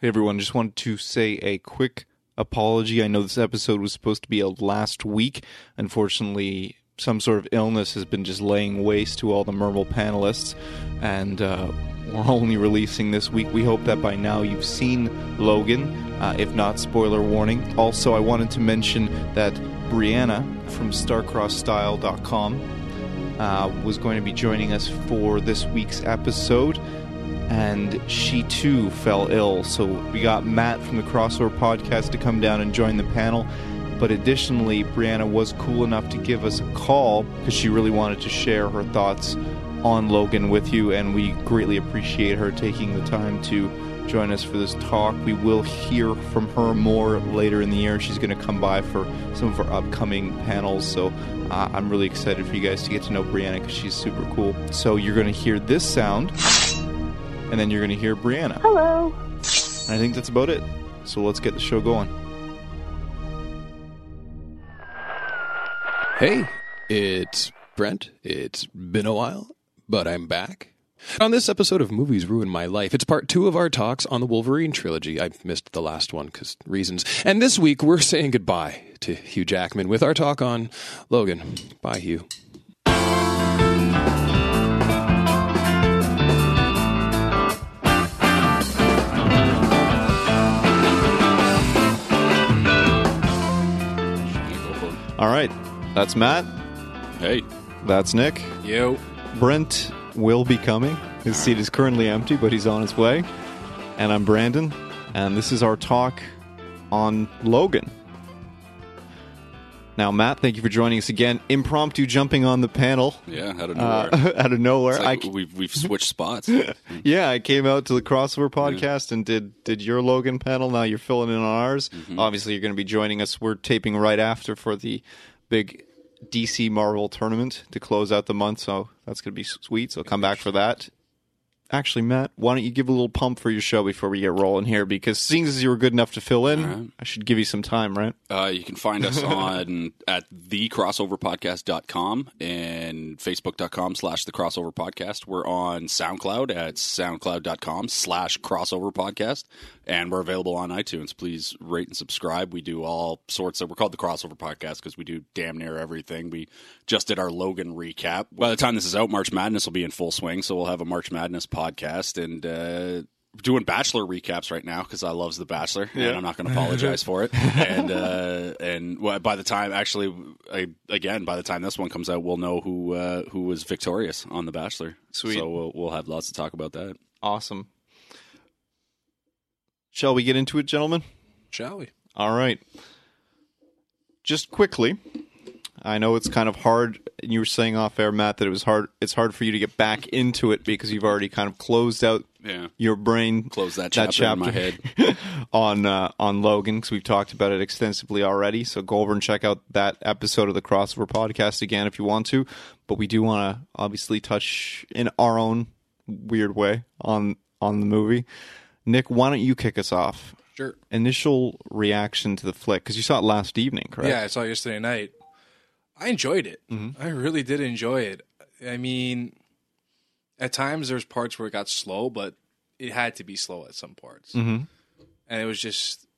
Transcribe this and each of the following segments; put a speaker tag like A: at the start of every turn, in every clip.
A: Hey everyone, just wanted to say a quick apology. I know this episode was supposed to be out last week. Unfortunately, some sort of illness has been just laying waste to all the Mermal panelists, and uh, we're only releasing this week. We hope that by now you've seen Logan. Uh, if not, spoiler warning. Also, I wanted to mention that Brianna from StarcrossStyle.com uh, was going to be joining us for this week's episode and she too fell ill. So we got Matt from the Crossover Podcast to come down and join the panel. But additionally, Brianna was cool enough to give us a call because she really wanted to share her thoughts on Logan with you, and we greatly appreciate her taking the time to join us for this talk. We will hear from her more later in the year. She's going to come by for some of her upcoming panels, so uh, I'm really excited for you guys to get to know Brianna because she's super cool. So you're going to hear this sound and then you're going to hear Brianna.
B: Hello.
A: And I think that's about it. So let's get the show going.
C: Hey, it's Brent. It's been a while, but I'm back. On this episode of Movies Ruined My Life, it's part two of our talks on the Wolverine trilogy. I missed the last one because reasons. And this week, we're saying goodbye to Hugh Jackman with our talk on Logan. Bye, Hugh.
A: All right. That's Matt.
C: Hey.
A: That's Nick.
C: Yo.
A: Brent will be coming. His seat is currently empty, but he's on his way. And I'm Brandon. And this is our talk on Logan. Now, Matt, thank you for joining us again. Impromptu jumping on the panel
D: Yeah, out of
A: uh,
D: nowhere.
A: out of nowhere.
D: It's
A: I
D: like
A: c-
D: we've we've switched spots.
A: Yeah, I came out to the crossover podcast and did did your Logan panel. Now you're filling in on ours. Obviously, you're going to be joining us. We're taping right after for the big DC Marvel tournament to close out the month, so that's going to be sweet. So come back for that. Actually, Matt, why don't you give a little pump for your show before we get rolling here? Because seeing as you were good enough to fill in, I should give you some time, right?
D: Uh, you can find us on at thecrossoverpodcast.com and facebook.com slash the crossover podcast. We're on SoundCloud at soundcloud.com slash crossover podcast. And we're available on iTunes. Please rate and subscribe. We do all sorts of, we're called the crossover podcast because we do damn near everything. We just did our Logan recap. By the time this is out, March Madness will be in full swing. So we'll have a March Madness podcast and, uh, doing bachelor recaps right now because I loves the Bachelor and I'm not going to apologize for it. And uh, and well, by the time actually, I, again by the time this one comes out, we'll know who uh, who was victorious on the Bachelor.
A: Sweet.
D: So we'll we'll have lots to talk about that.
A: Awesome. Shall we get into it, gentlemen?
C: Shall we?
A: All right. Just quickly, I know it's kind of hard. You were saying off air, Matt, that it was hard. It's hard for you to get back into it because you've already kind of closed out
D: Yeah.
A: your brain,
D: Close that chapter in my
A: on uh, on Logan because we've talked about it extensively already. So go over and check out that episode of the crossover podcast again if you want to. But we do want to obviously touch in our own weird way on on the movie. Nick, why don't you kick us off?
E: Sure.
A: initial reaction to the flick because you saw it last evening, correct?
E: Yeah, I saw it yesterday night. I enjoyed it.
D: Mm-hmm.
E: I really did enjoy it. I mean, at times there's parts where it got slow, but it had to be slow at some parts.
D: Mm.
A: Mhm.
E: And it was just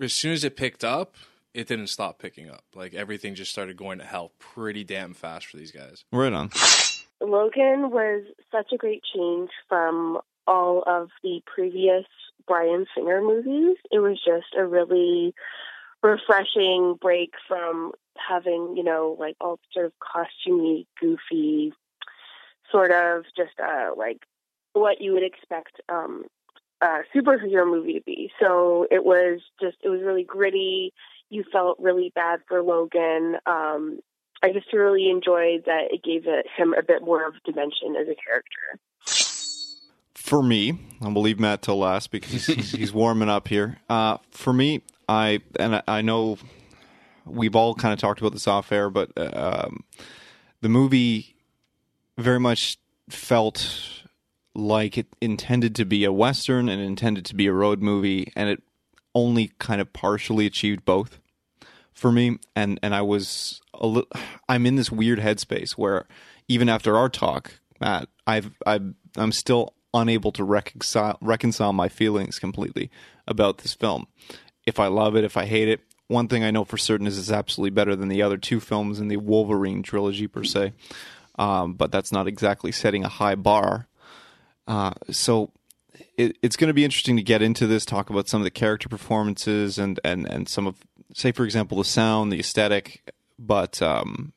E: as soon as it picked up, it didn't stop picking up. Like everything just started going to hell pretty damn fast for these guys.
A: Right on.
B: Logan was such a great change from all of the previous Brian Singer movies. It was just a really refreshing break from having, you know, like all sort of costumey, goofy, sort of just uh, like what you would expect um, a superhero movie to be. So it was just, it was really gritty. You felt really bad for Logan. Um, I just really enjoyed that it gave it, him a bit more of dimension as a character.
A: For me, I'll leave Matt till last because he's, he's, he's warming up here. Uh, for me, I and I, I know we've all kind of talked about this off air, but uh, um, the movie very much felt like it intended to be a western and intended to be a road movie, and it only kind of partially achieved both. for me and and I was a li- I'm in this weird headspace where even after our talk Matt I've I I'm still unable to reconcile reconcile my feelings completely about this film. If I love it, if I hate it, one thing I know for certain is it's absolutely better than the other two films in the Wolverine trilogy per se. Um, but that's not exactly setting a high bar. Uh, so it, it's going to be interesting to get into this, talk about some of the character performances and, and, and some of, say, for example, the sound, the aesthetic. But um,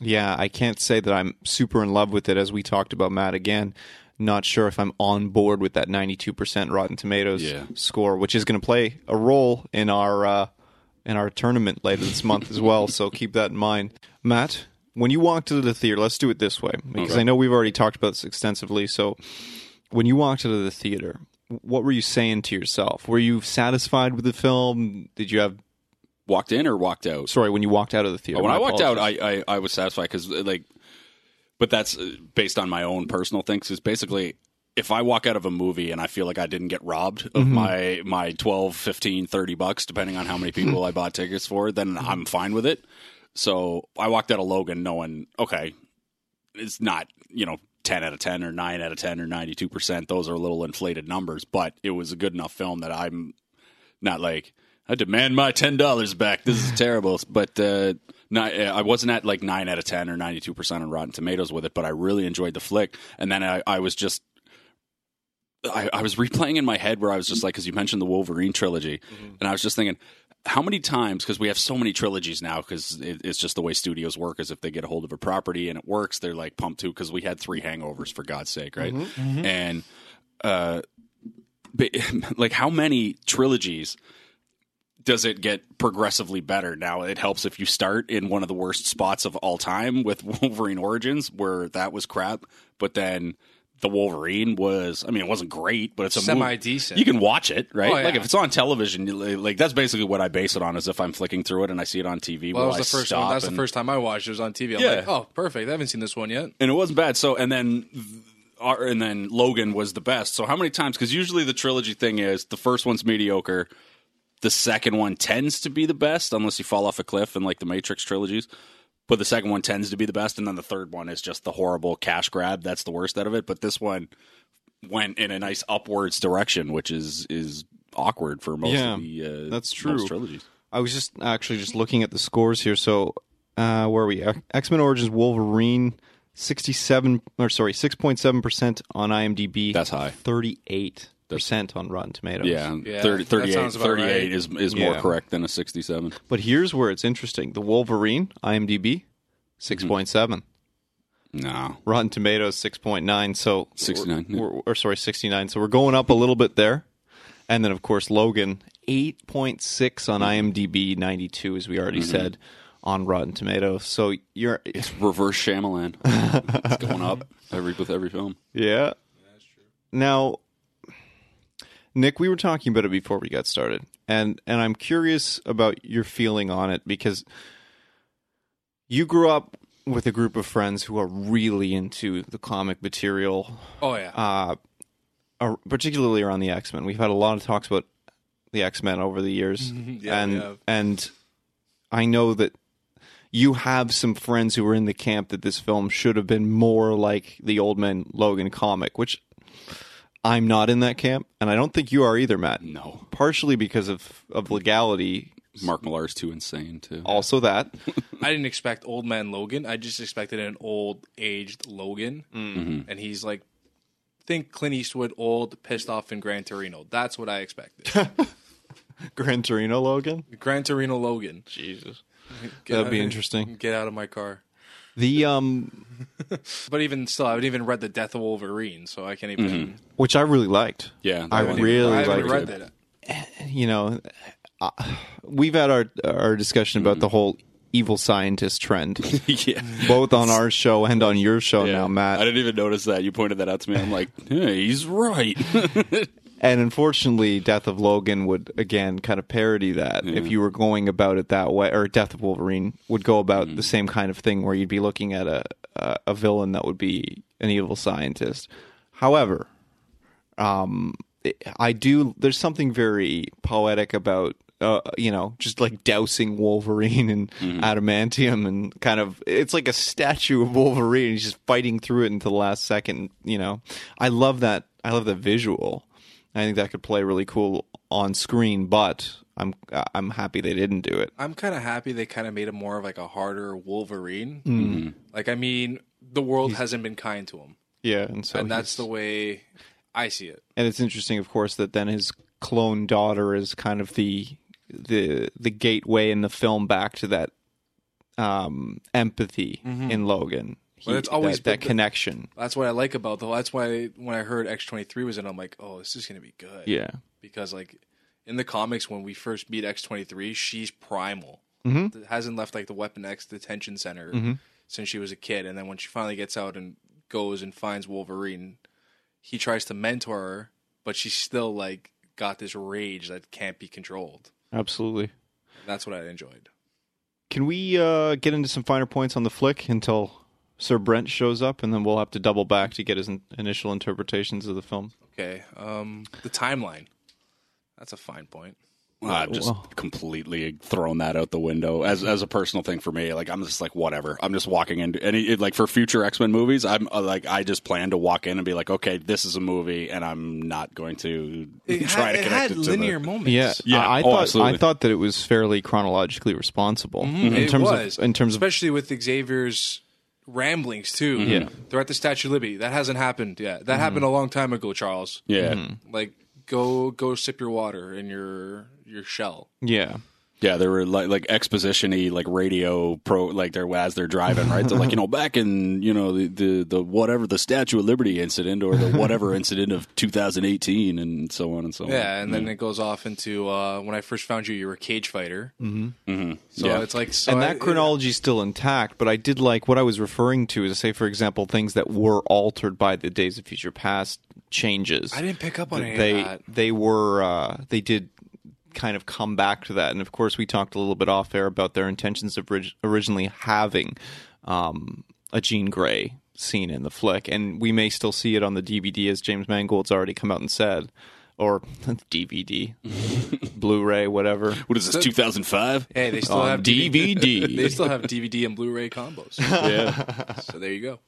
A: yeah, I can't say that I'm super in love with it, as we talked about, Matt, again. Not sure if I'm on board with that 92% Rotten Tomatoes
D: Yeah.
A: score, which is going to play a role in our uh, in our tournament later this month as well. So keep that in mind, Matt. When you walked into the theater, let's do it this way because I know we've already talked about this extensively. So when you walked into the theater, what were you saying to yourself? Were you satisfied with the film? Did you have
D: Walked in or walked out?
A: sorry when you walked out of the theater?
D: Oh, when
A: my
D: I walked out,
A: apologies.
D: I, I I was satisfied because like, but that's uh, based on my own personal things. Is basically if I walk out of a movie and I feel like I didn't get robbed
A: Mm-hmm.
D: of my my 12, 15, 30 bucks, depending on how many people I bought tickets for, then I'm fine with it. So I walked out of Logan knowing okay, it's not you know. 10 out of 10 or 9 out of 10 or 92% those are little inflated numbers but it was a good enough film that i'm not like I demand my ten dollars back. This is terrible. But uh, not, I wasn't at like nine out of ten or ninety two percent on Rotten Tomatoes with it, but I really enjoyed the flick. And then I, I was just. I, I was replaying in my head where I was just like, because you mentioned the Wolverine trilogy, and I was just thinking, how many times? Because we have so many trilogies now, because it, it's just the way studios work. Is if they get a hold of a property and it works, they're like pumped to. Because we had three hangovers for God's sake, right? And uh, but, like how many trilogies does it get progressively better now it helps if you start in one of the worst spots of all time with wolverine origins where that was crap but then the wolverine was i mean it wasn't great but it's a movie-
E: Semi-decent.
D: you can watch it right
E: Oh, yeah.
D: like if it's on television you- like that's basically what i base it on is if i'm flicking through it and i see it on tv
E: Well,
D: will
E: that was the
D: I
E: first
D: stop
E: one. That's the
D: and-
E: first time I watched. It was on TV. I'm
D: Yeah.
E: like, oh, perfect. I haven't seen this one yet.
D: and it wasn't bad. So and then our- and then Logan was the best. So how many times? Because usually the trilogy thing is the first one's mediocre, the second one tends to be the best unless you fall off a cliff in like the Matrix trilogies. But the second one tends to be the best, and then the third one is just the horrible cash grab. That's the worst out of it. But this one went in a nice upwards direction, which is is awkward for most
A: Yeah,
D: of the uh,
A: that's true.
D: most trilogies.
A: I was just actually just looking at the scores here. So, uh, where are we? X Men Origins Wolverine, sixty-seven or sorry, six point seven percent on IMDb.
D: That's high.
A: Thirty-eight percent on Rotten Tomatoes.
D: Yeah,
E: Yeah,
D: 30,
E: that
D: 38,
E: sounds about right.
D: 38 is is more
A: Yeah.
D: correct than a sixty-seven.
A: But here's where it's interesting: the Wolverine IMDb, six point seven.
D: No,
A: Rotten Tomatoes, six point nine. So
D: 69, yeah.
A: We're, we're- or sorry, sixty-nine. So we're going up a little bit there. And then, of course, Logan, eight point six on IMDb, ninety-two, as we already said, on Rotten Tomatoes. So you're
D: reverse Shyamalan. it's going up every with every film.
A: Yeah. that's true. Now, Nick, we were talking about it before we got started, and and I'm curious about your feeling on it because you grew up with a group of friends who are really into the comic material,
E: Oh yeah.
A: uh, ar- particularly around the X Men. We've had a lot of talks about the X Men over the years,
E: Yeah,
A: and
E: we have.
A: and I know that you have some friends who are in the camp that this film should have been more like the Old Man Logan comic, which I'm not in that camp, and I don't think you are either, Matt.
D: No,
A: Partially because of of legality,
D: Mark Millar's too insane too.
A: also that.
E: I didn't expect old man Logan. I just expected an old aged Logan,
A: Mm-hmm.
E: and he's like, think Clint Eastwood, old, pissed off in Gran Torino. That's what I expected.
A: Gran Torino Logan.
E: Gran Torino Logan.
A: Jesus,
E: Get
A: that'd be
E: out-
A: interesting.
E: Get out of my car.
A: The um,
E: But even still, I haven't even read the Death of Wolverine, so I can't even.
A: which I really liked.
D: Yeah,
A: I
D: that one.
A: really
E: I
A: liked
E: haven't
A: it.
E: read that.
A: you know, uh, we've had our our discussion
D: Mm-hmm.
A: about the whole evil scientist trend,
D: yeah.
A: both on our show and on your show now, Matt.
D: I didn't even notice that. You pointed that out to me. I'm like, yeah, he's right.
A: And unfortunately, Death of Logan would again kind of parody that if you were going about it that way, or Death of Wolverine would go about
D: Mm-hmm.
A: the same kind of thing where you'd be looking at a a, a villain that would be an evil scientist. However, um, it- I do. There's something very poetic about uh, you know, just like dousing Wolverine in
E: Mm-hmm.
A: adamantium and kind of it's like a statue of Wolverine. He's just fighting through it until the last second. You know, I love that. I love the visual. I think that could play really cool on screen, but I'm I'm happy they didn't do it.
E: I'm kind of happy they kind of made him more of like a harder Wolverine.
A: Mm-hmm.
E: Like, I mean, the world hasn't been kind to him,
A: Yeah, and so
E: and that's
A: Oh, he's-
E: the way I see it.
A: and it's interesting, of course, that then his clone daughter is kind of the the the gateway in the film back to that um, empathy in Logan. He,
E: Mm-hmm. Well, it's always
A: that, that
E: been the-
A: connection.
E: That's what I like about though. That's why when I heard X twenty three was in, I'm like, oh, this is gonna be good.
A: Yeah,
E: because like in the comics when we first meet X twenty three, she's primal.
A: Mm-hmm.
E: That Hasn't left like the Weapon X detention center since she was a kid, and then when she finally gets out and goes and finds Wolverine, he tries to mentor her, but she's still like got this rage that can't be controlled.
A: absolutely.
E: That's what I enjoyed.
A: Can we uh, get into some finer points on the flick until Sir Brent shows up, and then we'll have to double back to get his in- initial interpretations of the film.
E: Okay, um, the timeline. That's a fine point.
D: I've just
A: Well-
D: completely thrown that out the window as as a personal thing for me. Like I'm just like whatever. I'm just walking into any it, like for future X Men movies. I'm uh, like I just plan to walk in and be like, okay, this is a movie, and I'm not going to try to
E: it
D: connect
E: had
D: it to
E: linear
D: The,
E: moments.
A: Yeah,
D: Yeah,
A: I, I
D: oh,
A: thought I
D: absolutely.
A: thought that it was fairly chronologically responsible Mm-hmm. in
E: Mm-hmm. It
A: terms
E: was.
A: of in terms of
E: especially with Xavier's ramblings too.
A: Yeah. Mm-hmm.
E: they're at the Statue of Liberty. That hasn't happened yet. That happened a long time ago, Charles.
D: yeah,
E: Like, go go sip your water in your your shell.
A: yeah.
D: yeah. There were like like expositiony like radio pro like they're as they're driving right. They're like you know back in you know the the, the whatever the Statue of Liberty incident or the whatever incident of 2018 and so on and so on.
E: Yeah, and
A: Mm-hmm.
E: then it goes off into uh, when I first found you, you were a cage fighter. Mm-hmm. So
D: Yeah.
E: it's like so
A: and
E: I-
A: that chronology is still intact, but I did like what I was referring to is, say, for example, things that were altered by the Days of Future Past changes.
E: I didn't pick up on any
A: they
E: of that.
A: they were uh, they did kind of come back to that, and of course, we talked a little bit off air about their intentions of orig- originally having um, a Jean Grey scene in the flick, and we may still see it on the DVD, as James Mangold's already come out and said, or DVD, Blu-ray, whatever.
D: What is this 2005?
E: Hey, they still
A: on
E: have
A: DVD.
E: They still have DVD and Blu-ray combos. yeah. So there you go.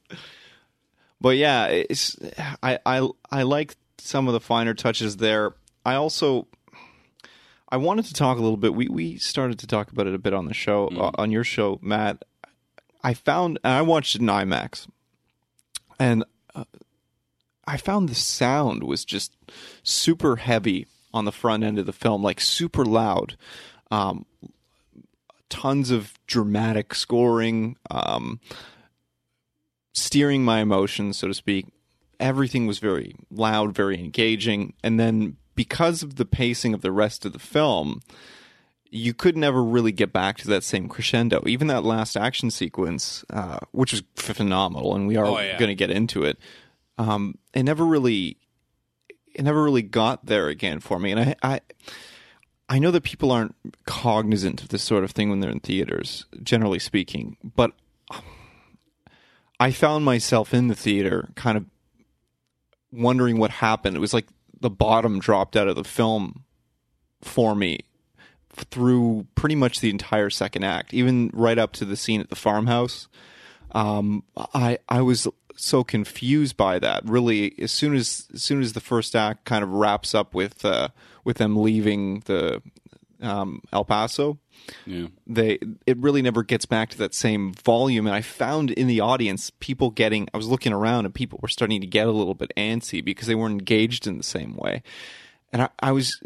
A: but yeah, it's I I I like some of the finer touches there. I also I wanted to talk a little bit. We we started to talk about it a bit on the show uh, on your show, Matt. I found and I watched it in IMAX, and uh, I found the sound was just super heavy on the front end of the film, like super loud. Um, tons of dramatic scoring. Um, steering my emotions, so to speak. Everything was very loud, very engaging. And then because of the pacing of the rest of the film, you could never really get back to that same crescendo. Even that last action sequence, uh, which was ph- phenomenal, and we are
E: Oh, yeah.
A: going to get into it, um, it never really, it never really got there again for me. And I, I, I know that people aren't cognizant of this sort of thing when they're in theaters, generally speaking, but I found myself in the theater kind of wondering what happened. It was like the bottom dropped out of the film for me through pretty much the entire second act, even right up to the scene at the farmhouse. Um, I I was so confused by that. Really, as soon as as soon as the first act kind of wraps up with uh, with them leaving the um, El Paso,
D: Yeah.
A: they it really never gets back to that same volume and i found in the audience people getting i was looking around and people were starting to get a little bit antsy because they weren't engaged in the same way and i, I was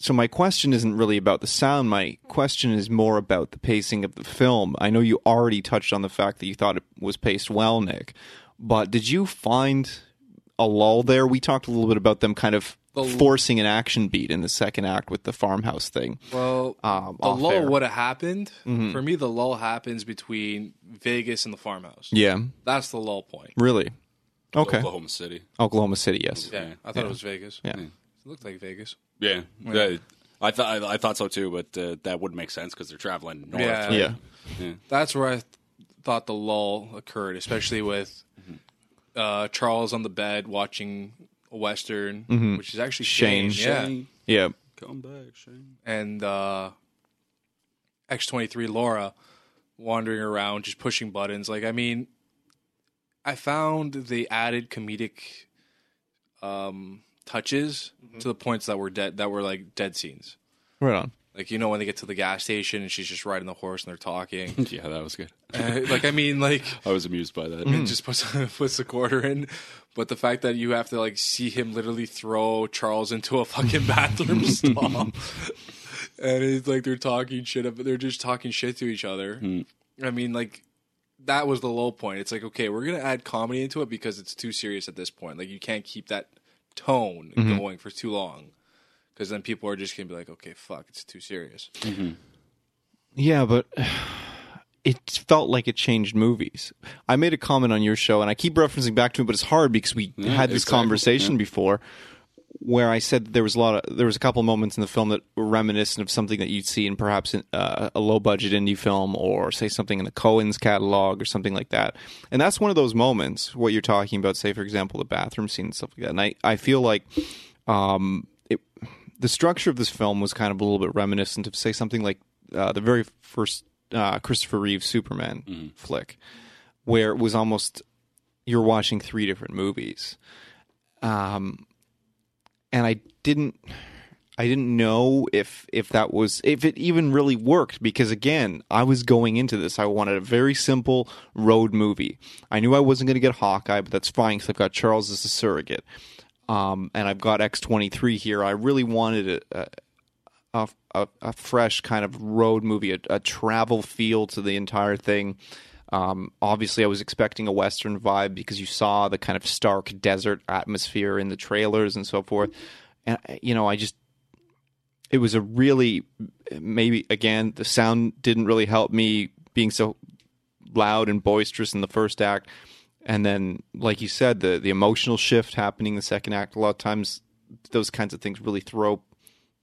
A: so my question isn't really about the sound my question is more about the pacing of the film i know you already touched on the fact that you thought it was paced well nick but did you find a lull there we talked a little bit about them kind of forcing an action beat in the second act with the farmhouse thing
E: Well,
A: Um,
E: the
A: off
E: lull
A: air. Mm-hmm.
E: would have happened for me. The lull happens between Vegas and the farmhouse.
A: yeah
E: That's the lull point.
A: really okay
D: Oklahoma City.
A: Oklahoma City, yes.
E: Yeah, I thought it was Vegas.
A: Yeah.
E: it looked like Vegas.
D: Yeah, that- I thought I, I thought so too, but uh, that would make sense because they're traveling north.
E: Yeah.
D: right?
A: Yeah.
E: That's where I th- thought the lull occurred, especially with
A: Mm-hmm.
E: uh, Charles on the bed watching a western, which is actually
A: Mm-hmm. Shane.
E: Shane.
A: Yeah.
E: Yeah,
D: Come back, Shane.
E: and uh, X23 Laura wandering around just pushing buttons. Like, I mean, I found they added comedic um, touches to the points that were dead that were like dead scenes.
A: Right on.
E: Like you know when they get to the gas station and she's just riding the horse and they're talking.
D: yeah, that was good.
E: Uh, like I mean, like
D: I was amused by that.
E: it just puts puts the quarter in. But the fact that you have to like see him literally throw Charles into a fucking bathroom stall, and it's like they're talking shit, up, they're just talking shit to each other. I mean, like that was the low point. It's like okay, we're gonna add comedy into it because it's too serious at this point. Like you can't keep that tone going for too long. Because then people are just gonna be like, okay, fuck, it's too serious.
A: Yeah, but it felt like it changed movies. I made a comment on your show, and I keep referencing back to it, but it's hard because we had this
D: exactly,
A: conversation before, where I said that there was a lot of there was a couple of moments in the film that were reminiscent of something that you'd see in perhaps in, uh, a low budget indie film or say something in the Coens catalog or something like that. And that's one of those moments what you're talking about. Say, for example, the bathroom scene and stuff like that. And I I feel like. Um, it, the structure of this film was kind of a little bit reminiscent of, say, something like uh, the very first uh, Christopher Reeve Superman flick, where it was almost you're watching three different movies. Um, and I didn't, I didn't know if if that was if it even really worked because again, I was going into this. I wanted a very simple road movie. I knew I wasn't going to get Hawkeye, but that's fine because I've got Charles as a surrogate. Um, and I've got X twenty three here. I really wanted a, a a, a, a fresh kind of road movie, a, a travel feel to the entire thing. Um, obviously, I was expecting a Western vibe because you saw the kind of stark desert atmosphere in the trailers and so forth. And, uh, you know, I just, it was a really, maybe again, the sound didn't really help me being so loud and boisterous in the first act. And then, like you said, the, the emotional shift happening in the second act, a lot of times those kinds of things really throw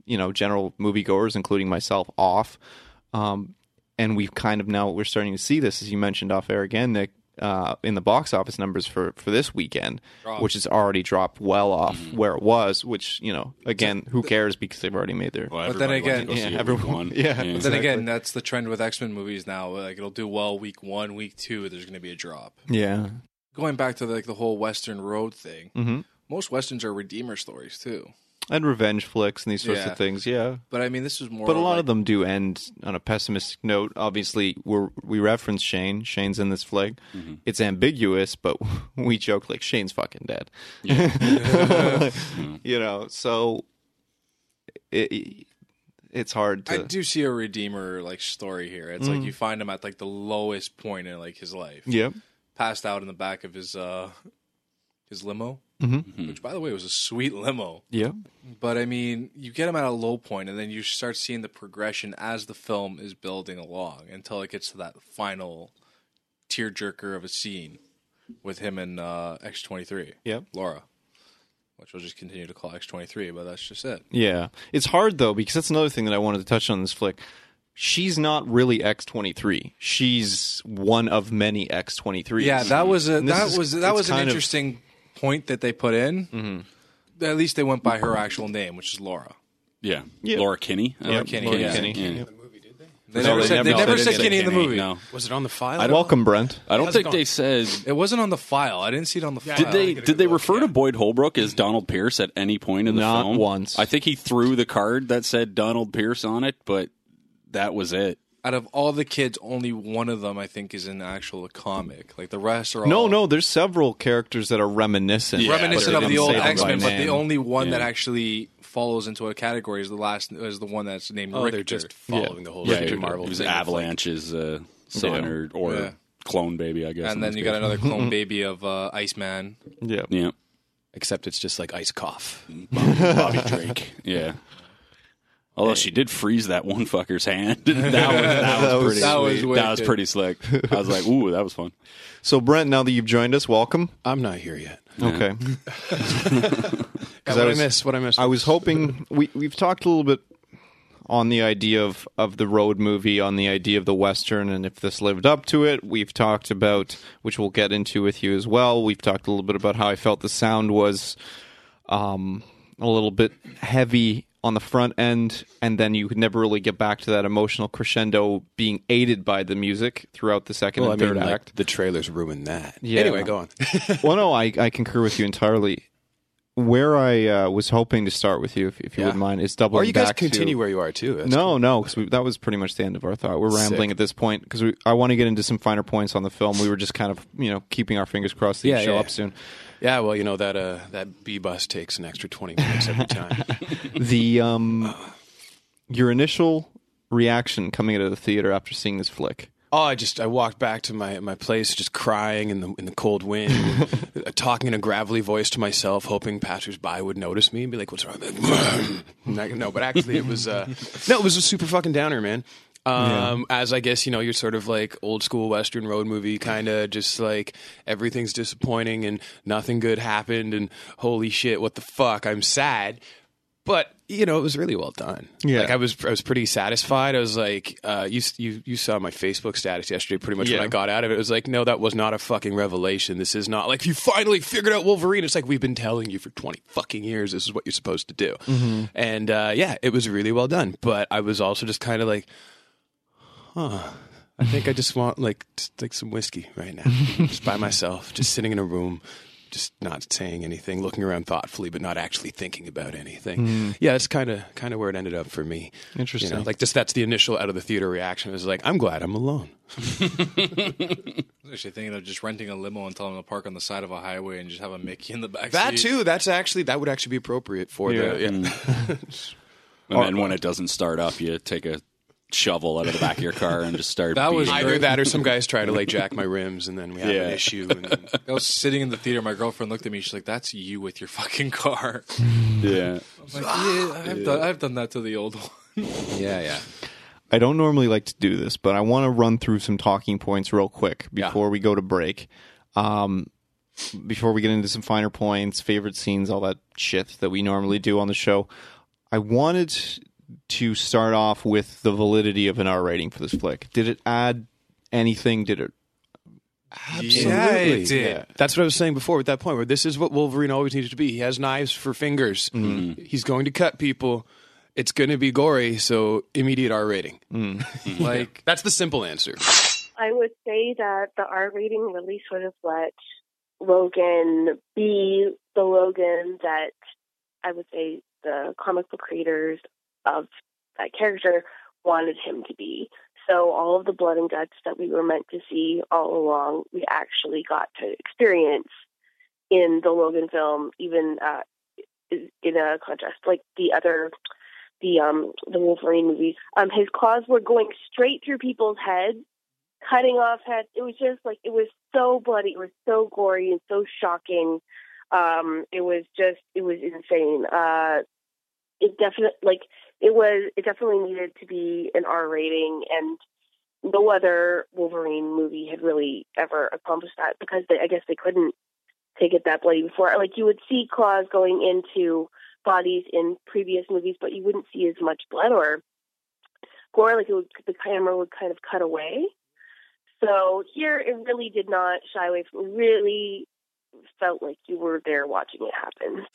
A: you know general moviegoers, including myself, off. Um, and we've kind of now we're starting to see this, as you mentioned off air again, Nick, uh, in the box office numbers for for this weekend, which has already dropped well off where it was. Which you know, again, who cares because they've already made their
D: Well,
E: But then
D: everybody went to go
E: again-
D: see
A: Yeah,
D: it week
A: everyone-
D: one.
A: yeah, but
E: But then again, that's the trend with X Men movies now. Like it'll do well week one, week two. There's gonna be a drop.
A: yeah.
E: going back to like the whole Western road thing,
A: hmm
E: most westerns are redeemer stories too.
A: And revenge flicks and these sorts
E: Yeah.
A: of things, yeah.
E: But I mean, this is more.
A: But a lot of
E: like-
A: them do end on a pessimistic note. Obviously, we're, we reference Shane. Shane's in this flick. It's ambiguous, but we joke like Shane's fucking dead. you know, so it, it's hard
E: I
A: to.
E: do see a redeemer like story here. It's like you find him at like the lowest point in like his life,
A: Mm-hmm. Yeah.
E: passed out in the back of his uh his limo,
A: Mhm.
E: which by the way was a sweet limo.
A: Yeah.
E: But I mean, you get him at a low point, and then you start seeing the progression as the film is building along until it gets to that final tearjerker of a scene with him and uh, X23.
A: Yeah.
E: Laura, which we'll just continue to call X23, but that's just it.
A: Yeah. It's hard though because that's another thing that I wanted to touch on in this flick. She's not really X23. She's one of many X23s.
E: Yeah, that was a
A: And this
E: that
A: is-
E: was that
A: it's
E: was an
A: kind of- Mm-hmm.
E: interesting point that they put in. At least they went by her actual name, which is Laura.
D: Yeah.
A: Yeah.
D: Laura Kinney. I
E: Laura
D: think.
E: Kinney.
D: Yeah,
E: Laura
A: Kinney.
D: yeah.
E: They
A: No,
E: never
A: they
E: said,
A: never-
E: they
A: no,
E: never
A: they
E: said
A: didn't
E: Kinney in the movie.
D: No.
F: Was it on the file? at all?
A: Welcome, Brent.
D: I don't
F: How's it
D: think they
F: going?
D: said.
E: It wasn't on the file. I didn't see it on the file.
D: Did they did they refer to Boyd Holbrook as Donald Pierce at any point in the
A: Not
D: film?
A: once.
D: I think he threw the card that said Donald Pierce on it, but that was it.
E: out of all the kids, only one of them I think is an actual comic. Like the rest are all
A: No, no, there's several characters that are reminiscent.
D: Yeah,
E: reminiscent
D: but
E: of
D: they
E: the old
D: didn't say
E: X
D: the
E: Men, but
D: right
E: the
A: name.
E: only one that
D: Yeah.
E: actually follows into a category is the last is the one that's named
F: Oh,
E: Richter.
F: they're just following the whole
D: it,
F: Richard Marvel.
D: it was
F: thing.
D: Avalanche's uh, son
A: Yeah.
D: or, or
E: Yeah.
D: clone baby, I guess. in
E: and then
D: this
E: you got
D: case.
E: another clone baby of uh, Iceman.
A: Yeah.
D: yeah,
F: Except it's just like ice cough.
D: Bobby Drake. Yeah. Although she did freeze that one fucker's hand. that was that, was pretty.
E: that was
D: sweet. that was
E: wicked.
D: pretty slick. I was like, ooh, that was fun.
A: So, Brent, now that you've joined us, welcome.
F: I'm not here yet.
A: Okay.
F: God,
A: I
F: what I,
A: was-
F: miss? What I miss?
A: I was hoping we we've talked a little bit on the idea of of the road movie, on the idea of the western, and if this lived up to it. We've talked about which we'll get into with you as well. We've talked a little bit about how I felt the sound was um, a little bit heavy on the front end, and then you could never really get back to that emotional crescendo being aided by the music throughout the second
F: Well, I
A: and
F: mean,
A: third act.
F: like, the trailers ruined that.
A: Yeah.
F: Anyway, go on.
A: well, no, I, I concur with you entirely. Where I uh, was hoping to start with you, if, if you
F: Yeah.
A: wouldn't mind, is doubling
F: or you guys
A: back to-
F: continue where you are too. That's
A: no, no, because that was pretty much the end of our thought. We're rambling at this point because I want to get into some finer points on the film. We were just kind of, you know, keeping our fingers crossed that
F: Yeah,
A: you show
F: yeah,
A: up
F: yeah.
A: soon.
F: cool. Yeah, well, you know that uh, that B bus takes an extra twenty minutes every time.
A: The um, your initial reaction coming out of the theater after seeing this flick.
F: oh, I just I walked back to my, my place, just crying in the in the cold wind, uh, talking in a gravelly voice to myself, hoping passersby would notice me and be like, "What's wrong?" And I- no, but actually, it was uh, no, it was a super fucking downer, man. Um, as I guess you know, you're sort of like old school Western road movie kind of just like everything's disappointing and nothing good happened and holy shit, what the fuck? I'm sad but you know it was really well done.
A: Yeah.
F: like I was I was pretty satisfied. I was like, uh, you you you saw my Facebook status yesterday. Pretty much
A: Yeah.
F: when I got out of it, it was like, no, that was not a fucking revelation. This is not like you finally figured out Wolverine. It's like we've been telling you for twenty fucking years. This is what you're supposed to do. And uh, yeah, it was really well done. But I was also just kind of like, I think I just want like just like some whiskey right now, just by myself, just sitting in a room, just not saying anything, looking around thoughtfully, but not actually thinking about anything. Yeah, that's kind of kind of where it ended up for me.
A: Interesting.
F: You know, like just that's the initial out of the theater reaction. It was like, I'm glad I'm alone.
E: I was actually thinking of just renting a limo and telling them to park on the side of a highway and just have a Mickey in the back.
F: That
E: seat.
F: too. That's actually that would actually be appropriate for the. Yeah.
D: Hmm. And then when it doesn't start up, you take a shovel out of the back of your car and just start.
E: That was
D: beating
E: great.
D: it.
F: Either that or some guys try to like jack my rims, and then we have
D: Yeah.
F: an issue. And then,
E: I was sitting in the theater. My girlfriend looked at me. She's like, "That's you with your fucking car."
D: Yeah.
E: I'm like, yeah, I've, Done, I've done that to the old one.
F: yeah, yeah.
A: I don't normally like to do this, but I want to run through some talking points real quick before we go to break. Um, before we get into some finer points, favorite scenes, all that shit that we normally do on the show, I wanted to start off with the validity of an R rating for this flick. Did it add anything? Did it?
F: Absolutely. That's what I was saying before at that point where this is what Wolverine always needed to be. He has knives for fingers.
D: Hmm.
F: He's going to cut people. It's going to be gory, so immediate R rating.
A: hmm,
E: Like,
F: That's the simple answer.
B: I would say that the R rating really sort of let Logan be the Logan that I would say the comic book creators of that character wanted him to be. So all of the blood and guts that we were meant to see all along, we actually got to experience in the Logan film, even uh, in a contrast like the other the um the Wolverine movies. Um, his claws were going straight through people's heads cutting off heads. It was just like it was so bloody, it was so gory and so shocking. Um, it was just it was insane. Uh, it definitely like it was it definitely needed to be an R rating and no other Wolverine movie had really ever accomplished that because they, I guess they couldn't take it that bloody before. Like you would see claws going into bodies in previous movies, but you wouldn't see as much blood or gore. Like it would, the camera would kind of cut away. So here, it really did not shy away from. It really felt like you were there watching it happen.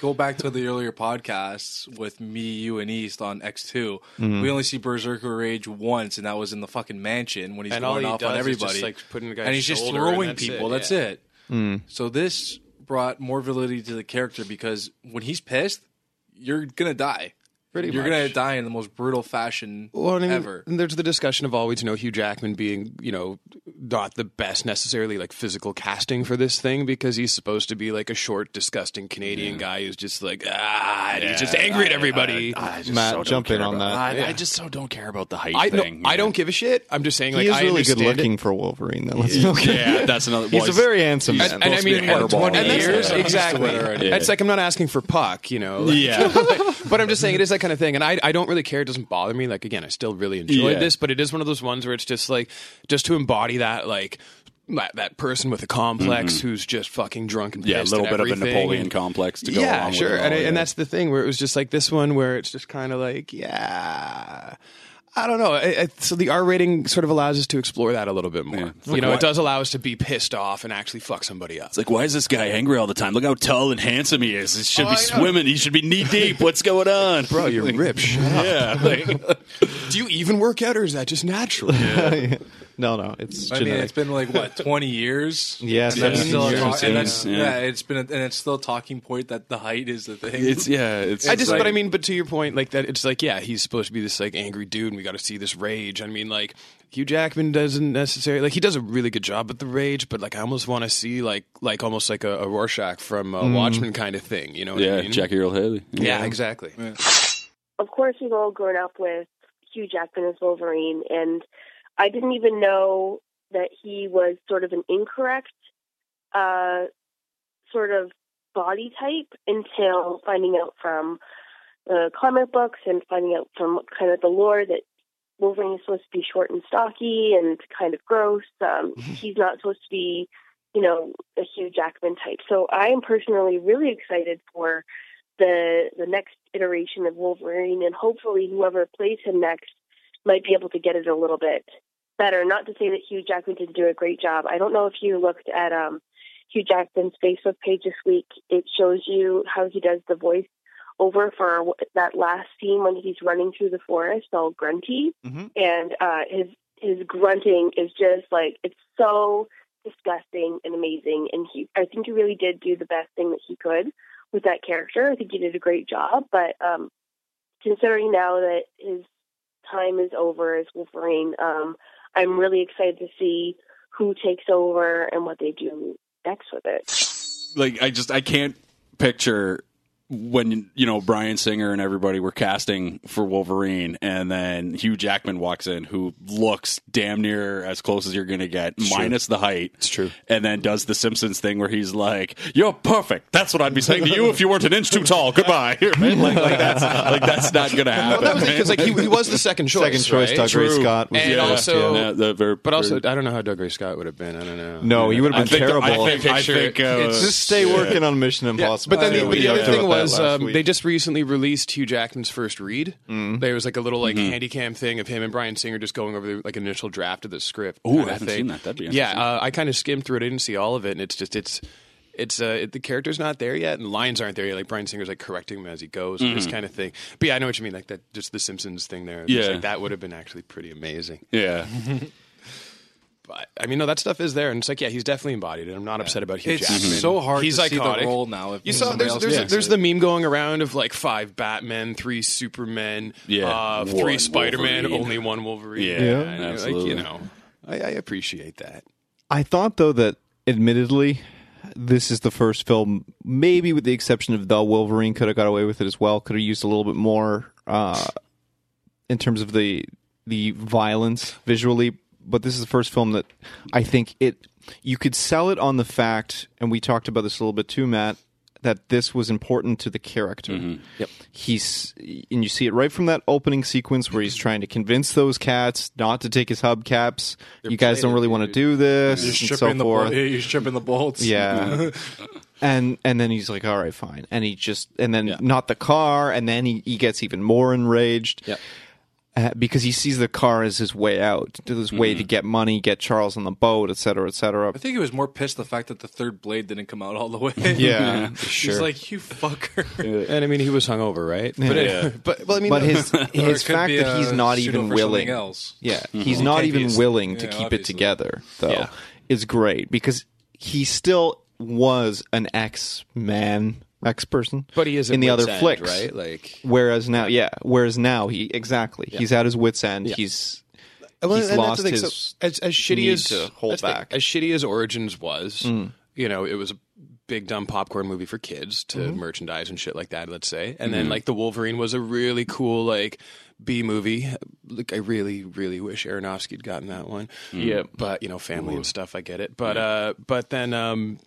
E: go back to the earlier podcasts with me, you, and East on X two.
F: Hmm.
A: hmm.
E: We only see Berserker Rage once, and that was in the fucking mansion when he's
F: and all
E: going
F: he
E: off
F: does
E: on everybody,
F: is just like putting the guy's
E: and he's just
F: shoulder and
E: throwing
F: that's
E: people.
F: It.
E: that's it.
F: Hmm.
E: So this brought more validity to the character because when he's pissed, you're gonna die.
F: Pretty
E: you're
F: much.
E: gonna die in the most brutal fashion
F: Well, I mean,
E: ever.
F: and there's the discussion of always, you know, Hugh Jackman being, you know, not the best necessarily like physical casting for this thing because he's supposed to be like a short, disgusting Canadian guy who's just like, ah, and he's just angry at everybody.
D: I just
A: Matt,
D: don't
A: jump in
D: care
A: on
D: about-
A: that.
D: I, I just so don't care about the height
F: I, no,
D: thing.
F: I don't give a shit. I'm just saying, like,
A: he is
F: I
A: really good
F: understand it.
A: looking for Wolverine. Though. Let's not-
D: Yeah, that's another.
A: he's
D: well,
A: a very handsome
D: he's
A: man.
F: and I
D: supposed to
F: mean,
D: be a hairball.
F: what, 20
D: Yeah.
F: years
D: Yeah.
F: exactly.
D: Yeah.
F: It's like I'm not asking for puck, you know.
D: Yeah.
F: but, but I'm just saying it is that kind of thing, and I I don't really care. It doesn't bother me. Like again, I still really enjoyed
D: Yeah.
F: this, but it is one of those ones where it's just like just to embody that like. That, that person with a complex who's just fucking drunk and
D: Mm-hmm. Yeah, a
F: pissed
D: little
F: and
D: bit of a
F: everything.
D: Napoleon complex to go
F: yeah,
D: along with
F: sure.
D: it all,
F: and, I-
D: yeah.
F: and that's the thing where it was just like this one where it's just kind of like, yeah, I don't know. I, I, so the R rating sort of allows us to explore that a little bit more.
D: Yeah.
F: You know,
D: Like
F: it does allow us to be pissed off and actually fuck somebody up.
D: It's like, why is this guy angry all the time? Look how tall and handsome he is. He should
F: Oh,
D: be
F: I know.
D: swimming. He should be knee deep. What's going on, bro?
F: you're ripped.
D: Yeah, like,
F: Do you even work out, or is that just natural?
A: no, no, it's
E: I mean,
A: genetic.
E: it's been like what twenty years.
A: Yeah,
E: and that's
A: 17
E: still a
A: years.
E: talk- and that's,
D: Yeah.
E: yeah. it's been, a, and it's still a talking point that the height is the thing.
D: it's yeah. It's
F: I just,
D: like-
F: but I mean, but to your point, like that, it's like, yeah, he's supposed to be this like angry dude, and we got to see this rage. I mean, like Hugh Jackman doesn't necessarily like he does a really good job with the rage, but like I almost want to see like like almost like a, a Rorschach from uh, Watchmen kind of thing. You know what
D: yeah,
F: I mean?
D: Jackie Earl Haley.
F: Yeah, exactly.
B: of course, we've all grown up with Hugh Jackman as Wolverine, and I didn't even know that he was sort of an incorrect uh, sort of body type until finding out from uh, comic books and finding out from kind of the lore that Wolverine is supposed to be short and stocky and kind of gross. Um, he's not supposed to be, you know, a Hugh Jackman type. So I am personally really excited for the the next iteration of Wolverine, and hopefully whoever plays him next might be able to get it a little bit better. Not to say that Hugh Jackman didn't do a great job. I don't know if you looked at um, Hugh Jackman's Facebook page this week. It shows you how he does the voice over for wh- that last scene when he's running through the forest, all grunty,
A: Mhm.
B: and uh, his his grunting is just like it's so disgusting and amazing. And he, I think, he really did do the best thing that he could with that character. I think he did a great job, but um, considering now that his time is over as Wolverine, um, I'm really excited to see who takes over and what they do next with it.
D: like I just I can't picture when you know Brian Singer and everybody were casting for Wolverine, and then Hugh Jackman walks in, who looks damn near as close as you're going to get, minus the height. It's
F: true.
D: And then does the Simpsons thing where he's like, "You're perfect." That's what I'd be saying to you if you weren't an inch too tall. Goodbye. Right? like, like that's like that's not going to happen.
F: Well, that was it because like he, he was the second choice.
A: Second choice,
F: right?
A: Doug Ray Scott. Was
F: And
A: the left,
F: also-
A: yeah.
D: Yeah, the very-
F: But also, I
D: very-
F: don't know how Doug Ray Scott would have been. I don't know.
A: no, you would
D: I
A: have been
D: think
A: terrible.
D: I think, I
F: Picture it.
D: think uh,
F: It's
A: just stay working on Mission Impossible.
F: But then
A: too.
F: the, but
A: We
F: the other
A: talked
F: thing
A: about that
F: was
A: last
F: um,
A: week.
F: they just recently released Hugh Jackman's first read. There was like a little like handy cam thing of him and Brian Singer just going over the like initial draft of the script.
D: Ooh, I
F: kinda
D: haven't
F: thing.
D: seen that. That'd be interesting.
F: yeah. Uh, I kind of skimmed through it. I didn't see all of it, and it's just it's. It's uh, it, the character's not there yet, and lines aren't there yet. Like Brian Singer's like correcting him as he goes, and this kind of thing. But yeah, I know what you mean. Like that, just the Simpsons thing there. It's
D: Yeah.
F: like, that would have been actually pretty amazing.
D: yeah.
F: But I mean, no, that stuff is there, and it's like, yeah, he's definitely embodied it. I'm not upset about Hugh
E: It's
F: Jackman.
E: so hard
F: He's
E: to see
F: iconic.
E: the role now. If
F: You saw
E: somebody
F: there's
E: else
F: there's,
E: takes
F: there's
E: it.
F: the meme going around of like five Batmen, three Supermen,
D: Yeah.
F: uh,
D: One
F: three Spider Man,
D: Wolverine.
F: only one Wolverine.
D: Yeah,
F: And, like,
D: absolutely.
F: you know, I, I appreciate that.
A: I thought though that admittedly this is the first film maybe with the exception of The Wolverine could have got away with it as well could have used a little bit more uh in terms of the the violence visually but this is the first film that I think it you could sell it on the fact and we talked about this a little bit too Matt that this was important to the character. Yep. He's and you see it right from that opening sequence where he's trying to convince those cats not to take his hubcaps. you guys don't really want to do this
E: You're
A: and
E: stripping
A: so
E: the bol-
A: forth.
E: you're stripping the bolts.
A: Yeah. and and then he's like, all right, fine. And he just and then not the car, and then he, he gets even more enraged. Uh, because he sees the car as his way out, his way
F: Mm-hmm.
A: to get money, get Charles on the boat, et cetera, et cetera.
E: I think he was more pissed the fact that the third blade didn't come out all the way.
A: Yeah.
E: He's like, you fucker.
F: And I mean, he was hungover, right? But, but well, I mean,
A: But
F: no-
A: his
E: Or it
A: his
E: could
A: fact
E: be
A: that
E: a
A: he's not
E: pseudo
A: even
E: for something
A: willing,
E: else. Mm-hmm.
A: yeah, he's not
E: can't be
A: even
E: a-
A: willing to
E: yeah,
A: keep it
E: obviously.
A: together though,
F: Yeah.
A: is great because he still was an ex man, ex person,
F: but he is at
A: in the
F: wit's
A: other
F: end,
A: flicks,
F: right? Like,
A: Whereas now, yeah. Whereas now, he exactly he's at his wits end. He's he's
F: and that's
A: lost
F: the thing,
A: his.
F: so as, as shitty
A: need
F: as
A: to hold
F: that's the thing,
A: back. Mm.
F: as shitty as Origins was, you know, it was a big dumb popcorn movie for kids to
A: Mm-hmm.
F: merchandise and shit like that. Let's say, and then like the Wolverine was a really cool like B movie. Like I really, really wish Aronofsky'd
A: Mm.
F: gotten that one. Yeah, but you know, family and stuff. I get it, but uh, but then um,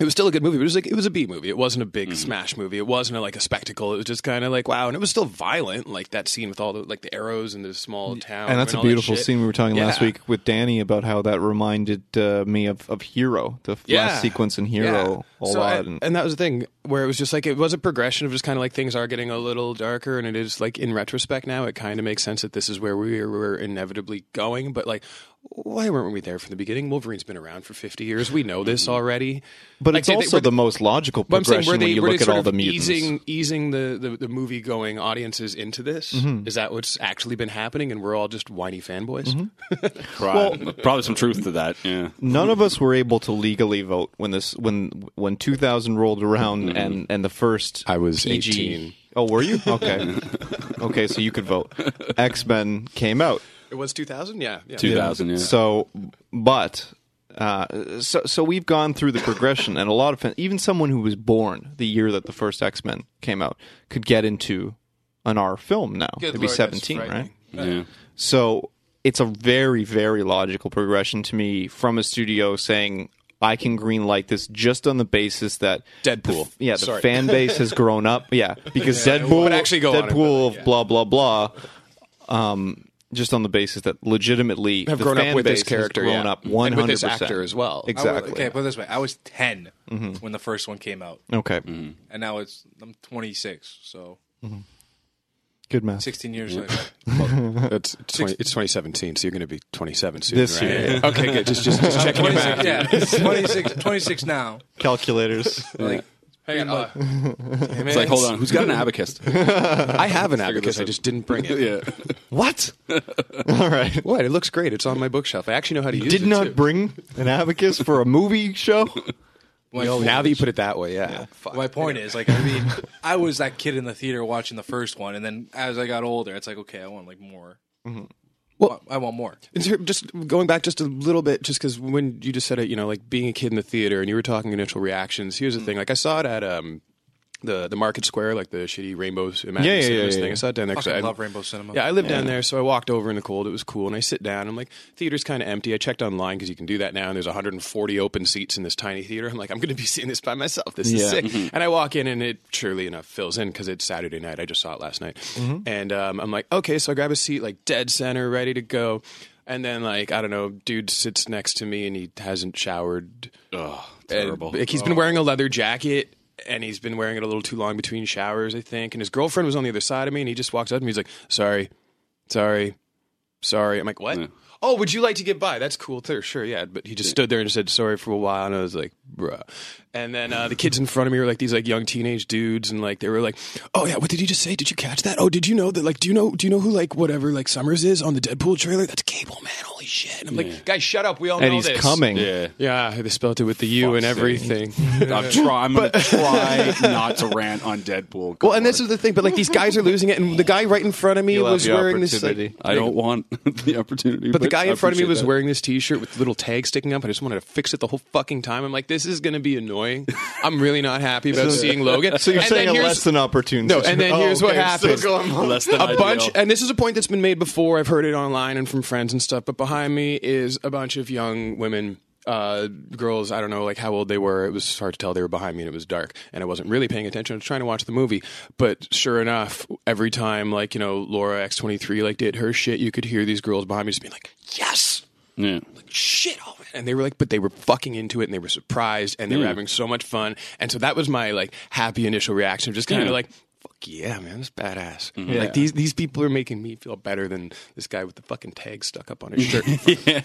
F: It was still a good movie, but it was like it was a B movie. It wasn't a big
A: Mm-hmm.
F: smash movie. It wasn't a, like a spectacle. It was just kind of like wow, and it was still violent. Like that scene with all the like the arrows and the small town,
A: and that's a
F: all that
A: beautiful
F: shit.
A: scene we were talking last
F: Yeah.
A: week with Danny about how that reminded uh, me of, of Hero, the f-
F: Yeah.
A: last sequence in
F: Yeah.
A: Hero a
F: So
A: lot.
F: I-
A: and,
F: and that was the thing where it was just like it was a progression of just kind of like things are getting a little darker, and it is like in retrospect now it kind of makes sense that this is where we were inevitably going. But like, why weren't we there from the beginning? Wolverine's been around for fifty years. We know this already.
A: Mm-hmm. but
F: Like,
A: it's
F: they- they-
A: also
F: were they-
A: the most logical
F: But I'm
A: progression
F: saying, were they,
A: when you
F: were
A: look
F: they
A: at
F: sort
A: all
F: of
A: the mutants.
F: easing, easing the, the, the movie going audiences into this?
A: Mm-hmm.
F: Is that what's actually been happening? And we're all just whiny fanboys?
D: Probably, probably some truth to that. Yeah.
A: None of us were able to legally vote when this when when 2000 rolled around
F: Mm-hmm.
A: and and the first
F: I was
A: PG
F: 18.
A: Oh, were you? Okay. okay, so you could vote. X-Men came out.
F: It was 2000? Yeah. yeah.
D: 2000. Yeah.
A: So, but uh, so so we've gone through the progression, and a lot of fan- even someone who was born the year that the first X Men came out could get into an R film now. It'd be
E: lord, that's
A: seventeen, right?
E: frightening.
D: yeah.
A: So it's a very very logical progression to me from a studio saying. I can green light this just on the basis that
F: Deadpool.
A: the, yeah, the
F: Sorry.
A: fan base has grown up, yeah, because Deadpool,
F: would actually go on and
A: Deadpool of blah blah blah, um, just on the basis that legitimately
F: Have
A: the
F: grown up
A: fan
F: with this
A: base has
F: character,
A: grown
F: yeah.
A: up
F: And
A: one
F: with
A: hundred
F: this actor as well.
E: I was-
A: Exactly.
E: okay, put it this way: I was 10 when the first one came out,
A: Okay.
F: Mm-hmm.
E: and now it's I'm 26, so
A: Good math.
E: 16 years later.
F: That's 20, uh, it's 2017, so you're going to be 27 soon.
A: This
F: right?
A: year,
F: Okay, good. Just, just, just checking your math.
E: yeah, 26, 26 now.
A: Calculators.
E: Like,
F: Hang on, uh, damn
D: It's
F: it.
D: like, hold on, who's got an abacus?
F: I have an abacus. I just didn't bring it.
D: yeah.
A: what? All right.
F: What? It looks great. It's on my bookshelf. I actually know how to use it.
A: Did
F: too.
A: not bring an abacus for a movie show.
F: Oh, now that you put it that way, yeah. Fuck.
E: My point is, like, I mean, I was that kid in the theater watching the first one, and then as I got older, it's like, okay, I want like more. Well, I want more.
F: In ter- Just going back just a little bit, just because when you just said it, you know, like being a kid in the theater and you were talking initial reactions. Here's the thing: like I saw it at um the the Market Square, like the shitty Rainbows Imagine
A: Yeah, yeah,
F: Cinemas
A: yeah, yeah,
F: thing.
A: yeah.
F: I saw it down there. 'cause
E: Fucking
F: I
E: love Rainbow Cinema.
F: Yeah, I live down there, so I walked over in the cold. It was cool, and I sit down. I'm like, theater's kind of empty. I checked online because you can do that now, and there's 140 open seats in this tiny theater. I'm like, I'm going to be seeing this by myself. This
A: Yeah.
F: is sick. And I walk in, and it surely enough fills in because it's Saturday night. I just saw it last night, and um, I'm like, okay, so I grab a seat, like dead center, ready to go. And then, like, I don't know, dude sits next to me, and he hasn't showered.
D: Oh,
F: And,
D: terrible.
F: Like he's been wearing a leather jacket and he's been wearing it a little too long between showers, I think. And his girlfriend was on the other side of me and he just walks up to me. He's like, sorry, sorry, sorry. I'm like, what? Oh, would you like to get by? That's cool too. Sure, yeah. But he just stood there and said sorry for a while, and I was like, bruh. And then uh, the kids in front of me were like these like young teenage dudes, and like they were like, oh yeah, what did you just say? Did you catch that? Oh, did you know that? Like, do you know? Do you know who like whatever like Summers is on the Deadpool trailer? That's Cable Man. Holy shit! And I'm like, guys, shut up. We all
A: And
F: know
A: he's
F: this.
A: coming.
D: yeah.
F: Yeah, they spelled it with the U and everything.
D: I'm try. I'm gonna try not to rant on Deadpool.
F: well, and this is the thing, but like these guys are losing it, and the guy right in front of me
A: You'll have
F: was
A: your
F: wearing this. Like,
A: opportunity.
D: I don't want the opportunity.
F: but the guy in front of me was
D: wearing.
F: wearing this T-shirt with the little tag sticking up. I just wanted to fix it the whole fucking time. I'm like, this is going to be annoying. I'm really not happy about seeing Logan.
A: So you're
F: And
A: saying a
F: then here's-
A: less than Oh, opportune.
F: No, and then
A: situation.
F: here's what happened.
D: Less than
F: a
D: ideal.
F: bunch, and this is a point that's been made before. I've heard it online and from friends and stuff. But behind me is a bunch of young women, uh, girls. I don't know like how old they were. It was hard to tell. They were behind me, and it was dark, and I wasn't really paying attention. I was trying to watch the movie, but sure enough, every time like you know Laura X twenty three like did her shit, you could hear these girls behind me just being like, "Yes."
D: Yeah.
F: shit all of it. And they were like, but they were fucking into it and they were surprised and they were having so much fun. And so that was my like happy initial reaction of just kind of
D: Yeah.
F: like, fuck yeah, man, that's badass. Like these these people are making me feel better than this guy with the fucking tag stuck up on his shirt.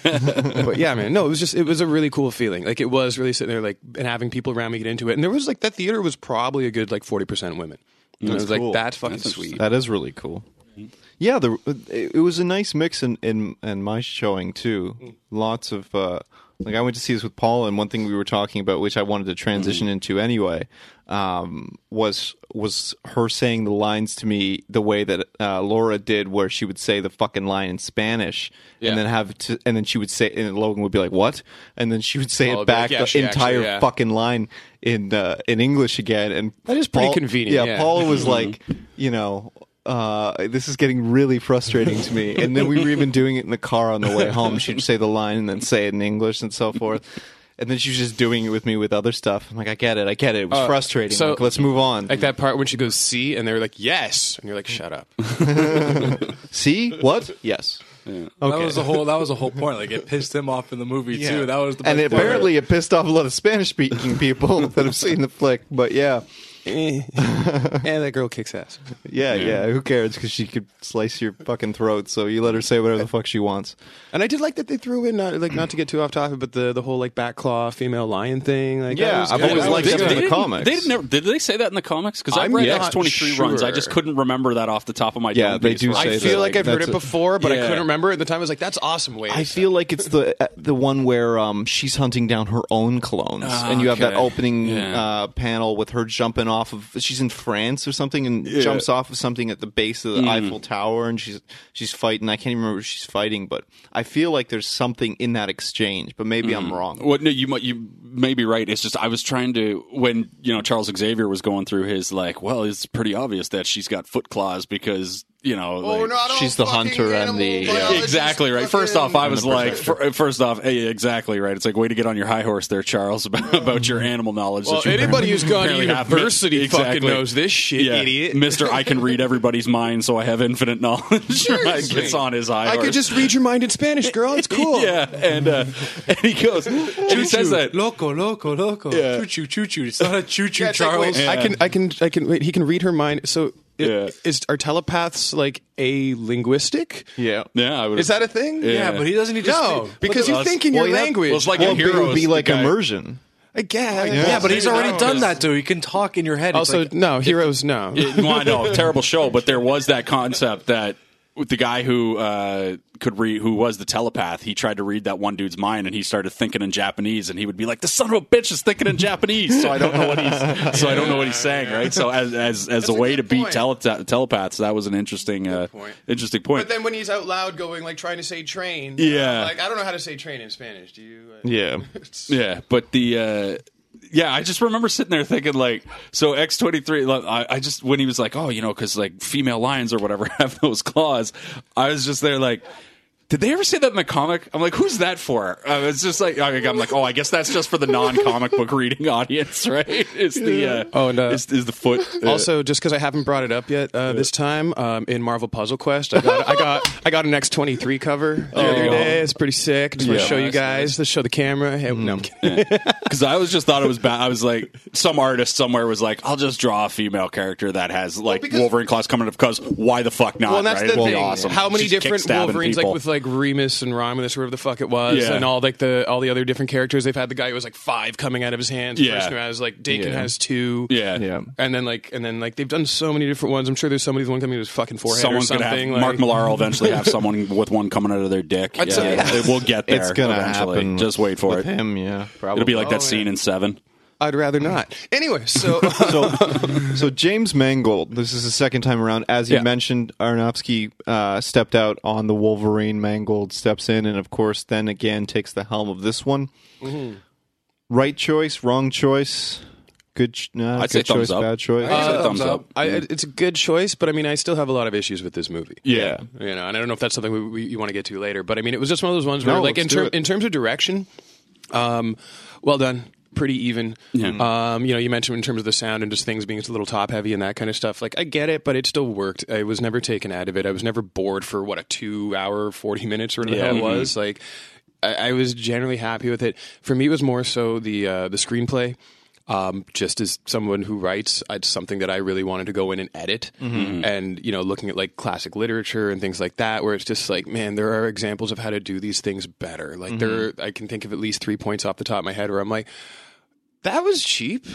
F: but yeah, man, no, it was just it was a really cool feeling. Like it was really sitting there like and having people around me get into it. And there was like that theater was probably a good like forty percent women. And I was
A: cool.
F: like, that's fucking
D: That's
F: sweet.
A: That is really cool. Yeah, the it it was a nice mix in in, in my showing too.
F: Mm.
A: Lots of uh, like I went to see this with Paul, and one thing we were talking about, which I wanted to transition
F: Mm-hmm.
A: into anyway, um, was was her saying the lines to me the way that uh, Laura did, where she would say the fucking line in Spanish,
F: Yeah.
A: and then have to, and then she would say, and Logan would be like, "What?" and then she would say it
F: Oh, be like,
A: back
F: yeah,
A: the
F: she actually-
A: entire
F: yeah.
A: fucking line in uh, in English again, and
F: That is pretty convenient,
A: Yeah,
F: yeah.
A: Paul was like, you know, uh, this is getting really frustrating to me. And then we were even doing it in the car on the way home. She'd say the line and then say it in English and so forth. And then she was just doing it with me with other stuff. I'm like, I get it, I get it. It was
F: Uh,
A: frustrating.
F: so-
A: like, let's move on.
F: Like that part when she goes, see, and they're like, yes. And you're like, shut up.
A: See what? Yes. Okay.
E: That was the whole. That was the whole point. Like it pissed him off in the movie too. That was the.
A: and
E: best part.
A: apparently it pissed off a lot of Spanish speaking people that have seen the flick. But yeah,
F: and that girl kicks ass.
A: yeah, yeah. Who cares? Because she could slice your fucking throat. So you let her say whatever the fuck she wants.
F: And I did like that they threw in, not, like, not to get too off topic, but the, the whole like back claw female lion thing. Like, that
A: Yeah,
F: was
A: I've
F: good.
A: always
F: That was
A: liked
F: good.
A: that in the
D: didn't-
A: comics.
D: They didn't never, did they say that in the comics? Because I've
F: I'm
D: read
F: not
D: X twenty three runs. I
F: sure.
D: just couldn't remember that off the top of my.
A: Yeah,
D: dome
A: they
D: piece
A: do
D: where
A: say
F: I
A: that.
D: said,
F: feel like I've heard
A: That's
F: it
A: a-
F: before, but
D: Yeah.
F: I couldn't remember it at the time. I was like, that's awesome, Wade.
A: I feel like it's the uh, the one where um, she's hunting down her own clones, and you have that
D: okay.
A: opening
D: Yeah.
A: uh, panel with her jumping off of. She's in France or something, and jumps off of something at the base
D: Mm.
A: of the Eiffel Tower, and she's she's fighting. I can't even remember what she's fighting, but I feel like there's something in that exchange. But maybe I'm wrong.
D: Mm. Well, no, you might you may be right. It's just I was trying to when you know Charles Xavier was going through his like, well, it's pretty obvious that she's got foot claws because you know
F: Oh,
D: like-
A: she's the hunter and the
D: Yeah, exactly right. First off, I was like, fir- first off, hey, exactly right. It's like way to get on your high horse there, Charles, about, about your animal knowledge. that
F: Well,
D: you
F: anybody who's gone to
D: apparently have.
F: university fucking knows this shit,
D: Yeah.
F: idiot.
D: Mister, I can read everybody's mind, so I have infinite knowledge. right? Gets on his high.
F: I
D: horse.
F: could just read your mind in Spanish, girl. It's cool.
D: yeah, and uh, and he goes, and he says that.
E: Loco, loco, loco.
D: Yeah.
E: Choo choo, choo choo. It's not a choo choo,
F: Yeah, it's like,
E: Charles.
F: wait, I can, I can, I can. Wait, he can read her mind. So, i-
D: Yeah.
F: is are telepaths like a linguistic?
A: yeah.
D: Yeah, I would.
F: Is that a thing?
E: yeah, but he doesn't need to.
F: No,
E: speak-
F: because
E: But-
F: you think in your
A: well, you have-
F: language.
D: Well, it's like
A: Well,
D: in
A: but it
D: Heroes,
A: would be
D: the
A: like
D: guy-
A: immersion.
F: I guess.
E: yeah, but he's
D: Maybe
E: already
D: not,
E: done
D: 'cause-
E: that, though. He can talk in your head. It's
F: also
E: like,
F: no heroes. No,
D: It- well, I know, terrible show, but there was that concept that with the guy who uh, could read, who was the telepath, he tried to read that one dude's mind, and he started thinking in Japanese, and he would be like, "The son of a bitch is thinking in Japanese," so I don't know what he's, so I don't know what he's saying, right? So as as as a way to beat tele- telepaths, that was an interesting uh,
F: point.
D: interesting point.
F: But then when he's out loud going like trying to say train, uh,
D: Yeah.
F: like I don't know how to say train in Spanish. Do you? Uh,
A: Yeah.
D: Yeah, but the uh yeah, I just remember sitting there thinking like, so X twenty three. I I just when he was like, oh, you know, because like female lions or whatever have those claws. I was just there like. Did they ever say that in the comic? I'm like, who's that for? Uh, it's just like I mean, I'm like, oh, I guess that's just for the non-comic book reading audience, right? It's the uh,
F: Oh, and, uh,
D: is, is the foot uh,
F: Also, just because I haven't brought it up yet uh, this time um, in Marvel Puzzle Quest, I got I got I got an X twenty three cover the other day. It's pretty sick. Just want
D: Oh. Yeah. Mm.
F: to show you guys. Let's show the camera. Hey, no, I'm kidding.
D: Because I always just thought it was bad. I was like, some artist somewhere was like, I'll just draw a female character that has like
F: because-
D: Wolverine claws coming up. Because why the fuck not?
F: Well, and that's
D: right?
F: the
D: It'd be
F: thing.
D: Awesome.
F: How many
D: She's
F: different
D: kickstabbing
F: Wolverines,
D: people.
F: like with like Remus and Rhymus, whatever the fuck it was,
D: Yeah.
F: and all like the all the other different characters they've had. The guy who was like five coming out of his hands.
D: Yeah.
F: The person who has like Dakin has two.
D: yeah,
A: Yeah.
F: And then like and then like they've done so many different ones. I'm sure there's somebody with one coming to his fucking forehead
D: Someone's
F: or
D: gonna have
F: something.
D: Mark
F: like-
D: Millar will eventually have someone with one coming out of their dick. Yeah,
F: say-
D: it- We'll get there.
A: It's gonna
D: eventually.
A: happen.
D: Just wait for
A: With
D: it.
A: him, yeah. Probably.
D: It'll be like
F: Oh,
D: that scene in Seven.
F: I'd rather not. Anyway, so
A: so, so James Mangold. This is the second time around. As you
F: Yeah.
A: mentioned, Aronofsky uh, stepped out on the Wolverine. Mangold steps in, and of course, then again takes the helm of this one.
F: Mm-hmm.
A: Right choice, wrong choice. Good, ch- nah,
D: I'd
A: good
D: say
A: choice,
D: thumbs up.
A: bad choice.
D: I'd say thumbs up.
F: Oh, I, it's a good choice, but I mean, I still have a lot of issues with this movie.
D: Yeah.
F: you know, and I don't know if that's something we, we, you want to get to later. But I mean, it was just one of those ones where,
A: No,
F: like, in,
A: let's do
F: ter-
A: it.
F: in terms of direction, um, well done, pretty even. Um, you know, you mentioned in terms of the sound and just things being a little top heavy and that kind of stuff. Like, I get it, but it still worked. I was never taken out of it. I was never bored for what a two hour forty minutes or whatever the hell
A: Mm-hmm.
F: it was. Like, I, I was generally happy with it. For me, it was more so the uh, the screenplay. Um, just as someone who writes, it's something that I really wanted to go in and edit, and you know, looking at like classic literature and things like that, where it's just like, man, there are examples of how to do these things better. Like there, I can think of at least three points off the top of my head where I'm like, that was cheap,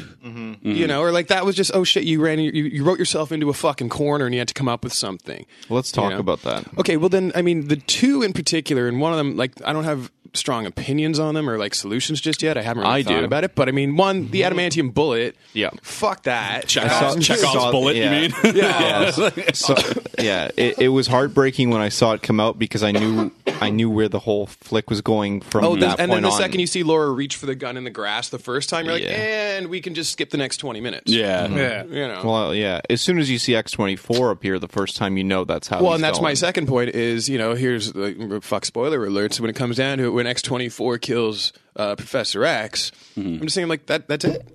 F: you know, or like that was just, oh shit, you ran, you, you wrote yourself into a fucking corner, and you had to come up with something.
A: Let's talk
F: Yeah.
A: about that.
F: Okay, well then, I mean, the two in particular, and one of them, like, I don't have strong opinions on them or like solutions just yet. I haven't really
A: I
F: thought
A: do. Mm-hmm.
F: about it, but I mean, one, the adamantium bullet.
A: Yeah.
F: fuck that.
A: saw-
D: Chekhov's, Chekhov's
A: saw-
D: bullet.
A: yeah.
D: You mean?
A: Uh, yeah, so, yeah. It, it was heartbreaking when I saw it come out because I knew I knew where the whole flick was going from
F: Oh,
A: that
F: the, and
A: point
F: then the
A: on.
F: second you see Laura reach for the gun in the grass the first time, you're like,
A: Yeah.
F: and we can just skip the next 20 minutes.
D: Yeah.
E: Yeah.
F: You know. Well,
A: well, yeah. As soon as you see X twenty four appear the first time, you know that's how. he's
F: and that's my
A: going.
F: second point is, you know, here's the fuck spoiler alerts. When it comes down to it, when X24 kills uh, Professor X,
A: Mm-hmm.
F: am just saying, like, that that's it.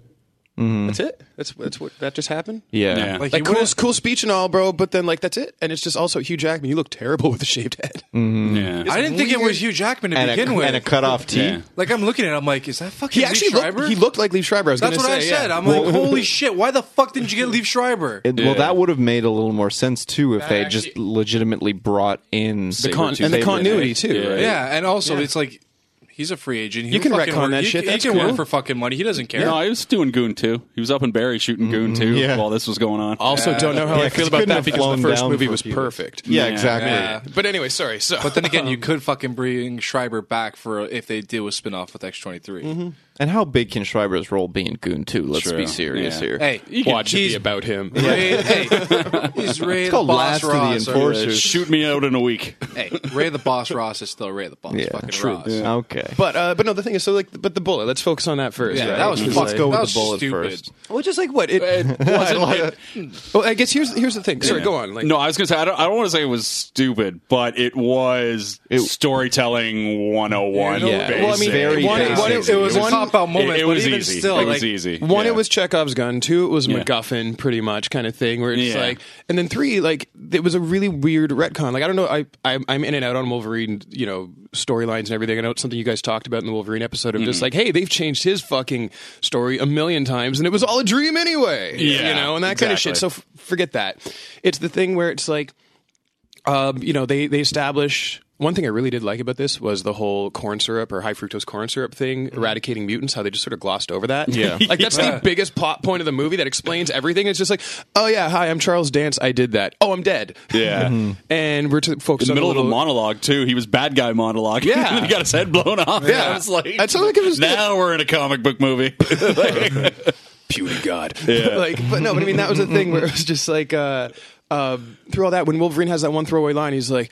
F: That's it. That's that's what that just happened.
A: Yeah.
D: Yeah.
E: Like,
F: Like
E: he
F: cool,
E: wouldn't-
F: cool speech and all, bro. But then like that's it, and it's just also Hugh Jackman. You look terrible with a shaved head.
E: Mm.
D: Yeah.
E: I didn't think it was Hugh Jackman to
A: And
E: begin
A: a,
E: with.
A: and a cut off tee.
D: Yeah.
E: like I'm looking at, it, I'm like, is that fucking
F: He
E: Liev
F: actually
E: Schreiber?
F: looked. He looked like Lee Schreiber. I was
E: That's what
F: gonna
E: I
F: say,
E: said.
F: yeah.
E: I'm like, holy shit! Why the fuck didn't you get Leave Schreiber?
A: It- Well, that would have made a little more sense too if they had just
F: actually-
A: legitimately brought in
D: The
F: Con- and the
A: Saber-tooth.
F: continuity too.
D: Yeah.
F: right?
E: yeah, and also it's like he's a free agent. He
F: You can
E: fucking
F: retcon
E: work-
F: that
E: he,
F: shit.
E: He
F: That's
E: can
F: cool.
E: work for fucking money. He doesn't care.
D: No, he was doing Goon too. He was up in Barry shooting Goon
F: Mm-hmm.
D: too
A: Yeah.
D: while this was going on.
F: Also, don't know how
A: Yeah,
F: I
A: 'cause
F: feel
A: he
F: about
A: couldn't
F: that
A: have
F: because
A: flown
F: the first
A: down
F: movie
A: for
F: was
A: people.
F: perfect.
A: Yeah,
D: Yeah.
A: exactly.
E: Yeah.
F: But anyway, sorry. So,
E: But then again, you could fucking bring Schreiber back for if they do a spin off with X twenty three.
A: And how big can Schreiber's role be in Goon 2? Let's
D: True.
A: be serious
D: Yeah.
A: here.
E: Hey,
F: watch it
E: he's
F: be about him.
E: Ray, hey, he's Ray
A: it's
E: the
A: called
E: Boss
A: Oh, Last of the
E: Ross. or-
A: Enforcers.
D: Shoot me out in a week.
E: hey, Ray the Boss Ross is still Ray the Boss.
A: Yeah,
E: fucking
A: true.
E: Ross.
A: Okay.
F: But uh, but no, the thing is, so like, but the bullet. Let's focus on that first.
E: Yeah,
F: right?
E: that was
F: Which is
E: fucked
A: Let's
E: like-
A: go
E: that
A: with
E: was
A: the bullet
E: stupid.
A: first.
F: Well, just like what? It, well, I guess here's here's the thing. Sorry, go on. Like,
D: no, I was gonna say I don't. I don't want to say it was stupid, but it was storytelling 101.
A: Yeah.
D: Basic.
A: Well, I mean, Very
D: it,
A: one-
E: Yeah,
A: one-
E: it, it was
F: one-
E: a cop out moment.
D: it
E: but
D: was
E: even
D: easy.
E: Still,
D: it
E: like,
D: was easy.
F: One,
D: Yeah.
F: it was Chekhov's gun. Two, it was
D: Yeah.
F: MacGuffin, pretty much kind of thing. Where it's
D: Yeah.
F: like, and then three, like it was a really weird retcon. Like I don't know, I I'm, I'm in and out on Wolverine, you know, storylines and everything. I know it's something you guys talked about in the Wolverine episode of
D: Mm-hmm.
F: just like, hey, they've changed his fucking story a million times, and it was all a dream anyway.
D: Yeah,
F: you know, and that kind of shit. So
D: exactly.
F: f- forget that. It's the thing where it's like um, you know, they they establish one thing I really did like about this was the whole corn syrup or high fructose corn syrup
D: Mm.
F: thing, eradicating mutants. How they just sort of glossed over that.
A: Yeah.
F: like that's the biggest plot point of the movie that explains everything. It's just like, oh yeah, hi, I'm Charles Dance. I did that. Oh, I'm dead.
D: Yeah. Mhm.
F: and we're to focus
D: in the
F: on a
D: middle of a
F: little-
D: monologue too. He was bad guy monologue.
F: Yeah.
D: and then he got his head blown off.
F: Yeah.
D: I was like,
F: That sounded like it was good.
D: now we're in a comic book movie.
F: puny god. like, but no, but I mean, that was the thing where it was just like, uh, uh, through all that, when Wolverine has that one throwaway line, he's like,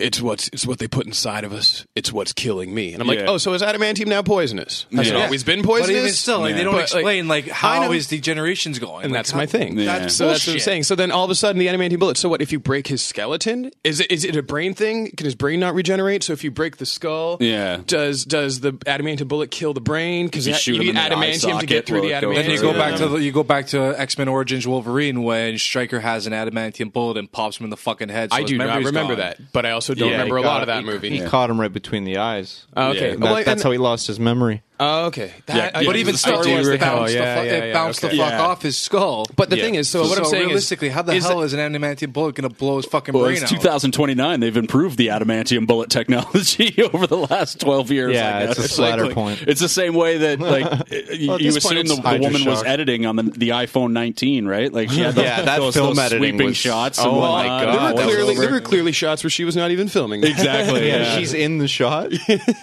F: it's what's it's what they put inside of us. It's what's killing me. And I'm like,
D: Yeah.
F: oh, so is adamantium now poisonous? Has it
D: Yeah.
F: always been
E: But
F: poisonous?
E: even still, like, they don't
F: But,
E: explain like,
F: I
E: how
F: know-
E: his degeneration's going.
F: and
E: Like,
F: that's
E: how-
F: my thing.
D: Yeah.
E: That's
F: So that's what I'm
E: bullshit.
F: saying. So then all of a sudden the adamantium bullet. So what if you break his skeleton? Is it is it a brain thing? Can his brain not regenerate? So if you break the skull,
D: Yeah.
F: does does the adamantium bullet kill the brain? Because
D: You shoot him
F: need
D: in the eye
F: adamantium to
D: socket,
F: get through
D: will
F: the
D: it go
F: adamantium.
E: Then you go
D: Yeah.
E: back to the, you go back to X Men Origins Wolverine when Stryker has an adamantium bullet and pops him in the fucking head. So
F: I
E: his
F: do not
E: memory's
F: remember
E: gone.
F: that, but I also don't
A: Yeah,
F: remember a
A: he
F: lot
A: got-
F: of that
A: he-
F: movie.
A: He caught him right between the eyes.
F: Oh, okay,
A: That-
F: Well, and-
A: that's how he lost his memory.
F: oh, okay. That-
D: Yeah,
F: I-
E: But
D: yeah.
E: even Star
F: I do
E: Wars it
F: recall. "Oh,
E: bounced,
F: Yeah,
E: the, fu-
F: yeah,
E: it
F: yeah,
E: bounced
F: okay.
E: the fuck
D: Yeah.
E: off his skull.
F: But the
A: Yeah.
F: thing is, so, what I'm saying
E: realistically,
F: is,
E: how the
F: is
E: hell is an adamantium bullet going to blow his fucking
D: Well,
E: brain
D: it's
E: out?
D: 2029. They've improved the adamantium bullet technology over the last 12 years.
A: Yeah,
D: I
A: it's
D: guess.
A: a
D: like-
A: splatter
D: like-
A: point.
D: It's the same way that like you,
A: at
D: you
A: this point,
D: assume the,
A: it's
D: the woman was
A: Hydroshock.
D: editing on the, the iPhone 19, right? Like she had those,
A: Yeah, that
D: those,
A: film
D: those
A: editing
D: sweeping
A: was-
D: shots.
A: oh
D: and
A: my
D: whatnot.
A: God.
F: there,
A: That
F: were
A: was
F: clearly,
A: over.
F: there were clearly shots where she was not even filming.
D: Exactly. Oh, Yeah.
A: She's in the shot.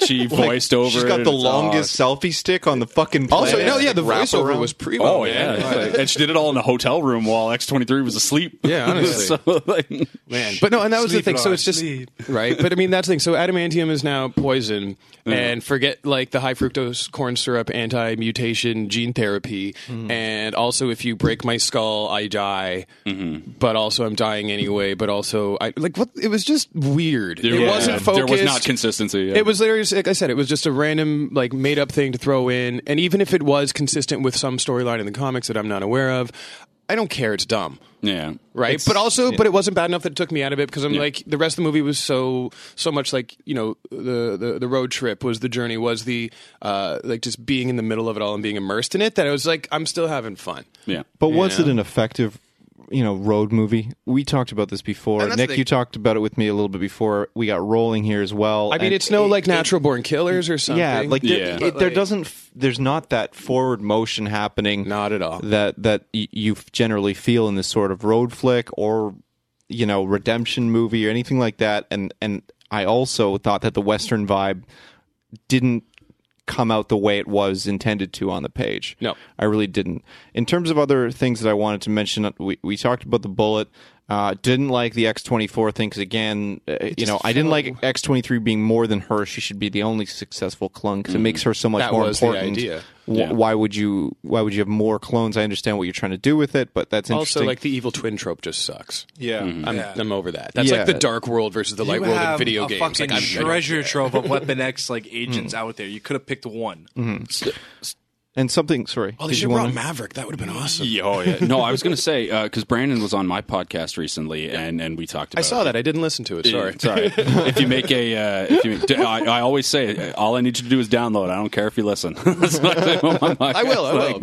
D: she voiced over.
A: She's
D: it
A: got
D: and
A: the
D: it's all-
A: longest selfie stick on the fucking planet.
F: Also, no, yeah, the
A: Wrap
F: voiceover
A: around.
F: was pre.
D: Oh yeah, and she did it all in a hotel room while X twenty three was asleep.
F: Yeah, honestly.
D: so, like,
F: Man. But no, and that was the
E: Sleep
F: thing.
E: it
F: So
E: off,
F: it's just
E: sleep.
F: right. But I mean, that's the thing. So adamantium is now poison, and forget like the high fructose corn syrup anti mutation gene therapy,
D: Hmm.
F: and also if you break my skull, I die.
D: Mm-hmm.
F: But also, I'm dying anyway. But also, I like what it was just weird. it
D: yeah,
F: wasn't
D: There
F: focused.
D: was not consistency. yeah.
F: It was literally, just- like I said, it was just a random, like, made up thing to throw in. And even if it was consistent with some storyline in the comics that I'm not aware of, I don't care. It's dumb
D: yeah.
F: right? but also, but it wasn't bad enough that it took me out of it because I'm like the rest of the movie was so so much like you know the the, the road trip was the journey was the uh, like just being in the middle of it all and being immersed in it that I was like I'm still having fun.
D: Yeah.
A: But was it an effective, you know, road movie? We talked about this before.
F: that's
A: Nick,
F: the-
A: you talked about it with me a little bit before we got rolling here as well.
F: I mean,
A: and
F: it's no like natural born killers or something.
A: yeah, like there,
D: Yeah.
A: it-
D: But,
A: there
F: like-
A: doesn't f- there's not that forward motion happening.
F: Not at all.
A: That that y- you f- generally feel in this sort of road flick or you know redemption movie or anything like that. And and I also thought that the western vibe didn't come out the way it was intended to on the page.
F: No.
A: uh, I really didn't. In terms of other things that I wanted to mention, we we talked about the bullet. Uh, didn't like the X24 thing because, again, uh, you know, I didn't like X23 being more than her. She should be the only successful clone because it makes her so much
F: Mm. That
A: more
F: was the
A: important.
F: idea.
A: Wh- Why would you? Why would you have more clones? I understand what you're trying to do with it, but that's interesting.
F: Also, like the evil twin trope just sucks.
E: Yeah,
F: Mm-hmm. I'm,
E: yeah.
F: I'm over that. That's
A: Yeah.
F: like the dark world versus the
E: You
F: light world in
E: have
F: video
E: a
F: games.
E: Fucking
F: Like, I'm
E: treasure trove of Weapon X like agents
F: Mm-hmm.
E: out there. You could have picked one.
A: and something. Sorry,
F: Oh, they
A: did
F: should
A: you
F: have brought
A: want?
F: Maverick. That would have been awesome.
D: Yeah, oh, yeah. No, I was going to say because Brandon was on my podcast recently, and and we talked. about
F: I saw that. I didn't listen to it. Sorry.
D: Sorry. if you make a, uh, if you make, I, I always say, uh, all I need you to do is download. I don't care if you listen. That's what I, say on my podcast.
F: I will, I will.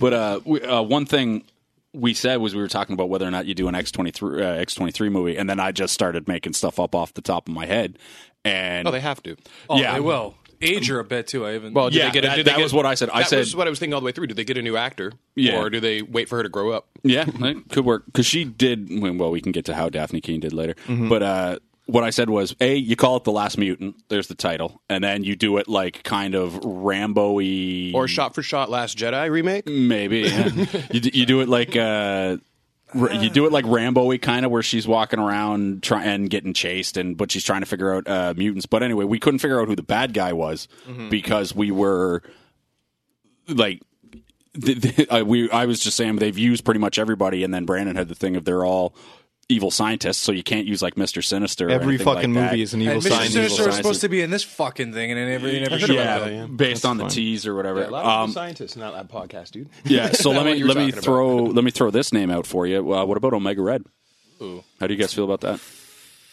D: but uh, we, uh, one thing we said was we were talking about whether or not you do an X twenty three uh, X twenty three movie, and then I just started making stuff up off the top of my head. And
F: Oh, they have to.
E: Oh,
D: Yeah.
E: they will age her a bit too. I haven't.
F: Well, do
D: Yeah,
F: Oh, they get a,
D: that-
F: do they
D: that
F: get-
D: was what I said. I
F: that
D: said-
F: was what I was thinking all the way through. Do they get a new actor,
D: Yeah.
F: or do they wait for her to grow up?
D: Yeah, that could work because she did. Well, we can get to how Daphne Keene did later. But uh, what I said was, a you call it the Last Mutant. There's the title, and then you do it like kind of Rambo-y
F: Or shot for shot Last Jedi remake?
D: maybe. yeah. you d- you do it like. Uh, r- you do it like Rambo-y kind of where she's walking around try- and getting chased and but she's trying to figure out uh, mutants. But anyway, we couldn't figure out who the bad guy was
E: Mm-hmm.
D: because we were like th th I, we I was just saying they've used pretty much everybody and then Brandon had the thing of they're all evil scientists so you can't use like Mr. Sinister or
A: Every
D: anything like
A: fucking
D: that.
A: movie is an
E: and
A: evil
E: Mr.
A: sign.
D: Sinister
A: evil
E: Sinister
A: sign.
E: was supposed to be in this fucking thing, and it never, you never showed
D: yeah,
E: up.
D: based on the
A: fine.
D: tease or whatever Um,
F: scientists in that lab podcast, dude.
D: Yeah, so let
F: what
D: me
F: you were
D: let me
F: talking about.
D: throw let me throw this name out for you. Uh, what about Omega Red? How do you guys feel about that?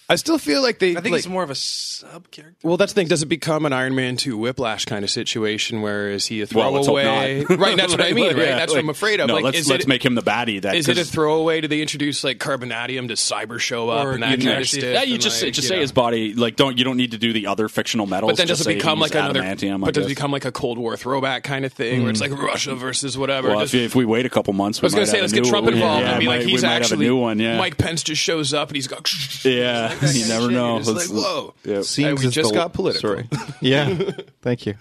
F: I still feel like they.
E: I think
F: like,
E: he's more of a sub character.
F: Well, that's the thing. Does it become an Iron Man 2 whiplash kind of situation where is he a
D: Well, let's hope
F: throwaway?
D: not.
F: right, that's what I mean, right?
D: Yeah,
F: That's what I'm
D: like-
F: afraid of.
D: No,
F: like,
D: let's
F: is
D: let's
F: it,
D: make him the baddie. That
F: Is it a
D: 'cause-
F: throwaway? Do they introduce like carbonatium? Does cyber show up?
E: Or
F: and that
E: you
F: kind
E: actually-
F: of stuff?
D: Yeah, you
F: And,
D: just
F: like,
D: just
F: you
D: say
F: know.
D: his body. Like, don't you don't need to do the other fictional metals.
F: But then
D: just
F: does it
D: say
F: become
D: he's
F: like another?
D: adamantium? I
F: but does it
D: guess.
F: become like a Cold War throwback kind of thing where it's like Russia versus whatever?
D: Well, if,
F: Just-
D: you- if we wait a couple months,
F: I was
D: going
F: gonna
D: to
F: say let's get Trump involved
D: Yeah,
F: and be
D: might-
F: like
D: we
F: he's
D: might have a
F: actually
D: new one. Yeah,
F: Mike Pence just shows up and he's got.
D: Yeah, you never
F: shit,
D: know.
F: you're just
D: Let's-
F: like, whoa.
D: yeah.
A: Seems
F: And we
A: as
F: just
A: though-
F: got political.
A: Sorry. Yeah. Thank you.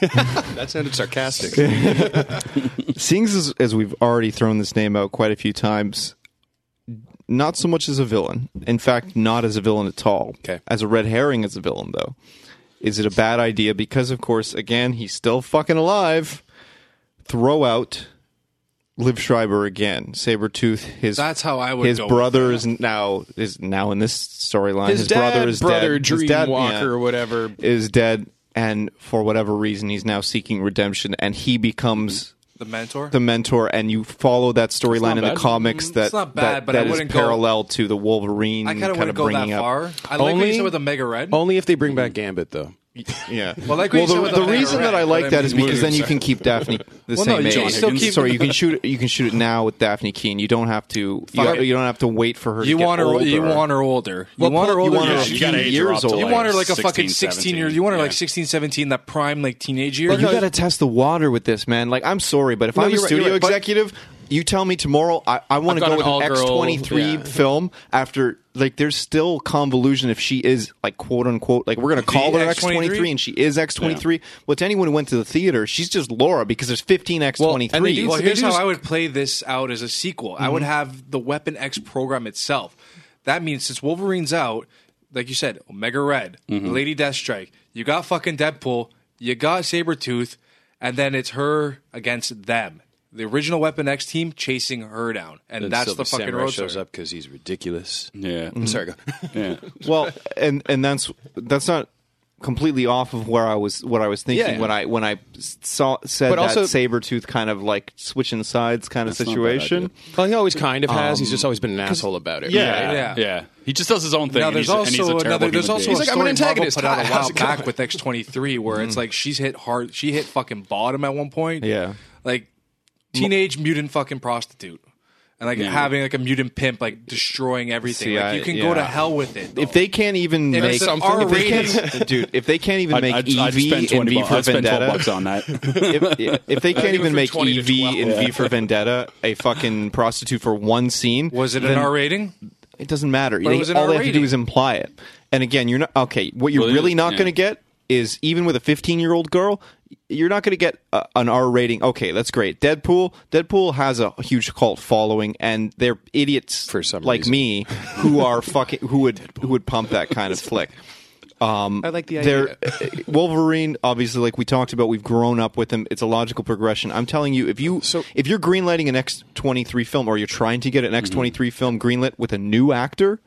F: That sounded sarcastic.
A: Seeing as, as we've already thrown this name out quite a few times, not so much as a villain. In fact, not as a villain at all.
F: Okay.
A: As a red herring as a villain, though. Is it a bad idea? Because, of course, again, he's still fucking alive. Throw out Liv Schreiber again. Sabretooth, his
E: That's how I would
A: his
E: go with
A: brother is now is now in this storyline. His,
F: His, dad,
A: brother is
F: brother,
A: dead. His
F: Dream
A: dad-
F: Walker
A: yeah
F: or whatever.
A: is dead and for whatever reason he's now seeking redemption and he becomes
E: The mentor.
A: the mentor and you follow that storyline in the comics that
E: Mm, it's not
A: that,
E: bad, but I
A: that is
E: wouldn't go-
A: parallel to the Wolverine
E: I kind
A: kind
E: of wouldn't
A: of
E: go that
A: bringing up
E: far. I like what
F: Only-
E: you said with Omega Red.
F: Only if they bring back Gambit, though.
A: yeah
E: Well, like we said
A: the,
E: with
A: the
E: Omega
A: reason
E: Red,
A: that I
E: but
A: like that is
E: mean,
A: because then you can keep Daphne the
E: Well, no,
A: same
E: you
A: age
E: can still keep-
A: sorry you can shoot you can shoot it now with Daphne Keene you don't have to you,
E: Fuck.
A: you don't have to wait for her to
E: you
A: get
E: want her.
A: older.
E: You want her older. You want her
A: you
E: older.
A: want her
E: than
A: a
D: Yeah,
E: she-
D: you
A: few
D: got to age her
A: years
D: up to
A: old.
E: You
D: like
E: want her like a
D: 16,
E: fucking 16 year You want her like 16, 17, that prime like teenage year.
A: But you got to test the water with this, man. Like, I'm sorry, but if I'm a
F: you're right,
A: studio
F: you're right, but-
A: executive, you tell me tomorrow I, I want
F: I've
A: to
F: got
A: go
F: an
A: with an
F: all-girl-
A: X23
F: yeah.
A: film after, like, there's still convolution if she is, like, quote unquote, like, we're going to call her
E: X-23?
A: X23 and she is X23. Well, to anyone who went to the theater, she's just Laura because there's 15 X23s.
F: and they do-
E: Well,
F: So they
E: here's
F: do Mm-hmm.
E: how
F: just-
E: I would play this out as a sequel. I would have the Weapon X program itself. That means since Wolverine's out, like you said, Omega Red,
F: Mm-hmm.
E: Lady Deathstrike, you got fucking Deadpool, you got Sabretooth, and then it's her against them. The original Weapon X team chasing her down. And that's the fucking road
F: shows
E: story.
F: up because he's ridiculous.
D: Yeah,
F: Sorry, go.
D: yeah.
A: well and and that's that's not completely off of where i was what i was thinking
F: Yeah.
A: when i when i saw said
F: But
A: that
F: also-
A: saber tooth kind of like switching sides kind of
D: not a bad
A: situation
F: well, he always kind of has. he's just always been an asshole about it.
D: Yeah,
E: Yeah.
D: He just does his own thing.
E: Now
D: and
E: there's
D: he's, and he's a
E: also
D: terrible
E: another. There's
D: human
E: also
D: being.
F: He's
E: a
F: like, I'm
E: story
F: an antagonist.
E: Marvel
F: Hi,
E: put out a
F: how's
E: while
F: it going?
E: back with X23 where it's like she's hit hard. She hit fucking bottom at one point.
A: Mm. Yeah.
E: like teenage mutant fucking prostitute, and like having like a mutant pimp like destroying everything.
A: See,
E: like
A: I-
E: you can go to
A: yeah.
E: hell with it.
A: if they can't even
E: If
A: make
E: it's an
A: if they
E: R-rated-
A: can't- dude if they can't even
D: I'd,
A: make
D: I'd,
A: ev
D: I'd spend
A: and
D: twenty
A: v
D: bucks.
A: for
D: I'd spend twelve
A: vendetta
D: bucks on that.
A: if, if they can't even
F: from
A: make
F: 20 to
A: ev and v for vendetta a fucking prostitute for one scene
E: was it
A: then
E: an R rating?
A: it doesn't matter.
E: it
A: They-
E: was an
A: all
E: R
A: they have to do
E: rating.
A: is imply it. And again, you're not okay. What you're
D: Well, it
A: really
D: is-
A: not
D: yeah.
A: going to get is even with a 15 year old girl, you're not going to get a, an R rating. Okay, that's great. Deadpool, Deadpool has a huge cult following, and they're idiots
F: For some
A: like
F: reason.
A: me who are fucking who would who would pump that kind of flick. Um, I like the idea. uh, Wolverine, obviously, like we talked about, we've grown up with him. It's a logical progression. I'm telling you, if you
F: So-
A: if you're greenlighting an X23 film, or you're trying to get an X23
F: Mm-hmm.
A: film greenlit with a new actor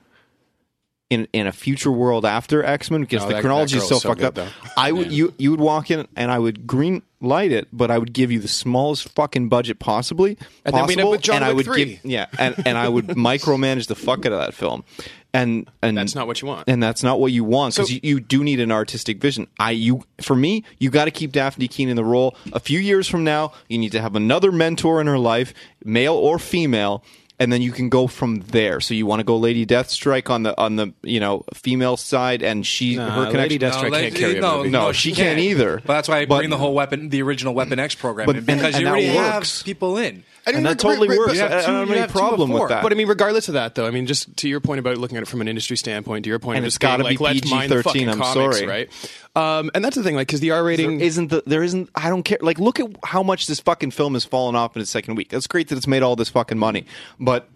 A: in in a future world after X Men, because the
F: No, that- that
A: chronology is
F: girl's
A: so,
F: so
A: fucked
F: good,
A: up.
F: though.
A: I would you you would walk in and I would green light it, but I would give you the smallest fucking budget possibly,
F: And then
A: possible,
F: we'd end up with John
A: and I
F: Wick
A: would
F: 3.
A: give yeah, and and I would micromanage the fuck out of that film, and and
F: That's not what you want.
A: and that's not what you want because
F: So-
A: you, you do need an artistic vision. I you for me, you got to keep Daphne Keene in the role. A few years from now, you need to have another mentor in her life, male or female, and then you can go from there. So you want to go Lady Deathstrike on the on the you know female side, and she her connection.
F: Lady Deathstrike
E: No,
F: can't
E: like,
F: carry a
E: no,
F: movie.
A: No, she can't either.
E: But that's why I
A: But-
E: bring the whole weapon, the original Weapon X program,
A: But-
E: in
A: and-
E: because
A: and
E: you already
A: that works.
E: have people in.
A: And that totally works. I- I don't have any problem with that.
F: But I mean, regardless of that, though, I mean, just to your point about looking at it from an industry standpoint, to your point,
A: And
F: of
A: it's
F: just being
A: gotta be
F: like, let's mind the
A: PG-13,
F: fucking
A: I'm
F: comics,
A: sorry.
F: right? Um, and that's the thing, like, because the R rating
A: there isn't the there isn't I don't care like look at how much this fucking film has fallen off in its second week. That's great that it's made all this fucking money, but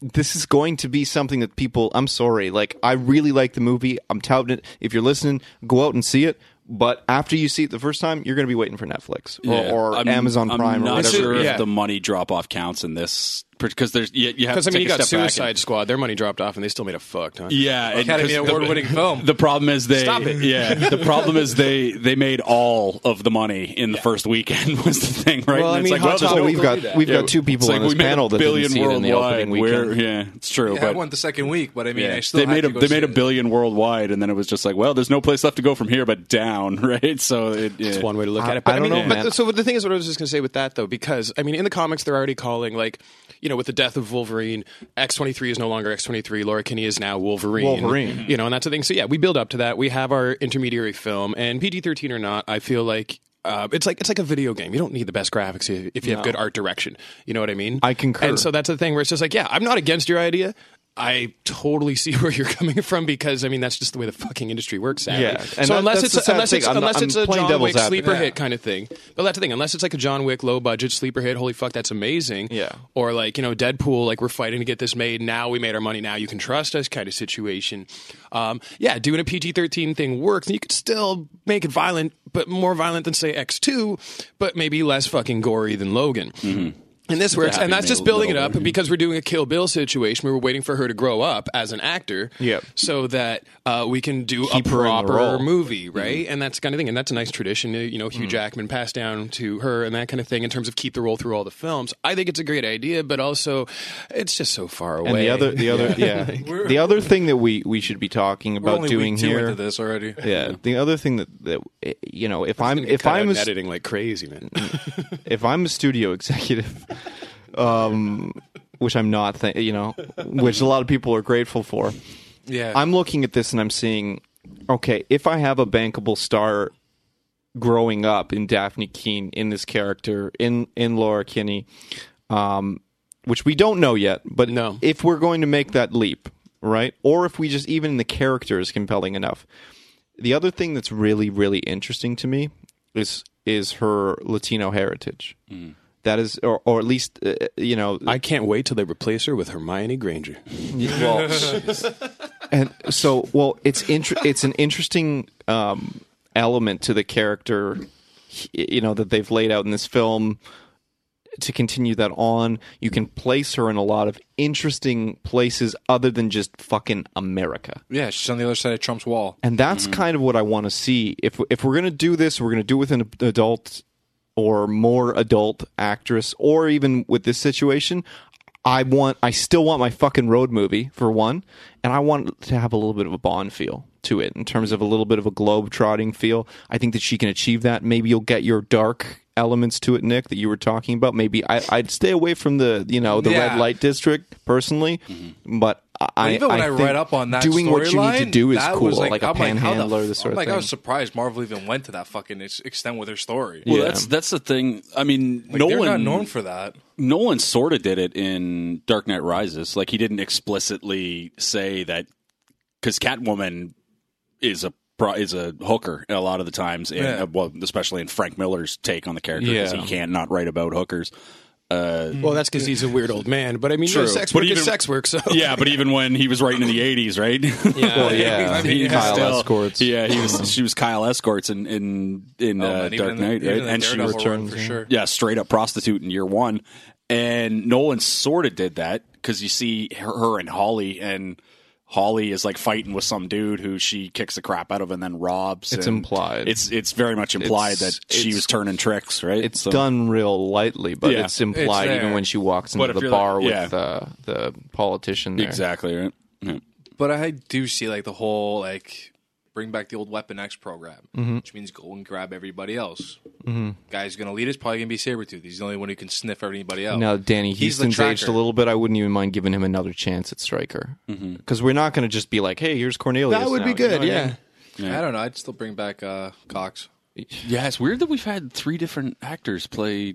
A: this is going to be something that people I'm sorry, like I really like the movie. I'm touting it. If you're listening, go out and see it. But after you see it the first time, you're going to be waiting for Netflix or,
D: Yeah.
A: or
D: I'm-
A: Amazon Prime
D: I'm
A: or
D: not
A: whatever.
D: sure
A: it is.
F: Yeah.
D: if the money drop off counts in this because there's you, you have
F: Because
D: to
F: I mean,
D: take
F: you
D: a
F: got
D: step back
F: Suicide
D: and-
F: Squad. Their money dropped off, and they still made a fuck ton.
D: yeah, and
E: Academy
D: 'cause the-
E: Award-winning film.
D: The problem is they
F: Stop it.
D: Yeah, the problem is they they made all of the money in the first weekend was the thing, right?
F: Well, I
D: and it's
F: mean,
D: like,
F: Hot
D: well, there's
A: So
F: Topic-
D: no-
A: we've
F: do
A: got
F: that.
A: we've got two people
D: it's like
A: on this
D: we made
A: panel
D: a
A: that didn't
D: billion
A: see it in the
D: worldwide.
A: opening weekend.
D: Where- yeah, it's true.
E: Yeah, I
D: but
E: went the second week, but I mean,
D: Yeah.
E: I still
D: they
E: had
D: made
E: to
D: a
E: go
D: they
E: see
D: made a
E: it.
D: billion worldwide, and then it was just like, well, there's no place left to go from here but down, right? So it,
F: That's
D: yeah.
F: one way to look
A: I-
F: at it. But
A: I
F: I,
A: don't
F: mean,
A: know,
F: but
A: man.
F: th- so the thing is, what I was just going to say with that though, because I mean, in the comics, they're already calling like, you know, with the death of Wolverine, X twenty three is no longer X twenty three. Laura Kinney is now Wolverine. Mm-hmm.
A: Wolverine.
F: You know, and that's the thing. So yeah, we build up to that. We have our intermediary film, and PG thirteen or not, I feel like. Uh, it's like it's like a video game. You don't need the best graphics if, if you have good art direction. You know what I mean?
A: I concur.
F: And so that's the thing where it's just like, yeah, I'm not against your idea. I totally see where you're coming from because I mean that's just the way the fucking industry works. Sadly.
A: Yeah, and
F: so
A: that-
F: unless
A: that's
F: it's
A: the
F: a,
A: sad
F: unless
A: thing.
F: it's
A: I'm not-
F: unless
A: I'm
F: it's a
A: playing
F: John
A: devil's
F: Wick
A: advocate.
F: sleeper hit kind of thing. But that's the thing. Unless it's like a John Wick low budget sleeper hit. Holy fuck, that's amazing.
A: Yeah.
F: Or like you know Deadpool, like we're fighting to get this made. Now we made our money. Now you can trust us kind of situation. Um, yeah, doing a PG thirteen thing works, and you could still make it violent, but more violent than say X two, but maybe less fucking gory than Logan.
A: Mm-hmm.
F: And this works, and that's
D: happy
F: just
D: middle-
F: building it
D: middle
F: up. And Uh, because we're doing a Kill Bill situation, we were waiting for her to grow up as an actor,
A: Yep.
F: so that uh, we can do
A: Keep
F: a
A: her in the role. Mm-hmm. Mm.
F: proper movie, right? And that's the kind of thing, and that's a nice tradition. uh, You know, Hugh Jackman passed down to her, and that kind of thing. In terms of keep the role through all the films, I think it's a great idea, but also it's just so far away.
A: And the other the other yeah the other thing that we we should be talking
E: We're
A: about
E: only
A: doing
E: week two
A: here
E: into this already.
A: yeah the other thing that that eh, you know if I'm if Mm,
F: Cut out
A: I'm
F: and
A: a
F: editing like crazy, man.
A: if I'm a studio executive, um, which I'm not, th- you know, which a lot of people are grateful for,
E: Yeah.
A: I'm looking at this and I'm seeing, okay, if I have a bankable star growing up in Daphne Keene in this character in in Laura Kinney, um, which we don't know yet, but
F: No.
A: if we're going to make that leap, right, or if we just even the character is compelling enough, the other thing that's really really interesting to me is is her Latino heritage. That is, or, or at least, uh, you know,
F: I can't wait till they replace her with Hermione Granger.
A: and so well it's inter- it's an interesting um element to the character y- you know that they've laid out in this film to continue that on you can place her in a lot of interesting places other than just fucking america
E: yeah, she's on the other side of Trump's wall.
A: and that's kind of what I want to see. If if we're gonna do this, we're gonna do it with an adult or more adult actress, or even with this situation. I want. I still want my fucking road movie for one, and I want to have a little bit of a Bond feel to it in terms of a little bit of a globe trotting feel. I think that she can achieve that. Maybe you'll get your dark elements to it, Nick, that you were talking about. Maybe I, I'd stay away from the you know the red
E: Yeah.
A: light district personally, but I
E: even when I,
A: think
E: read up on that,
A: doing what you need to
E: storyline,
A: do is
E: that
A: cool,
E: was
A: like,
E: like,
A: a
E: I'm like, how the
A: panhandler,
E: f-
A: this sort
E: I'm
A: of
E: like,
A: thing.
E: I was sursurprised Marvel even went to that fucking ex- extent with her story.
D: Well,
A: Yeah.
D: that's that's the thing. I mean,
E: Like,
D: no
E: they're
D: one
E: not known for that.
D: Nolan sort of did it in Dark Knight Rises. Like he didn't explicitly say that because Catwoman is a pro- is a hooker a lot of the times, and
E: Yeah.
D: uh, well, especially in Frank Miller's take on the character, 'cause
A: Yeah.
D: he can't not write about hookers. Uh,
F: Well, that's because he's a weird old man. But I mean, you know,
D: True.
F: sex
D: But
F: work is
D: even-
F: sex work. So
D: yeah, but even when he was writing in the '80s, right?
A: Well, yeah.
E: I mean,
A: Kyle
D: still-
A: escorts.
D: Yeah, he was. She was Kyle escorts in in in
E: Oh,
D: uh,
E: man, even
D: Dark
E: in the-
D: Knight,
E: even
D: right?
E: in the
D: And she
E: Daredevil
D: returned.
E: run for sure.
D: Yeah, straight up prostitute in year one, and Nolan sort of did that because you see her, her and Holly, and Holly is like fighting with some dude who she kicks the crap out of and then robs.
A: It's
D: and
A: implied.
D: It's it's very much implied
A: It's-
D: that she
A: it's-
D: was turning tricks, right?
A: It's
D: So-
A: done real lightly, but
D: Yeah.
A: it's implied
E: uh, It's
A: even
E: there.
A: when she walks into
D: But if
A: the
D: you're
A: bar
D: like-
A: with uh, the politician. There.
D: exactly right. Yeah.
E: But I do see like the whole like bring back the old Weapon X program,
A: Mm-hmm.
E: which means go and grab everybody else. Guy's gonna lead is probably gonna be Sabretooth. He's the only one who can sniff everybody out.
A: Now Danny
E: He's the
A: Houston's aged a
E: tracker.
A: little bit. I wouldn't even mind giving him another chance at striker because
E: Mm-hmm.
A: we're not going to just be like, "Hey, here's Cornelius."
F: that would
A: now,"
F: be
A: you know
F: good.
A: what I
F: yeah.
A: mean?
E: I don't know. I'd still bring back uh, Cox,
D: yeah, it's weird that we've had three different actors play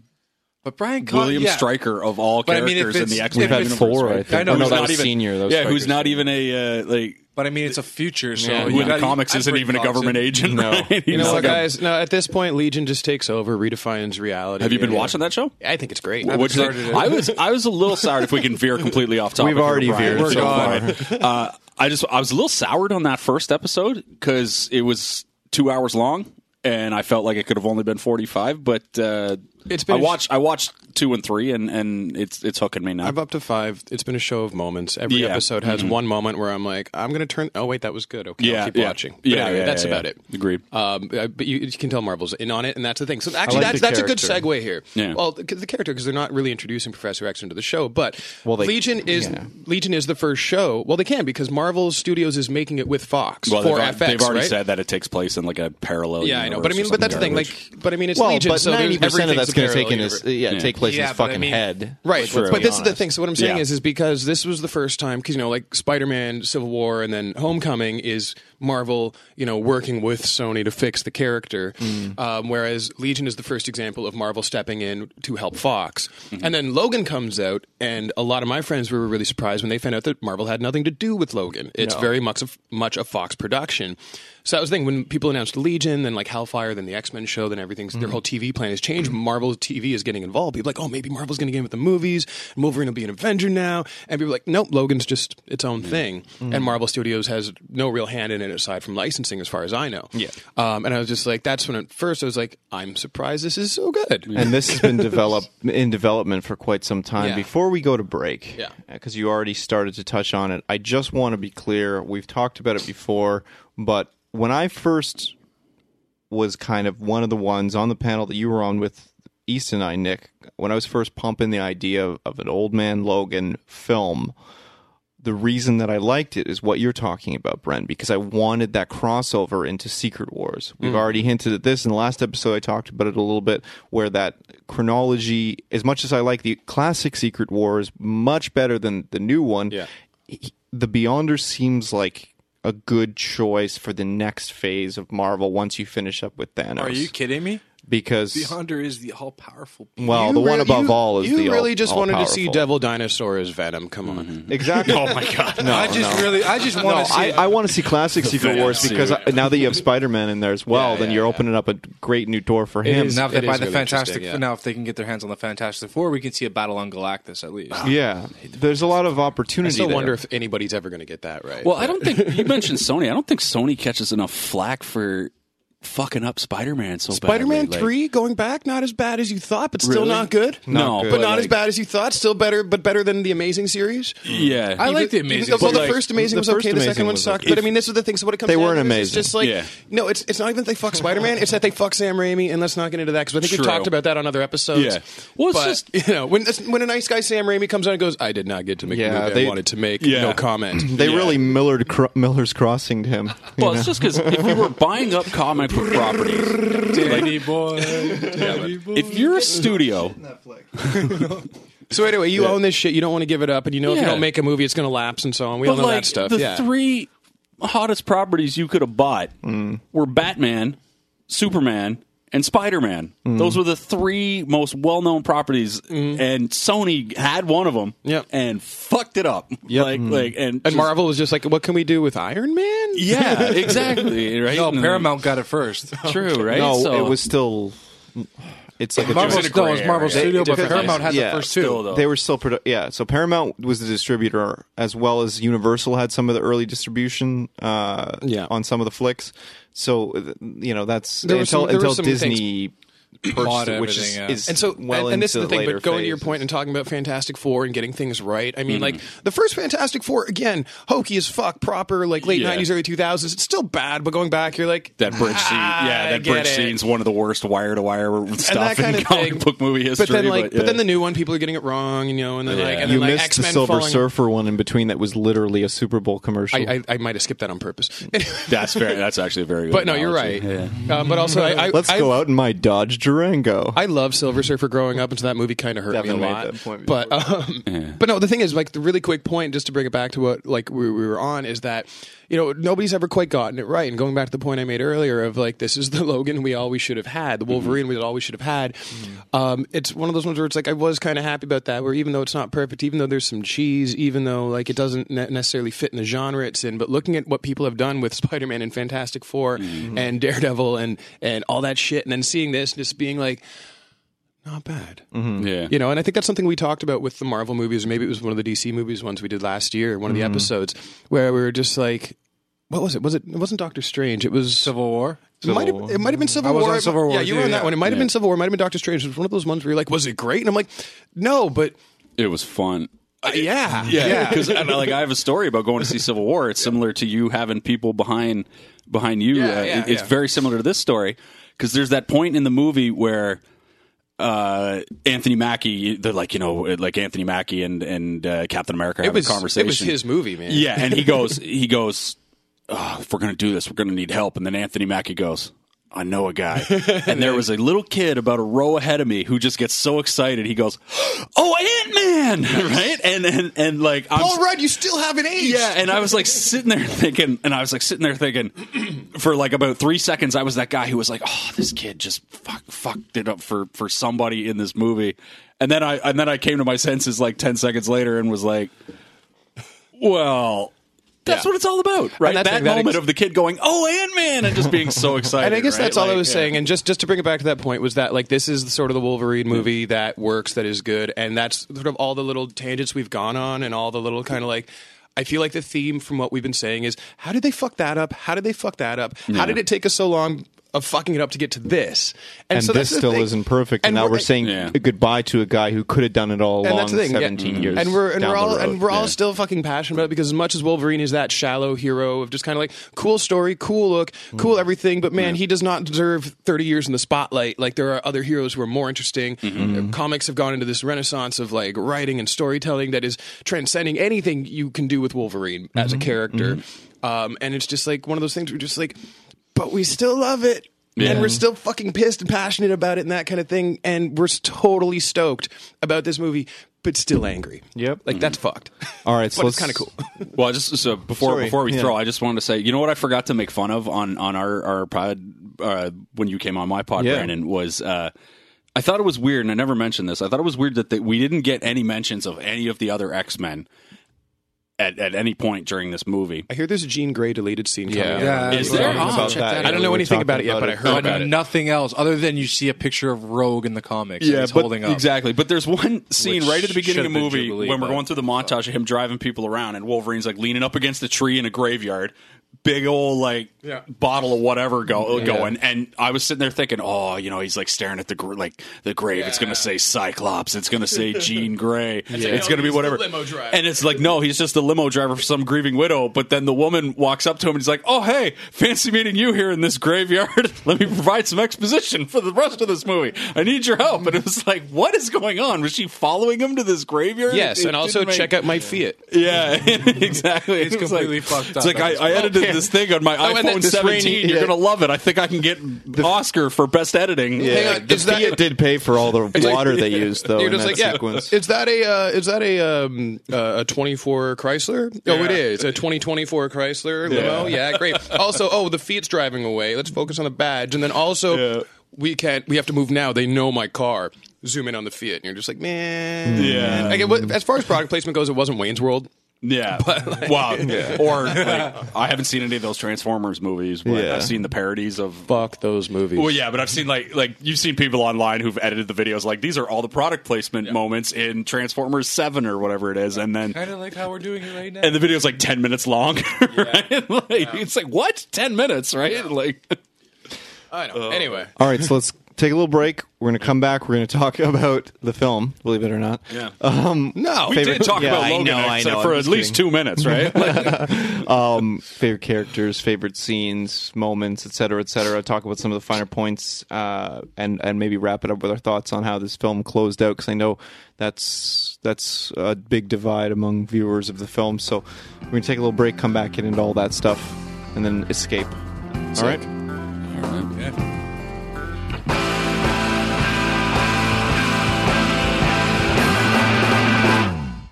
E: but Brian Cox,
D: William
E: yeah.
D: Stryker of all
E: But I
D: characters
E: mean, if
D: in
E: it's-
D: the
E: if
D: X
A: We've
D: Men
A: had
E: it's-
A: four, I
E: I
A: think.
E: know,
A: oh, no,
E: who's
A: that
E: not
A: was
D: even-
A: senior. That was
D: yeah, who's
A: strikers.
D: not even a uh, like
E: But I mean, it's a future, so
A: Yeah,
E: you
D: who in the
E: gotta-
D: comics
E: I'd
D: isn't
E: bring
D: even a
E: Cox
D: government
E: in.
D: agent.
A: No.
D: right?
F: You know
D: He's like
F: what,
D: a-
F: guys? No, at this point, Legion just takes over, redefines reality.
D: Have you been
F: Yeah.
D: watching that show?
F: I think it's great.
D: What'd you
E: started
D: think?
E: it.
D: I was I was a little soured if we can veer completely off topic.
A: We've already
D: here, Brian,
A: veered
D: so
A: so
D: far. Uh, I just I was a little soured on that first episode because it was two hours long and I felt like it could have only been forty five. But uh,
F: It's been-
D: I watched I watched two and three and, and it's it's hooking me now.
F: I've up to five. It's been a show of moments. Every
D: Yeah. Mm-hmm.
F: episode has one moment where I'm like, I'm going to turn. Oh wait, that was good. Okay,
D: yeah,
F: I'll keep
D: yeah.
F: watching. But
D: Yeah,
F: anyway,
D: yeah,
F: that's
D: yeah,
F: about
D: yeah.
F: it.
D: Agreed.
F: Um, uh, but you, you can tell Marvel's in on it, and that's the thing. So actually,
A: like
F: that's,
A: the
F: that's a good
A: character.
F: segue here.
D: Yeah.
F: Well, the, the character because they're not really introducing Professor X into the show, but
A: Well, they-
F: Legion is
A: yeah.
F: Legion is the first show. Well, they can because Marvel Studios is making it with Fox
D: Well,
F: for
D: they've, al-
F: FX.
D: they've already
F: right?
D: said that it takes place in like a parallel.
F: Yeah, I know,
D: universe
F: but I
D: or
F: mean, but
D: something
F: that's the thing.
D: garbage.
F: Like, but I mean, it's
A: Well,
F: Legion,
A: but
F: so
A: ninety percent of that's going to take in
F: his.
A: his yeah, take place in
E: Yeah,
A: his
E: but I
A: fucking
E: mean-
A: head.
F: Right,
A: Like, let's
F: but
A: be
F: this is the
A: honest.
F: thing. So what I'm saying
D: Yeah.
F: is, is because this was the first time, because you know, like Spider-Man, Civil War, and then Homecoming is Marvel, you know, working with Sony to fix the character.
A: Mm.
F: Um, whereas Legion is the first example of Marvel stepping in to help Fox,
A: Mm-hmm.
F: and then Logan comes out, and a lot of my friends were really surprised when they found out that Marvel had nothing to do with Logan. It's
A: Oh.
F: very much a, much a Fox production. So that was the thing when people announced Legion, then like Hellfire, then the X Men show, then everything's
A: Mhm.
F: their whole TV plan has changed.
A: Mm-hmm.
F: Marvel TV is getting involved. People are like, oh, maybe Marvel's going to get in with the movies. And Wolverine will be an Avenger now, and people are like, nope, Logan's just its own
A: Mm-hmm.
F: thing, and Marvel Studios has no real hand in it aside from licensing, as far as I know. Yeah. Um, and I was just like, that's when at first I was like, I'm surprised this is so good.
A: and this has been developed in development for quite some time.
F: Yeah.
A: Before we go to break,
F: Yeah.
A: because you already started to touch on it, I just want to be clear. We've talked about it before, but when I first was kind of one of the ones on the panel that you were on with East and I, Nick, when I was first pumping the idea of, of an old man Logan film. The reason that I liked it is what you're talking about, Brent, because I wanted that crossover into Secret Wars.
E: Mm.
A: We've already hinted at this in the last episode. I talked about it a little bit, where that chronology, as much as I like the classic Secret Wars much better than the new one,
F: Yeah.
A: he- the Beyonder seems like a good choice for the next phase of Marvel once you finish up with Thanos.
E: Are you kidding me?
A: Because
E: Beyonder is the all powerful.
A: well, the
F: You
A: one
F: rea-
A: above
F: you-
A: all is
F: you
A: the all-
F: really just wanted to see
A: all-powerful.
F: Devil Dinosaur as Venom. Come on.
A: Exactly. oh my god. No,
E: I just
A: no.
E: really, I just want
A: No,
E: to see.
A: I, I want to see classic Secret Wars because I, now that you have Spider Man in there as well, then you're opening up a great new door for him.
F: is-
E: now if they
F: it
E: buy
F: is
E: the
F: really
E: Fantastic,
F: interesting, yeah.
E: now if they can get their hands on the Fantastic Four, we can see a battle on Galactus at least.
A: yeah, there's a lot of
F: I
A: opportunity.
F: still
A: there.
F: wonder if anybody's ever going to get that right.
D: Well, I don't think you mentioned Sony. I don't think Sony catches enough flack for fucking up Spider-Man so
F: Spider-Man
D: badly, like-
F: three going back, not as bad as you thought, but still
D: Really?
F: not good.
D: No,
F: but,
D: but
F: not
D: like-
F: as bad as you thought. Still better, but better than the Amazing series.
D: Yeah,
E: I like the
F: Even-
E: Amazing.
F: Well,
E: But
F: the
E: like-
F: first Amazing
A: the
F: was
A: first
F: okay. The
A: Amazing
F: second one
A: was
F: sucked.
A: okay.
F: But I mean, this is the thing. So what it comes
A: They
F: down
A: weren't
F: to is
A: amazing.
F: It's just like
D: Yeah.
F: no, it's it's not even they fuck Spider-Man. It's that they fuck Sam Raimi, and let's not get into that because I think
D: True.
F: we've talked about that on other episodes.
D: Yeah. Well, it's
F: But,
D: just-
F: you know when this- when a nice guy Sam Raimi comes out and goes, I did not get to make
A: Yeah,
F: the movie
A: they-
F: I wanted to make.
D: Yeah.
F: No comment.
A: they really Millard cro- Miller's crossing him. you
D: Well,
A: know?
D: it's just because if you were buying up comic book properties,
E: Danny boy, Danny boy.
D: if you're a studio,
F: So anyway, you own this shit. You don't want to give it up, and you know if you
D: Yeah.
F: don't make a movie, it's going to lapse and so on. We all
D: but
F: know
D: like
F: that stuff.
D: the
F: yeah.
D: three hottest properties you could have bought were Batman, Superman, and Spider Man.
F: Mm.
D: Those were the three most well known properties, and Sony had one of them
F: Yep. Mm.
D: and fucked it up. Like, like, and,
F: And
D: just-
F: Marvel was just like, what can we do with Iron Man?
D: Yeah, exactly. Right?
E: No,
D: And,
E: Paramount got it first.
D: like, True, right?
A: No,
D: So-
A: it was still. It's like a
E: Marvel,
A: joint-
D: in a
E: no, it was
D: gray
E: Marvel
D: area.
E: Studio,
A: It
E: but
A: depends.
E: Paramount had
A: Yeah.
E: the first
D: Still,
E: two.
D: though.
A: They were still produ- yeah. So Paramount was the distributor, as well as Universal had some of the early distribution uh,
F: Yeah.
A: on some of the flicks. So uh, you know that's
F: There were
A: until
F: some- there were
A: until
F: some
A: Disney purchased,
E: Bought
A: it, which is,
E: everything, yeah.
A: is
F: and so
A: well
F: and, and this is
A: into
F: the thing
A: later
F: but going to your
A: phases.
F: point and talking about fantastic four and getting things right i mean like
D: Mm-hmm.
F: the first fantastic four again hokey as fuck proper like late
D: Yeah.
F: 90s early 2000s it's still bad but going back you're like
D: That bridge scene,
F: "Ah,
D: yeah,
F: I
D: that
F: get
D: bridge
F: it."
D: scene's one of the worst wire to wire
F: and that
D: stuff
F: kind
D: in
F: of
D: comic
F: thing
D: book movie history.
F: but then like but,
D: yeah.
F: then the new one people are getting it wrong and you know and then like and
A: you
F: then like
A: missed the
F: x-men
A: Silver
F: falling
A: Surfer one in between that was literally a Super Bowl commercial.
F: I, I, I might have skipped that on purpose
D: that's very, that's actually a very. Good
F: but no you're right
D: analogy. Yeah.
F: um, but also i, I
A: Let's
F: I,
A: go out in my Dodge Durango.
F: I love Silver Surfer growing up, and so that movie kind of hurt
A: Devin
F: me a
A: made
F: lot.
A: that point before.
F: but um, but no, the thing is, like the really quick point, just to bring it back to what like we, we were on, is that you know nobody's ever quite gotten it right. And going back to the point I made earlier of like this is the Logan we always should have had, the Wolverine we always should have had. Um, it's one of those ones where it's like I was kind of happy about that, where even though it's not perfect, even though there's some cheese, even though like it doesn't ne- necessarily fit in the genre it's in, but looking at what people have done with Spider-Man and Fantastic 4 and Daredevil and and all that shit, and then seeing this, just being like not bad.
D: Yeah.
F: You know, and I think that's something we talked about with the Marvel movies, or maybe it was one of the DC movies ones we did last year, one of
E: Mm-hmm.
F: the episodes where we were just like, what was it? Was it? It wasn't Doctor Strange. It was
E: Civil War.
F: it might have, it might have been Civil
E: I was
F: War.
E: on Civil War,
F: Yeah, you were
E: too,
F: on that
E: yeah.
F: one. It might have been Civil War. It might have been Doctor Strange. It was one of those ones where you're like, was it great? And I'm like, no, but
D: it was fun.
F: uh, yeah,
D: Yeah, because like I have a story about going to see Civil War. It's similar to you having people behind behind you.
F: Yeah,
D: uh,
F: yeah,
D: it- it's
F: yeah.
D: very similar to this story because there's that point in the movie where uh, Anthony Mackie, they're like you know, like Anthony Mackie and and uh, Captain America
F: It
D: having
F: was
D: a conversation.
F: It was his movie, man.
D: Yeah, and he goes, he goes, oh, if we're gonna do this, we're gonna need help. And then Anthony Mackie goes, I know a guy. And there was a little kid about a row ahead of me who just gets so excited. He goes, Oh, Ant Man, right? And and and like I'm.
F: All right, you still haven't aged.
D: yeah, and I was like sitting there thinking, and I was like sitting there thinking, for like about three seconds, I was that guy who was like, "Oh, this kid just fuck, fucked it up for for somebody in this movie," and then I and then I came to my senses like ten seconds later and was like, well, that's
F: Yeah.
D: what it's all about, right? That,
F: that's- that
D: moment
F: ex-
D: of the kid going, "Oh, Ant Man," and just being so excited.
F: And I guess
D: right?
F: that's all I
D: Like,
F: was
D: yeah.
F: saying. And just just to bring it back to that point was that like this is the sort of the Wolverine
A: Mm-hmm.
F: movie that works, that is good, and that's sort of all the little tangents we've gone on, and all the little kind of like. I feel like the theme from what we've been saying is how did they fuck that up? How did they fuck that up? How did it take us so long of fucking it up to get to this?
A: and
F: so
A: this
F: that's the
A: still
F: thing.
A: isn't perfect. And, now we're, saying
D: Yeah.
A: goodbye to a guy who could have done it all
F: and
A: along
F: that's the thing, yeah. Mm-hmm.
A: 17
E: Mm-hmm.
A: years.
F: And we're and
A: down
F: we're all
A: the road.
F: and we're all
A: Yeah.
F: still fucking passionate about it because as much as Wolverine is that shallow hero of just kind of like cool story, cool look, cool
A: Mm-hmm.
F: everything, but man, he does not deserve 30 years in the spotlight. Like there are other heroes who are more interesting.
A: Mm-hmm.
F: Uh, Comics have gone into this renaissance of like writing and storytelling that is transcending anything you can do with Wolverine as a
A: Mm-hmm.
F: character. Um, and it's just like one of those things where you're just like, but we still love it. And we're still fucking pissed and passionate about it and that kind of thing. And we're s- totally stoked about this movie, but still angry.
A: Yep.
F: Like that's fucked.
A: all right. So
F: but Mm-hmm.
A: let's-
F: it's kind of cool.
D: Well, I just so before
A: Sorry.
D: before we
A: Yeah.
D: throw, I just wanted to say, you know what I forgot to make fun of on on our our pod uh, when you came on my pod,
A: Yeah.
D: Brandon was. Uh, I thought it was weird, and I never mentioned this. I thought it was weird that they, we didn't get any mentions of any of the other X Men at, at any point during this movie.
F: I hear there's a Jean Grey deleted scene coming.
E: Yeah.
F: out.
E: Yeah,
D: Is there?
A: About
D: Oh,
A: that,
D: check
A: yeah,
D: that out.
F: I don't know
A: we
F: anything
A: talked
F: about it yet, but I heard
E: But
F: about it.
E: nothing else other than you see a picture of Rogue in the comics. and he's
D: but-
E: holding up.
D: exactly. But there's one scene
E: Which
D: right at the beginning of the
E: should've been
D: movie
E: Jubilee,
D: when we're
E: but-
D: going through the montage of him driving people around, and Wolverine's like leaning up against a tree in a graveyard, big old like
E: Yeah.
D: bottle of whatever go, going, and I was sitting there thinking, oh, you know, he's like staring at the gr- like the grave. It's gonna say Cyclops. It's gonna say Jean Grey. It's,
F: no,
D: gonna be
F: he's the
D: whatever.
F: limo driver.
D: And it's like, no, he's just the limo driver for some grieving widow. But then the woman walks up to him and he's like, oh, hey, fancy meeting you here in this graveyard. Let me provide some exposition for the rest of this movie. I need your help. And it was like, what is going on? Was she following him to this graveyard?
F: Yes,
D: It
F: and also
D: didn't make-
F: check out my Fiat.
D: Yeah, exactly.
E: It's
D: It was
E: completely
D: like,
E: fucked up.
D: It's like
E: That
D: I,
E: is-
D: I edited this thing on my
F: Oh, and
D: iPhone
F: that- this
D: 17.
F: rainy-
D: You're
F: yeah.
D: gonna love it. I think I can get Oscar for best editing.
A: Yeah,
F: Hang on,
A: the
F: is that-
A: Fiat did pay for all the
F: like-
A: water they used, though.
F: You're
A: in
F: just
A: that
F: like, yeah.
A: sequence.
F: Is that a uh, is that a um, uh, a 24 Chrysler? Oh, it is a 2024 Chrysler limo. Yeah, great. Also, oh, the Fiat's driving away. Let's focus on the badge, and then also. we can't, we have to move now. They know my car. Zoom in on the Fiat, and you're just like, man.
D: Yeah.
F: Like, it, wa- as far as product placement goes, it wasn't Wayne's World.
D: Yeah. wow. Or like, I haven't seen any of those Transformers movies, but
A: Yeah.
D: I've seen the parodies of.
F: Fuck those movies.
D: Well, yeah, but I've seen like like you've seen people online who've edited the videos. Like these are all the product placement moments in Transformers Seven or whatever it is, and then
E: Kind of like how we're doing it right now.
D: and the video's like ten minutes long. right? Like, It's like what ten minutes, right? Like
F: I know. anyway,
A: All right, so let's take a little break. We're going to come back. We're going to talk about the film, believe it or not. Um,
D: yeah.
F: no.
D: we did
A: favorite-
D: talk
A: Yeah,
D: about
A: I
D: Logan
A: know, I
D: except
A: know,
D: for
A: I'm
D: at
A: just
D: least two minutes, right? Like,
A: Um, favorite characters, favorite scenes, moments, et cetera, et cetera. Talk about some of the finer points uh, and, and maybe wrap it up with our thoughts on how this film closed out because I know that's, that's a big divide among viewers of the film. So we're going to take a little break, come back, get into all that stuff, and then escape. All right.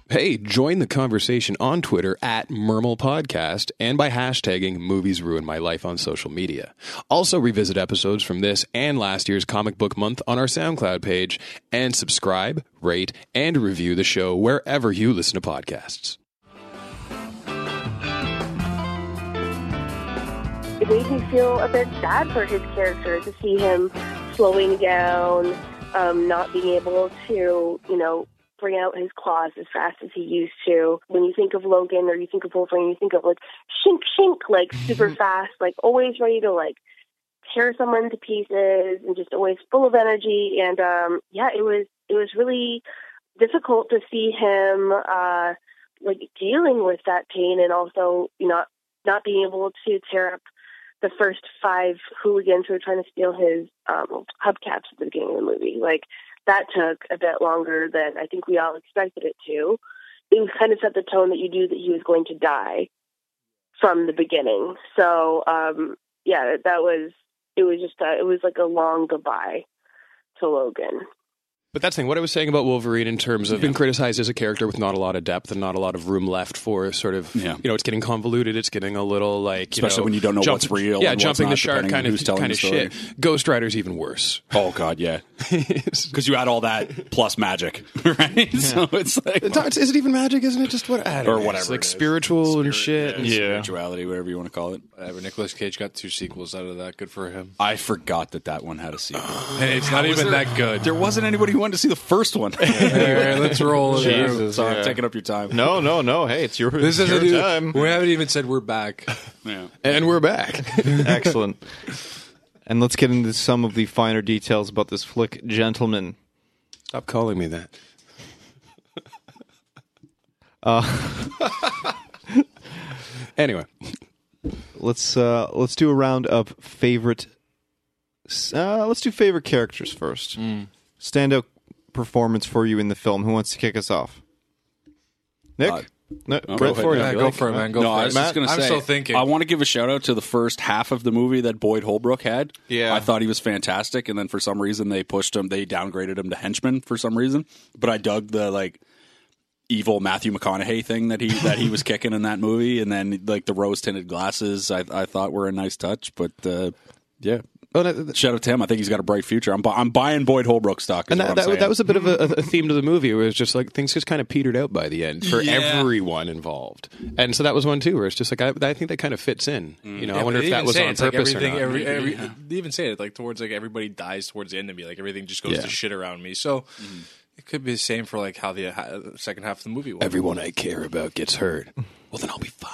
F: Hey, join the conversation on Twitter at Mermal Podcast and by hashtagging Movies Ruin My Life on social media. Also, revisit episodes from this and last year's Comic Book Month on our SoundCloud page and subscribe, rate, and review the show wherever you listen to podcasts.
B: it made me feel a bit sad for his character to see him slowing down, um, not being able to, you know, bring out his claws as fast as he used to. When you think of Logan or you think of Wolverine, you think of like shink shink, like super fast, like always ready to like tear someone to pieces and just always full of energy. And um, yeah, it was it was really difficult to see him uh, like dealing with that pain and also you know not being able to tear up the first five hooligans who were trying to steal his um, hubcaps at the beginning of the movie. Like that took a bit longer than I think we all expected it to. It was kind of set the tone that you knew that he was going to die from the beginning. So um, yeah, that was it. Was just a, it was like a long goodbye to Logan.
F: But that's the thing. What I was saying about Wolverine in terms of being criticized as a character with not a lot of depth and not a lot of room left for sort of,
D: Yeah.
F: you know, it's getting convoluted. It's getting a little like, you
D: Especially
F: know,
D: when you don't know what's real
F: Yeah,
D: and what's
F: jumping the
D: not,
F: shark
D: depending on
F: kind of
D: who's telling
F: kind
D: the
F: of shit. Ghost Rider's even worse.
D: oh god, yeah, because you add all that plus magic, right? So it's like
F: It's not- is it even magic? Isn't it just what I don't
D: Or
F: know.
D: whatever
F: It's like
D: it is.
F: spiritual and shit.
D: spirituality, whatever you want to call it.
E: Whatever. Nicolas Cage got two sequels out of that. Good for him.
D: I forgot that that one had a sequel.
E: And it's not even that good.
D: There wasn't anybody who wanted to see the first one.
E: All right, let's roll. it out.
A: Jesus,
D: Sorry,
A: yeah.
D: I'm taking up your time.
A: No, no, no. Hey, it's your,
E: This
A: it's
E: isn't
A: your time.
E: even- We haven't even said we're back.
D: Yeah.
F: And we're back.
A: Excellent. And let's get into some of the finer details about this flick, gentlemen.
F: Stop calling me that. Uh, anyway,
A: Let's uh, let's do a round of favorite. Uh, let's do favorite characters first. Standout performance for you in the film. Who wants to kick us off? Nick,
D: Uh,
A: no,
D: go
A: Brett
D: ahead.
A: for you.
E: Yeah, go for it, man. Go
D: no,
E: for
D: I
E: it.
D: was
E: Matt,
D: just gonna say.
E: I'm still thinking.
D: I want to give a shout out to the first half of the movie that Boyd Holbrook had.
E: Yeah.
D: I thought he was fantastic, and then for some reason they pushed him. They downgraded him to henchman for some reason. But I dug the like evil Matthew McConaughey thing that he that he was kicking in that movie, and then like the rose tinted glasses. I, I thought were a nice touch, but uh, yeah.
F: Oh,
D: Shout out to him. I think he's got a bright future. I'm, bu- I'm buying Boyd Holbrook stock. Is
F: and
D: what I'm
F: that, that,
D: saying.
F: that was a bit of a, a theme to the movie. Where it was just like things just kind of petered out by the end for everyone involved. And so that was one too, where it's just like I, I think that kind of fits in. You know, I
E: Yeah,
F: wonder if
E: but they
F: that
E: even
F: was
E: say
F: on
E: it's like
F: purpose
E: everything,
F: or not.
E: every- every- They even say it like towards like everybody dies towards the end of me. Like everything just goes
F: Yeah. Mm-hmm.
E: to shit around me. So it could be the same for like how the ha- second half of the movie was.
F: Everyone I care about gets hurt. Well, then I'll be fine.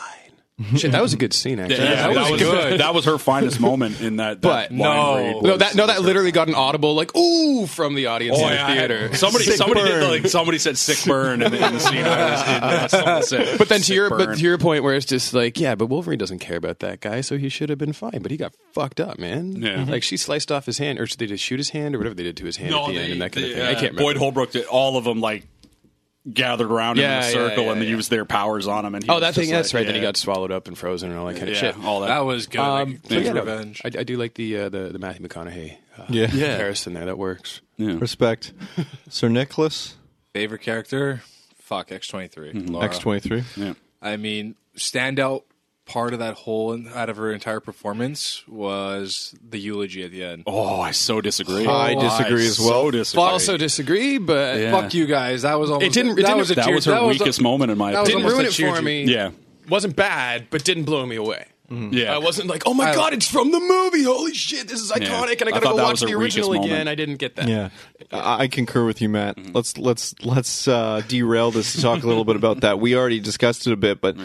F: Shit, that was a good scene. Actually,
D: Yeah, that, was good. That was her finest moment in that. that
F: But-
D: line
E: No.
D: read
F: No,
D: was-
F: that no, that literally got an audible like ooh from the audience
D: Oh,
F: in the
D: yeah, I had-
F: theater.
D: Somebody, somebody, did the, like, somebody said "sick burn" in, the- in the scene. I was in, that's someone said,
F: But then to
D: "Sick
F: your but
D: burn."
F: to your point where it's just like yeah, but Wolverine doesn't care about that guy, so he should have been fine. But he got fucked up, man.
D: Yeah.
F: like she sliced off his hand, or did they just shoot his hand, or whatever they did to his hand
D: no,
F: at the
D: they-
F: end, and that kind
D: they,
F: of thing. I
D: uh,
F: can't remember.
D: Boyd Holbrook did all of them like gathered around
F: Yeah,
D: him in a
F: yeah,
D: circle
F: yeah,
D: and they
F: yeah.
D: used their powers on him. And he
F: oh,
D: was
F: that
D: just
F: thing. that's
D: like,
F: right. Then he
D: yeah,
F: got swallowed up and frozen and all that kind
D: yeah,
F: of shit.
D: all that.
E: that was good.
F: Um,
E: like,
F: but
E: Big
F: yeah, no,
E: revenge.
F: I, I do like the uh, the the Matthew McConaughey uh,
A: Yeah. Yeah.
F: comparison there. That works.
A: Respect, Sir Nicholas
E: Favorite
F: Mm-hmm.
E: character? Fuck X twenty three.
A: X twenty three.
E: I mean, standout part of that whole out of her entire performance was the eulogy at the end.
D: Oh, I so disagree.
A: I disagree as well.
D: So disagree.
F: also disagree, but
D: Yeah.
E: Fuck you guys. That was almost
F: It didn't- it
E: that
F: didn't-
E: was a
D: that
E: tear-
D: was her
E: that
D: weakest moment in my
E: that was
F: didn't
D: opinion.
E: almost
F: ruin
E: a
F: it for
E: cheer ju-
F: me.
D: yeah,
F: Wasn't bad, but didn't blow me away.
D: yeah.
F: I wasn't like, oh my
E: I-
F: god, it's from the movie. Holy shit, this is iconic, and I
D: I
F: gotta
D: thought
F: go
D: that
F: watch
D: was her
F: the
D: weakest
F: original
D: moment.
F: again. I didn't get that.
A: Yeah. I I concur with you, Matt. Let's let's let's uh, derail this to talk a little bit about that. We already discussed it a bit, but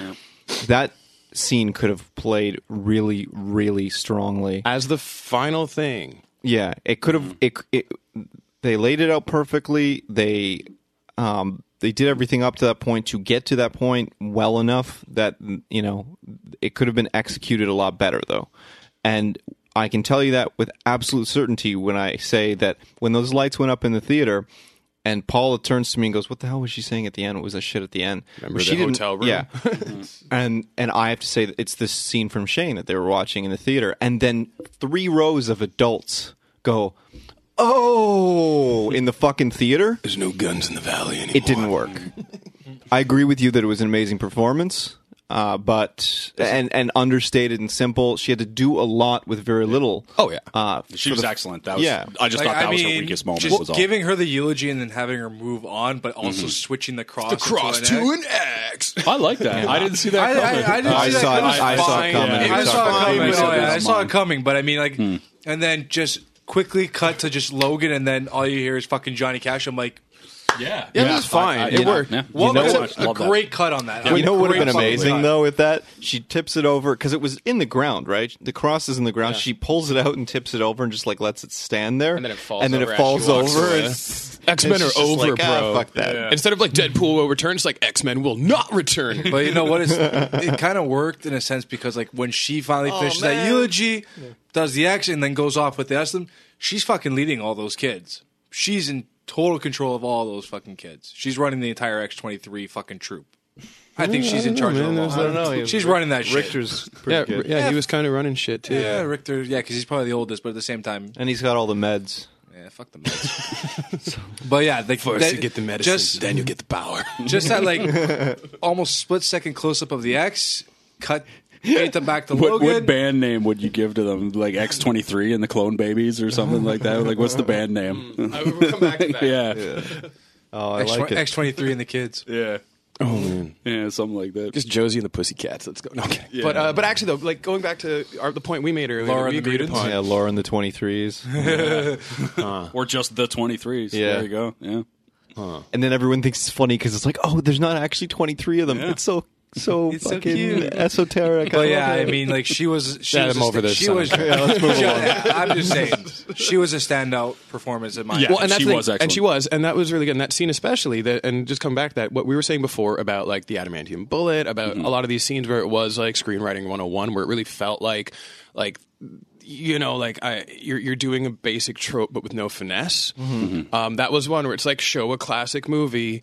A: that scene could have played really, really strongly.
F: As the final thing,
A: Yeah, it could have. It, it they laid it out perfectly. They um they did everything up to that point to get to that point well enough that you know it could have been executed a lot better though, and I can tell you that with absolute certainty when I say that when those lights went up in the theater. And Paula turns to me and goes, "What the hell was she saying at the end? What was that shit at the end?" Remember
F: the hotel room?
A: Yeah, and and I have to say that it's this scene from Shane that they were watching in the theater, and then three rows of adults go, "Oh!" in the fucking theater.
F: there's no guns in the valley anymore.
A: It didn't work. I agree with you that it was an amazing performance, uh, but and and understated and simple. She had to do a lot with very little.
F: Oh, yeah.
A: uh,
D: she
A: for
D: was
A: the-
D: excellent. That was.
A: Yeah.
D: I just
E: Like,
D: thought that
E: I
D: was
E: mean,
D: her weakest moment.
E: Just
D: was all.
E: giving her the eulogy and then having her move on, but also
A: Mm-hmm.
E: switching the cross,
F: Cross
E: into an
F: to
E: X.
F: an X.
D: I like that. I didn't see that
E: I,
D: coming.
E: I, I didn't
A: I
E: see that
A: saw it-
E: coming.
A: I saw it
E: Fine.
A: coming.
E: I
A: You
E: saw
A: saw
E: it
A: it
E: coming.
A: coming.
E: Oh,
A: You said
E: yeah,
A: it
E: I
A: was
E: saw
D: mine.
E: it coming. But I mean, like,
A: Hmm.
E: and then just quickly cut to just Logan, and then all you hear is fucking Johnny Cash. I'm like,
D: yeah,
F: Yeah, it was fine. It
D: you know,
F: worked.
D: yeah.
E: what?
D: You know what?
E: That's a, a
D: Love that.
E: great cut on that.
A: You know what would have been
E: Great
A: amazing
E: cut.
A: though with that? She tips it over because it was in the ground, right? The cross is in the ground. She pulls it out and tips it over and just like lets it stand there, and
F: then it falls
A: And then
F: over
A: it
F: as
A: falls
F: she walks
A: over.
F: away.
A: and-
F: X Men
A: and
F: are
A: she's just
F: over,
A: like, "Ah,
F: bro.
A: fuck that. Yeah.
F: Instead of like Deadpool will return, it's like X Men will not return.
E: But you know what? It's, it kind of worked in a sense because like when she finally finishes that
F: man.
E: eulogy, does the X, and then goes off with the S, them, she's fucking leading all those kids. She's in total control of all those fucking kids. She's running the entire X twenty three fucking troop. I think she's in charge of them all. She's running that shit.
A: Richter's pretty good,
F: yeah, he was kind of running shit too.
E: Yeah, Richter. Yeah, because he's probably the oldest, but at the same time,
A: and he's got all the meds.
E: yeah, fuck the meds. but yeah, like
F: First
E: that-
F: you get the medicine,
E: Just,
F: then you get the power.
E: just that like almost split second close up of the X, cut, get them back to
D: What,
E: Logan.
D: what band name would you give to them? Like X twenty three and the Clone Babies or something like that? Like, what's the band
E: Mm.
D: name?
F: I, we'll come back to that.
D: yeah.
A: Oh, I
E: X-
A: like it.
E: X23 and the kids.
D: Yeah. Oh man. Yeah, something like that.
F: Just Josie and the Pussycats. Let's go. No, okay. But uh, but actually though, like going back to our, the point we made earlier, that
E: Laura
F: we
E: and the
F: agreed
E: Mutants?
F: upon.
A: Yeah, Lauren the twenty threes,
D: or just the twenty threes.
A: Yeah.
D: There you go. Yeah.
A: and then everyone thinks it's funny because it's like, oh, there's not actually twenty three of them. It's so so
E: It's so
A: fucking
E: cute.
A: esoteric.
E: But
A: love
E: yeah, I
A: it.
E: mean, like she was. She
F: Dad,
E: was
F: I'm
E: a
F: over
E: sta-
F: this,
E: She
F: son.
E: was.
F: Yeah,
E: I'm just saying, she was a standout performance in my.
D: Yeah.
F: Well, and
D: and
F: that's
D: she
F: the thing-
D: was
F: and
D: excellent.
F: she was, and that was really good. And that scene, especially, that, and just come back to that what we were saying before about like the adamantium bullet, about
D: Mm-hmm.
F: a lot of these scenes where it was like screenwriting 101, where it really felt like, like you know, like I, you're you're doing a basic trope but with no finesse.
D: Mm-hmm.
F: Um, that was one where it's like show a classic movie.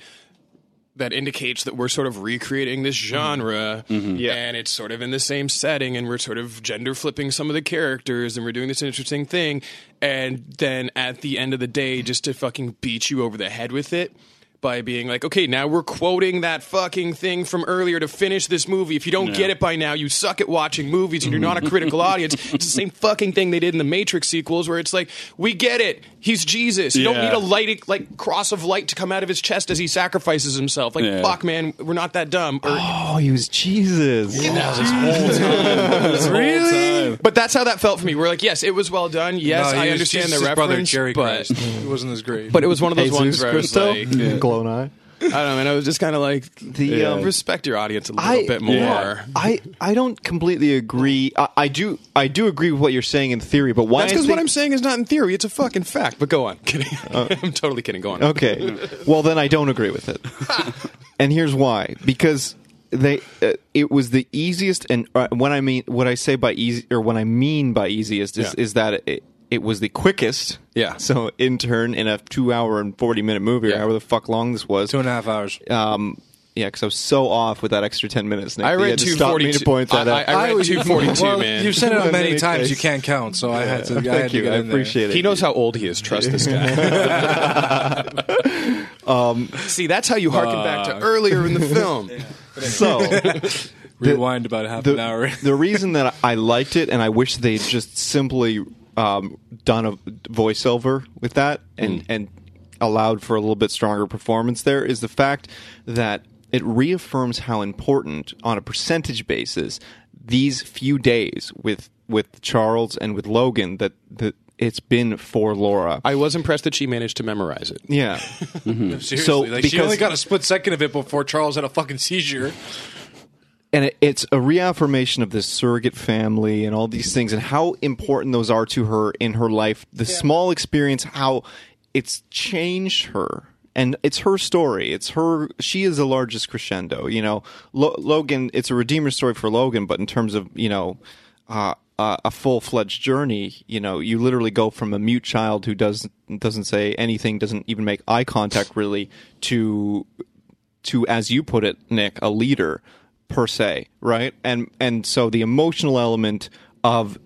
F: That indicates that we're sort of recreating this genre, and it's sort of in the same setting, and we're sort of gender flipping some of the characters, and we're doing this interesting thing, and then at the end of the day, just to fucking beat you over the head with it by being like, okay, now we're quoting that fucking thing from earlier to finish this movie. If you don't get it by now, you suck at watching movies and you're not a critical audience. It's the same fucking thing they did in the Matrix sequels where it's like, we get it. He's Jesus. You don't
D: Yeah.
F: need a lighting like cross of light to come out of his chest as he sacrifices himself. Like,
D: Yeah.
F: fuck, man, we're not that dumb. Or-
A: oh, he was Jesus.
D: Really?
F: But that's how that felt for me. We're like, yes, it was well done. Yes,
E: No,
F: I
E: he was
F: understand the
E: Jesus'
F: reference,
E: brother Jerry
F: but
E: Christ. He wasn't as great.
F: but it was one of those ones
A: Jesus
F: where I was
A: Christo, Mm-hmm.
F: like,
A: glowing eye.
F: I don't know, and I was just kind of like, the, uh,
A: The, um,
F: respect your audience a little bit more.
A: yeah, I, I don't completely agree. I, I do I do agree with what you're saying in theory, but why?
F: That's
A: I
F: because
A: think-
F: what I'm saying is not in theory; it's a fucking fact. But go on, kidding. I'm totally kidding. Go on.
A: Oh. Okay. Well, then I don't agree with it. and here's why: because they, uh, it was the easiest, and uh, when I mean what I say by easy, or when I mean by easiest is
F: Yeah.
A: is that it, it was the quickest.
F: Yeah.
A: So in turn, in a two hour and forty minute movie, or
F: Yeah.
A: however the fuck long this was,
E: two and a half hours.
A: um, yeah, because I was so off with that extra ten minutes. Nick,
F: I
A: that you
F: read
A: had to stop me
F: 242.
A: to point that
F: I-
A: out.
F: I- I read
E: was-
F: 242,
E: well,
F: man.
E: You've said it
A: In
E: on many
A: any
E: times.
A: case.
E: You can't count, so I had to. I had
A: Thank
E: to
A: you.
E: get
A: I
E: in there.
A: appreciate it.
F: He knows how old he is. Trust this guy.
A: uh,
F: um, See, that's how you harken back to earlier in the film.
A: So,
E: Rewind about half an hour.
A: the reason that I liked it, and I wish they had just simply um, done a voiceover with that and and allowed for a little bit stronger performance there, is the fact that it reaffirms how important, on a percentage basis, these few days with with Charles and with Logan that that it's been for Laura.
F: I was impressed that she managed to memorize it.
A: yeah,
E: Seriously,
A: So,
E: like she
A: because-
E: only got a split second of it before Charles had a fucking seizure.
A: and it, it's a reaffirmation of this surrogate family and all these things and how important those are to her in her life the small experience how it's changed her and it's her story it's her she is the largest crescendo you know Lo- logan it's a redeemer story for logan but in terms of you know uh, uh, a full-fledged journey you know you literally go from a mute child who doesn't doesn't say anything doesn't even make eye contact really to to as you put it nick a leader per se right and and so the emotional element of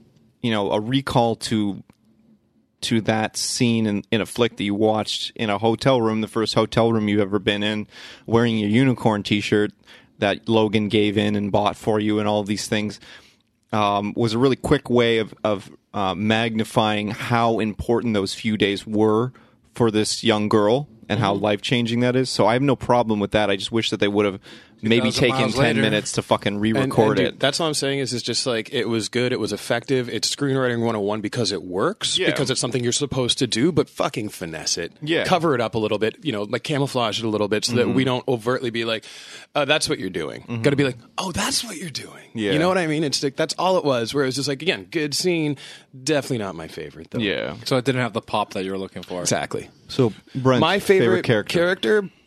A: you know a recall to to that scene in, in a flick that you watched in a hotel room the first hotel room you've ever been in wearing your unicorn t-shirt that logan gave in and bought for you and all these things um, was a really quick way of, of uh, magnifying how important those few days were for this young girl and
F: Mm-hmm.
A: how life changing that is. So I have no problem with that. I just wish that they would have maybe
E: 2,000
A: taken
E: miles
A: 10
E: later.
A: minutes to fucking re
F: And-
A: record
F: and
A: it.
F: dude, That's all I'm saying is it's just like it was good, it was effective. It's screenwriting 101 because it works,
A: Yeah.
F: because it's something you're supposed to do, but fucking finesse it.
A: Yeah. Mm-hmm.
F: Cover it up a little bit, you know, like camouflage it a little bit so that we don't overtly be like, uh, that's what you're doing. Got to be like, oh, that's what you're doing.
A: Yeah.
F: You know what I mean? It's like, that's all it was. Where it was just like, again, good scene. Definitely not my favorite, though.
A: yeah.
E: So it didn't have the pop that you were looking for.
F: Exactly.
A: So Brent,
F: My favorite,
A: character.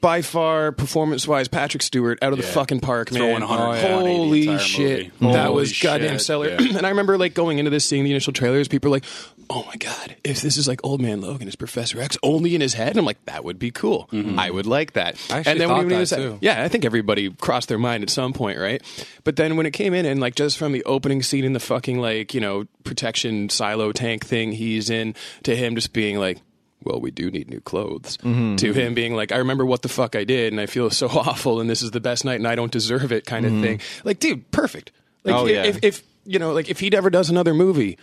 F: by far, performance wise, Patrick Stewart out of the fucking park,
D: Throwing
F: man. Oh,
D: 180 the entire
F: Holy
D: movie.
F: shit, that
E: Holy
F: was goddamn
E: shit,
F: stellar.
D: yeah.
F: and I remember like going into this, seeing the initial trailers. People were like, "Oh my god, if this is like Old Man Logan, is Professor X only in his head?" And I'm like, "That would be cool. I would like that."
E: Mm-hmm. I actually
F: and then
E: thought
F: when
E: that,
F: it was
E: too.
F: yeah, I think everybody crossed their mind at some point, right? But then when it came in and like just from the opening scene in the fucking like, you know, protection silo tank thing he's in to him just being like, well, we do need new clothes.
A: Mm-hmm,
F: To him being like, I remember what the fuck I did and I feel so awful and this is the best night and I don't deserve it kind of thing. Like, dude, perfect. Like
A: Mm-hmm. Oh, yeah.
F: if, if you know, like if he'd ever does another movie,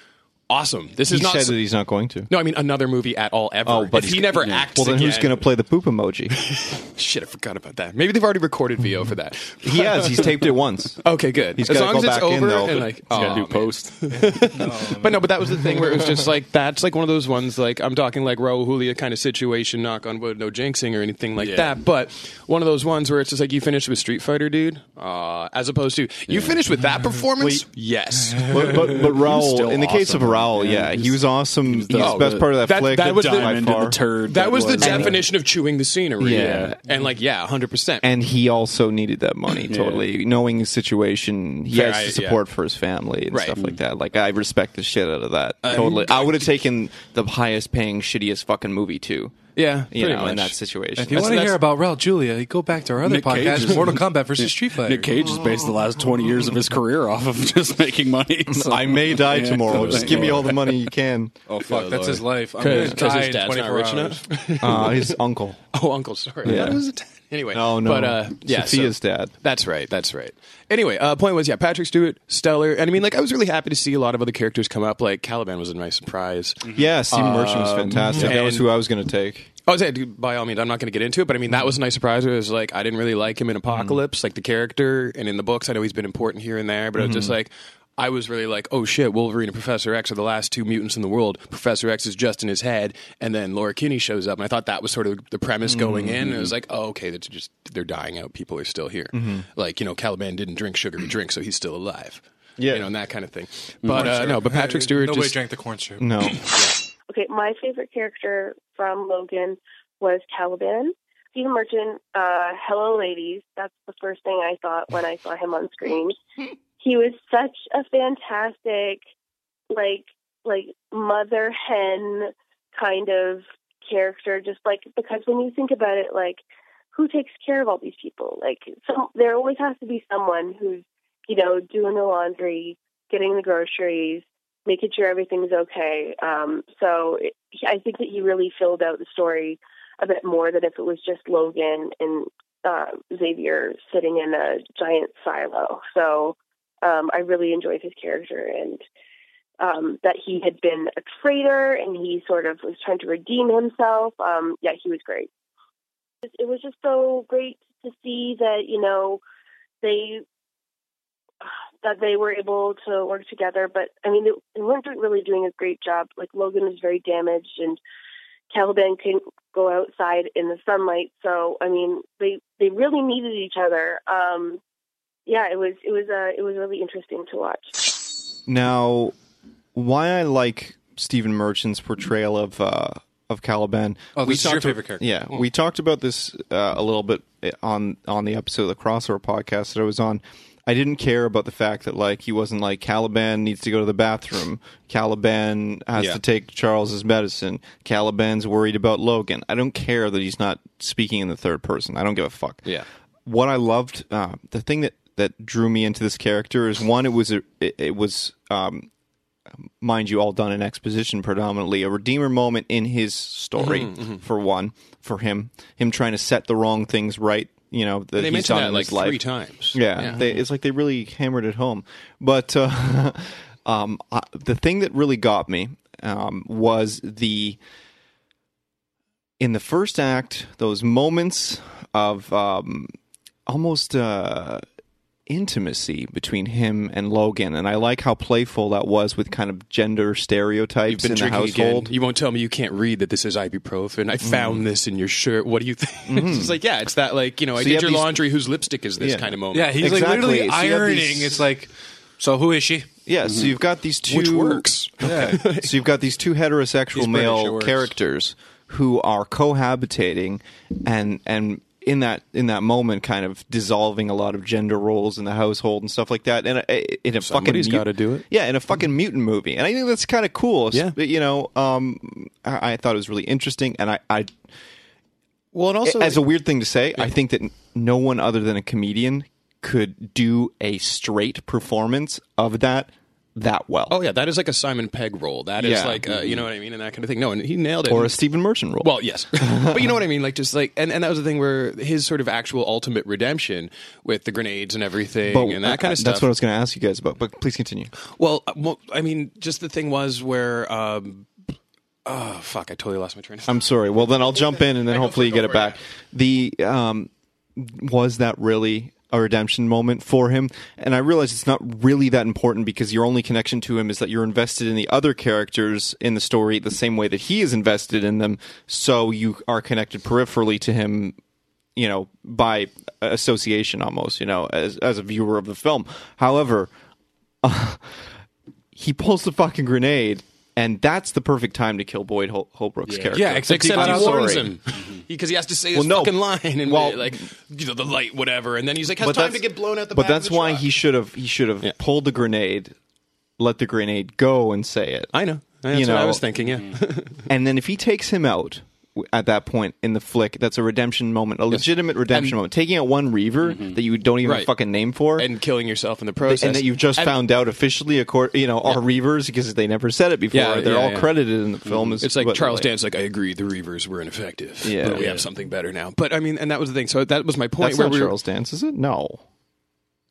F: awesome. This
A: He
F: is not
A: said
F: so-
A: that he's not going to.
F: No, I mean another movie at all ever.
A: Oh, but
F: if
A: he's-
F: he never
A: yeah.
F: acts
A: Well, then who's
F: again-
A: going to play the poop emoji?
F: Shit, I forgot about that. Maybe they've already recorded VO for that.
A: he has. He's taped it once.
F: Okay, good.
A: He's
F: as
A: gotta
F: long
A: go
F: as it's
A: back in,
F: over
A: though, but
F: and like,
D: got to
F: oh,
D: do post.
F: but no, but that was the thing where it was just like that's like one of those ones like I'm talking like Raul Julia kind of situation, knock on wood, no jinxing or anything like
D: Yeah.
F: that. But one of those ones where it's just like you finished with Street Fighter, dude, uh, as opposed to you finished with that performance. yes,
A: But but, but Raul,
D: still
A: in the case of Raul,
D: awesome.
A: yeah,
D: Yeah,
A: he was awesome. He was the, best part of that,
F: that-
A: flick.
F: that was the-
A: by
D: diamond in
A: far.
D: the turd.
F: that was the
D: uh,
F: definition of chewing the scenery.
A: Yeah.
F: and like yeah, hundred percent.
A: and he also needed that money totally knowing his situation he
F: Fair,
A: has the
F: I- yeah.
A: support for his family and
F: Right. Uh,
A: stuff like that like i respect the shit out of that totally i would have taken the highest paying shittiest fucking movie too
F: yeah,
A: you
F: pretty
A: know in
F: much.
A: that situation
E: If you want to
F: that's-
E: hear about Raul Julia, go back to our other
D: Nick
E: podcast,
D: Cage's-
E: Mortal Kombat versus Street Fighter.
D: Nick Cage has based the last 20 years of his career off of just making money. so-
A: i may die
D: Yeah,
A: tomorrow
D: so
A: just give me all the money you can
E: Oh fuck, that's his life. I'm gonna
F: 'Cause- 'cause
E: die
F: his
E: in
F: dad's
E: 24
F: not rich
E: hours.
F: enough.
A: uh, his uncle
F: Oh, uncle, sorry.
A: Yeah.
F: I thought it was a dad. Anyway.
A: Oh, No, no.
F: But, uh, yeah,
A: Sophia's
F: so-
A: dad.
F: That's right. That's right. Anyway, uh, point was, yeah, Patrick Stewart, stellar. And I mean, like, I was really happy to see a lot of other characters come up. Like, Caliban was a nice surprise.
A: yeah steve merchant
E: Um,
A: was fantastic that was
F: and-
A: who i was going to take
F: Oh, yeah, dude, by all means, I'm not going to get into it, but I mean, that was a nice surprise. It was like, I didn't really like him in Apocalypse, like the character, and in the books. I know he's been important here and there, but I was
A: Mm-hmm.
F: just like, I was really like, oh shit, Wolverine and Professor X are the last two mutants in the world. Professor X is just in his head, and then Laura Kinney shows up, and I thought that was sort of the premise going in. And it
A: Mm-hmm.
F: was like, oh, okay, that's just they're dying out. People are still here. Like, you know, Caliban didn't drink sugary drinks, so he's still alive.
A: Yeah. Mm-hmm.
F: you know, and that kind of thing. But uh, no, but Patrick Stewart
E: Nobody
F: just
E: drank the corn syrup.
A: no
B: Okay, my favorite character from Logan was Caliban. Stephen Merchant, uh, hello ladies. That's the first thing I thought when I saw him on screen. He was such a fantastic, like, like mother hen kind of character. Just like because when you think about it, like who takes care of all these people? Like, some there always has to be someone who's, you know, doing the laundry, getting the groceries, making sure everything's okay. Um, so it, I think that he really filled out the story a bit more than if it was just Logan and uh, Xavier sitting in a giant silo. So um, I really enjoyed his character and um, that he had been a traitor and he sort of was trying to redeem himself. Um, yeah, he was great. It, it was just so great to see that you know they that they were able to work together. But I mean, they, they weren't really doing a great job. Like Logan was very damaged and Caliban couldn't go outside in the sunlight. So I mean, they they really needed each other. Um, yeah, it was it was uh, it was really interesting to watch.
A: Now, why I like Stephen Merchant's portrayal of uh, of Caliban.
E: Oh, this is your
A: talked-
E: favorite character.
A: Yeah, we talked about this uh, a little bit on on the episode of the crossover podcast that I was on. I didn't care about the fact that like he wasn't like Caliban needs to go to the bathroom. Caliban has
D: Yeah.
A: to take Charles's medicine. Caliban's worried about Logan. I don't care that he's not speaking in the third person. I don't give a fuck
F: Yeah.
A: what I loved, uh, the thing that that drew me into this character is one, it was a, it, it was, um, mind you, all done in exposition predominantly, a redeemer moment in his story
F: Mm-hmm,
A: for one, for him, him trying to set the wrong things right. You know that
F: They
A: he's
F: mentioned
A: done
F: that
A: in
F: like
A: his life.
F: three times.
A: Yeah, They, it's like they really hammered it home. But uh, um, I, the thing that really got me um, was the in the first act those moments of um, almost uh, intimacy between him and Logan, and I like how playful that was with kind of gender stereotypes in the household. Mm.
F: Again. You won't tell me you can't read that this is ibuprofen. I found this in your shirt. What do you think? it's like, yeah, it's that like you know, I
A: Mm-hmm. So you
F: did
A: have
F: your
A: these-
F: laundry. Whose lipstick is this
A: Yeah.
F: kind of moment?
E: Yeah, he's
A: Exactly.
E: like literally
A: So you have
E: ironing.
A: these-
E: It's like, so who is she?
A: Yeah, so you've got these two
F: Mm-hmm. which works.
A: so you've got these two heterosexual
E: He's British, it
A: male
E: works.
A: characters who are cohabitating and and in that in that moment kind of dissolving a lot of gender roles in the household and stuff like that and a- in a
F: Somebody's
A: fucking mut-
F: gotta do it.
A: yeah in a fucking mutant movie and i think that's kind of cool
F: Yeah.
A: you know um I, I thought it was really interesting and i i
F: Well, and also
A: as a weird thing to say, I think that n- no one other than a comedian could do a straight performance of that that well,
F: oh yeah, that is like a Simon Pegg role. That is
A: Yeah. Mm-hmm.
F: like uh, you know what I mean, and that kind of thing. No, and he nailed it.
A: or a Stephen Merchant role.
F: Well, yes, but you know what I mean. Like just like, and, and that was the thing where his sort of actual ultimate redemption with the grenades and everything
A: But,
F: and that kind
A: uh,
F: of stuff.
A: That's what I was going to ask you guys about. But please continue.
F: Well, uh, well, I mean, just the thing was where, um, oh fuck, I totally lost my train of thought.
A: I'm sorry. Well, then I'll jump in and then hopefully you get it back. The um, was that really a redemption moment for him? And I realize it's not really that important because your only connection to him is that you're invested in the other characters in the story the same way that he is invested in them. So you are connected peripherally to him you know by association almost you know as as a viewer of the film however he pulls the fucking grenade and that's the perfect time to kill Boyd Hol- Holbrook's character.
E: Yeah, except he
F: Except
E: got
F: he
E: out
F: warns
A: sorry.
F: him because he has to say
A: Well,
F: this
A: no.
F: fucking line and
A: Well-
F: like you know the light whatever, and then he's like has
A: But
F: time
A: that's
F: to get blown out the.
A: But
F: back of
A: that's
F: the
A: why
F: truck.
A: he should have he should have pulled the grenade, let the grenade go, and say it.
F: I know. That's
A: You
F: what I
A: know. Mm-hmm.
F: was thinking. Yeah,
A: And then if he takes him out w- at that point in the flick, that's a redemption moment, a legitimate redemption moment. Taking out one Reaver
F: Mm-hmm.
A: that you don't even
F: Right.
A: fucking name for,
F: and killing yourself in the process,
A: and that you've just found out officially, according you know, are Reavers because they never said it before.
F: Yeah,
A: They're
F: yeah,
A: all
F: yeah.
A: credited in the film. As,
F: It's like
A: but,
F: Charles Dance, like I agree, the Reavers were ineffective,
A: Yeah.
F: but we
A: Yeah.
F: have something better now. But I mean, and that was the thing. So that was my point.
A: That's
F: where
A: not
F: we were-
A: Charles Dance, is it? No.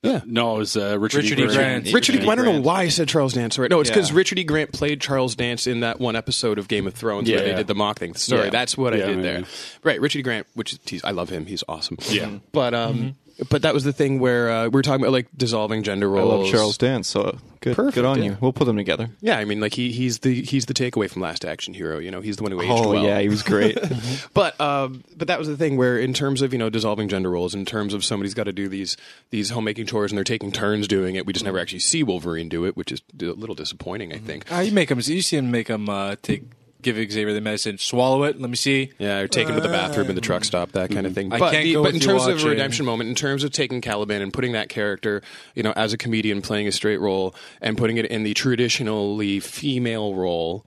F: yeah,
D: No, it was uh, Richard,
E: Richard E. Grant.
F: Richard E.
A: Richard E.
F: I don't know
A: Grant.
F: why I said Charles Dance. Right? No, it's
A: Yeah.
F: because Richard E. Grant played Charles Dance in that one episode of Game of Thrones where
D: Yeah.
F: they did the mock thing. Sorry,
A: Yeah.
F: that's what I
D: Yeah,
F: did
D: yeah,
F: there.
D: yeah.
F: Right, Richard E. Grant, which is, he's, I love him. He's awesome.
D: Yeah.
F: but um, but that was the thing where uh, we were talking about like dissolving gender
A: I
F: roles.
A: love Charles Dance, so good,
F: Perfect,
A: good on
F: yeah.
A: you. We'll put them together.
F: Yeah, I mean, like he he's the he's the takeaway from Last Action Hero. You know, he's the one who aged
A: Oh
F: well.
A: yeah, he was great.
F: But um, but that was the thing where, in terms of you know dissolving gender roles, in terms of somebody's got to do these these homemaking chores and they're taking turns doing it. We just never actually see Wolverine do it, which is a little disappointing, I think.
E: Ah, you make him. You see him make him uh, take give Xavier the medicine, swallow it. Let me see.
F: Yeah, or take him to the bathroom in the truck stop, that kind of thing.
E: I
F: But,
E: can't
F: the-
E: go
F: but
E: with
F: in
E: you
F: terms of a
E: watching.
F: redemption moment, in terms of taking Caliban and putting that character, you know, as a comedian playing a straight role and putting it in the traditionally female role,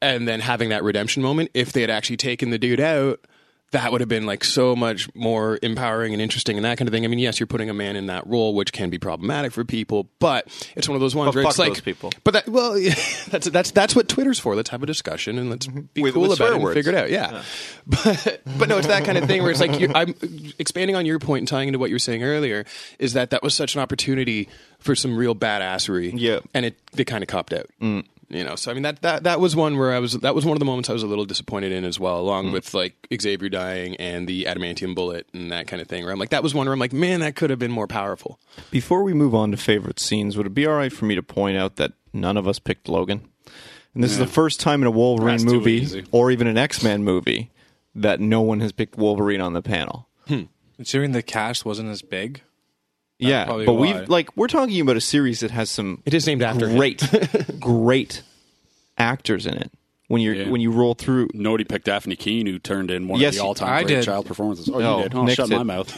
F: and then having that redemption moment, if they had actually taken the dude out, that would have been like so much more empowering and interesting and that kind of thing. I mean, yes, you're putting a man in that role, which can be problematic for people, but it's one of those ones
A: Well,
F: where it's
A: fuck
F: like
A: those people.
F: But that well, that's that's that's what Twitter's for. Let's have a discussion and let's be
A: With-
F: cool
A: with
F: about
A: swear
F: it
A: words.
F: and figure it out. Yeah, but but no, it's that kind of thing where it's like you're, I'm expanding on your point and tying into what you were saying earlier is that that was such an opportunity for some real badassery.
A: Yeah.
F: and it they kind of copped out. You know, so I mean that, that that was one where I was that was one of the moments I was a little disappointed in as well, along with like Xavier dying and the adamantium bullet and that kind of thing. Where I'm like, that was one where I'm like, man, that could have been more powerful.
A: Before we move on to favorite scenes, would it be all right for me to point out that none of us picked Logan? And this is the first time in a Wolverine
D: That's too
A: movie
D: easy.
A: or even an X Men movie that no one has picked Wolverine on the panel.
E: Considering the cast wasn't as big,
A: yeah,
E: probably
A: but
E: why.
A: we've like we're talking about a series that has some
F: It is named after him.
A: great, great actors in it. When you are
D: Yeah.
A: when you roll through,
D: Nobody picked Daphne Keene, who turned in one
A: Yes,
D: of the all-time
E: I
D: great
E: did.
D: child performances. Oh,
A: No,
D: you did. Oh,
A: Nick
D: shut
A: did.
D: my mouth.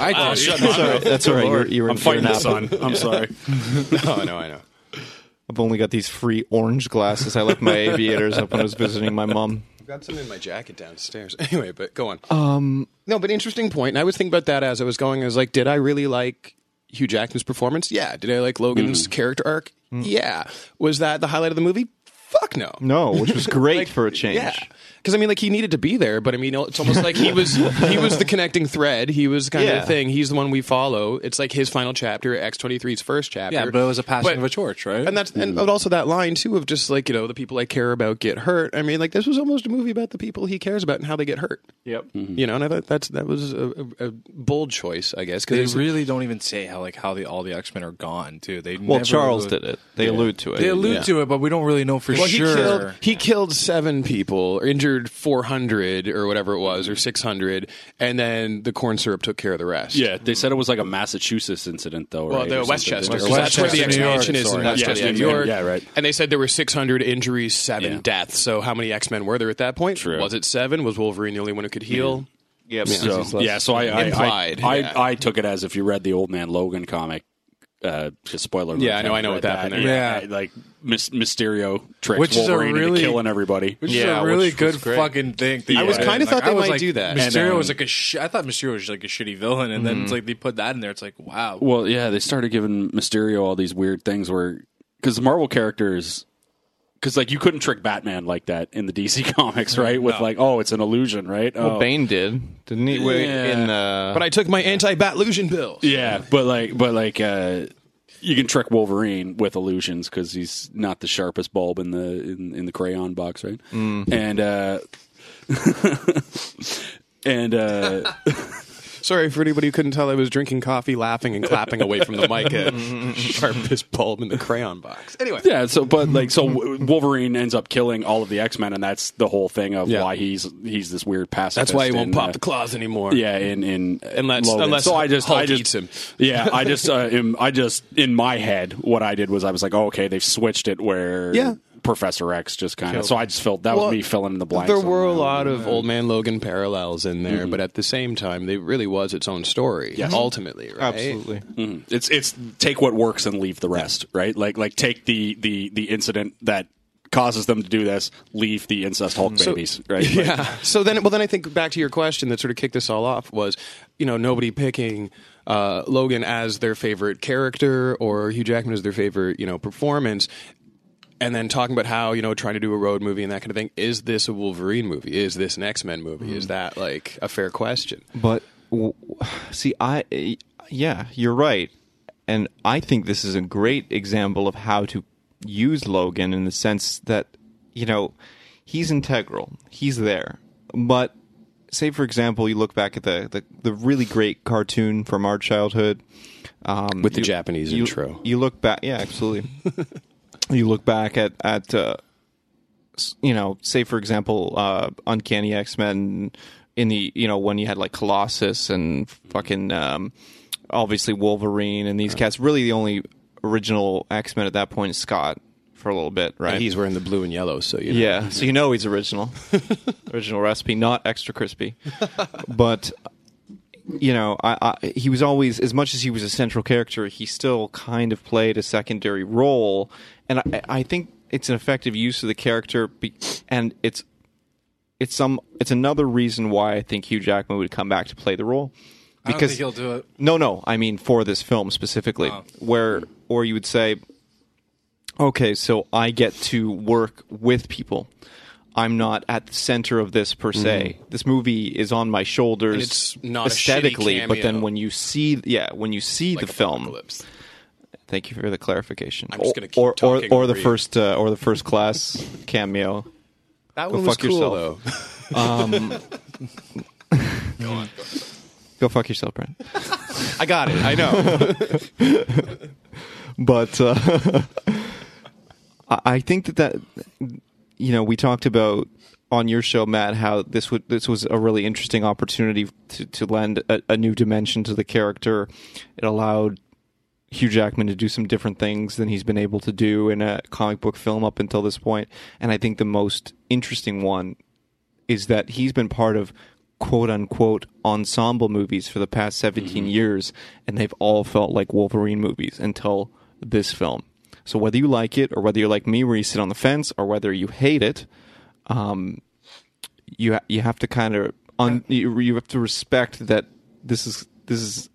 D: I oh, shut my
A: Sorry,
D: mouth.
A: that's all right. You're, you're
D: I'm
A: you're
D: fighting
A: an
D: this
A: apple.
D: on. I'm sorry.
F: oh, I know, I know.
A: I've only got these free orange glasses. I left my aviators up when I was visiting my mom.
F: I've got some in my jacket downstairs. Anyway, but go on. Um, no, but interesting point. And I was thinking about that as I was going. I was like, did I really like Hugh Jackman's performance? Yeah. Did I like Logan's
E: Mm.
F: character arc? Yeah. Was that the highlight of the movie? Fuck no.
A: No, which was great for a change.
F: Yeah. Because I mean, like he needed to be there, but I mean, it's almost like he was he was the connecting thread. He was kind of
A: Yeah.
F: the thing. He's the one we follow. It's like his final chapter, X 23s first chapter.
E: yeah, but it was a passing
F: But-
E: of a torch, right?
F: and that's and but also that line too of just like you know the people I care about get hurt. I mean, like this was almost a movie about the people he cares about and how they get hurt. Yep.
D: Mm-hmm.
F: You know, and I thought that's that was a, a, a bold choice, I guess.
E: they
F: Because
E: really don't even say how like how the all the X Men are gone too. They
A: Well,
E: never
A: Charles
E: allude-
A: did it. They allude to it.
E: They allude to it, but we don't really know for
F: well, he
E: sure.
F: killed he killed seven people, or injured four hundred or whatever it was, or
D: Mm-hmm.
F: six hundred, and then the corn syrup took care of the rest.
D: Yeah, they said it was like a Massachusetts incident, though.
F: Well,
D: right,
F: the
D: or
F: Westchester,
D: something.
F: 'cause that's where the
E: Westchester, New York,
F: expansion is in
E: sorry.
F: Westchester,
D: Yeah,
F: New
D: yeah,
F: York.
D: yeah, right.
F: And they said there were 600 injuries, seven
D: Yeah.
F: deaths. So how many X Men were there at that point?
D: True. Mm-hmm.
F: Was it seven? Was Wolverine the only one who could heal?
A: Yeah,
D: So, yeah, so I I,
F: Implied,
D: I,
F: yeah.
D: I I took it as if you read the Old Man Logan comic. Uh, just spoiler. alert,
F: Yeah, I know- I know
D: read
F: what
D: that.
F: happened there.
E: Yeah.
D: I- like Mys- Mysterio tricks
E: Which is a
D: Wolverine
E: really-
D: into killing everybody.
E: Which
F: Yeah,
E: is a really
F: which
E: good
F: was great.
E: fucking thing. that
D: I
E: they
D: was
E: did.
F: kinda
E: Like,
F: thought they
E: I was
F: might
E: like,
F: do that.
E: Mysterio
D: And, um,
E: was like a sh- I thought Mysterio was like a shitty villain, and then it's like they put that in there. It's like wow.
D: Well, yeah, they started giving Mysterio all these weird things where because the Marvel characters. Because like you couldn't trick Batman like that in the DC comics, right? With like, oh, it's an illusion, right?
A: Well,
D: oh.
A: Bane did, didn't he? Wait,
D: Yeah.
A: in uh,
F: But I took my anti Batlusion pills.
D: Yeah, but like, but like, uh, you can trick Wolverine with illusions because he's not the sharpest bulb in the in, in the crayon box, right?
F: Mm-hmm.
D: And uh, and uh,
F: Sorry for anybody who couldn't tell I was drinking coffee, laughing, and clapping away from the mic at sharpest bulb in the crayon box. Anyway.
D: yeah, so but like, so W- Wolverine ends up killing all of the X Men, and that's the whole thing of
F: Yeah.
D: why he's he's this weird pacifist.
F: That's why he won't
D: and,
F: pop
D: uh,
F: the claws anymore.
D: Yeah, in in
F: Unless-
D: Logan.
F: unless
D: so I just
F: Hulk
D: I just
F: eats him.
D: Yeah, I just uh, am, I just in my head what I did was I was like, oh, okay, they've switched it where
F: Yeah.
D: Professor X just kind of. So I just felt that
F: Well,
D: was me filling in the blanks.
F: There
D: on
F: were a
D: that. Mm-hmm.
F: lot of Old Man Logan parallels in there, but at the same time, they really was its own story. Ultimately, right?
A: absolutely.
D: Mhm. It's it's take what works and leave the rest, right? Like like take the the the incident that causes them to do this, leave the incest Hulk babies, right? Like,
F: Yeah. So then, well, then I think back to your question that sort of kicked this all off was, you know, nobody picking uh, Logan as their favorite character or Hugh Jackman as their favorite, you know, performance. And then talking about how, you know, trying to do a road movie and that kind of thing. Is this a Wolverine movie? Is this an X Men movie? Is that like a fair question?
A: But w- see, I yeah, you're right, and I think this is a great example of how to use Logan in the sense that you know he's integral, he's there. But say, for example, you look back at the the, the really great cartoon from our childhood um,
F: With the
A: you-
F: Japanese
A: you-
F: intro.
A: You look back, yeah, absolutely. you look back at at uh, s- you know, say for example, uh, Uncanny X Men in the you know when you had like Colossus and fucking um, obviously Wolverine and these cats. Really, the only original X Men at that point is Scott for a little bit, right?
F: And he's wearing the blue and yellow, so you know.
A: yeah, so you know he's original, original recipe, not extra crispy, but. You know, I, I, he was always as much as he was a central character. He still kind of played a secondary role, and I, I think it's an effective use of the character, be, and it's it's some it's another reason why I think Hugh Jackman would come back to play the role.
E: I don't think he'll do it.
A: No, no. I mean for this film specifically,
F: Oh.
A: where or you would say, okay, so I get to work with people. I'm not at the center of this per se. This movie is on my shoulders.
F: Mm-hmm. it's not a shitty
A: aesthetically, but then
F: cameo.
A: when you see, yeah, when you see the film,
F: Apocalypse.
A: thank you for the clarification.
F: I'm just gonna keep
A: or, or,
F: talking
A: or the
F: over you.
A: first uh, or the first class cameo.
F: That
A: Go
F: one was
A: fuck
F: cool
A: yourself.
F: though.
A: Go fuck yourself, Brent.
F: I got it. I know.
A: but uh, I I think that that you know we talked about on your show, Matt, how this would this was a really interesting opportunity to to lend a, a new dimension to the character. It allowed Hugh Jackman to do some different things than he's been able to do in a comic book film up until this point, and I think the most interesting one is that he's been part of quote unquote ensemble movies for the past 17 years and they've all felt like Wolverine movies until this film. So whether you like it or whether you're like me where you sit on the fence or whether you hate it, um, you ha- you have to kind of un- you, you have to respect that this is this is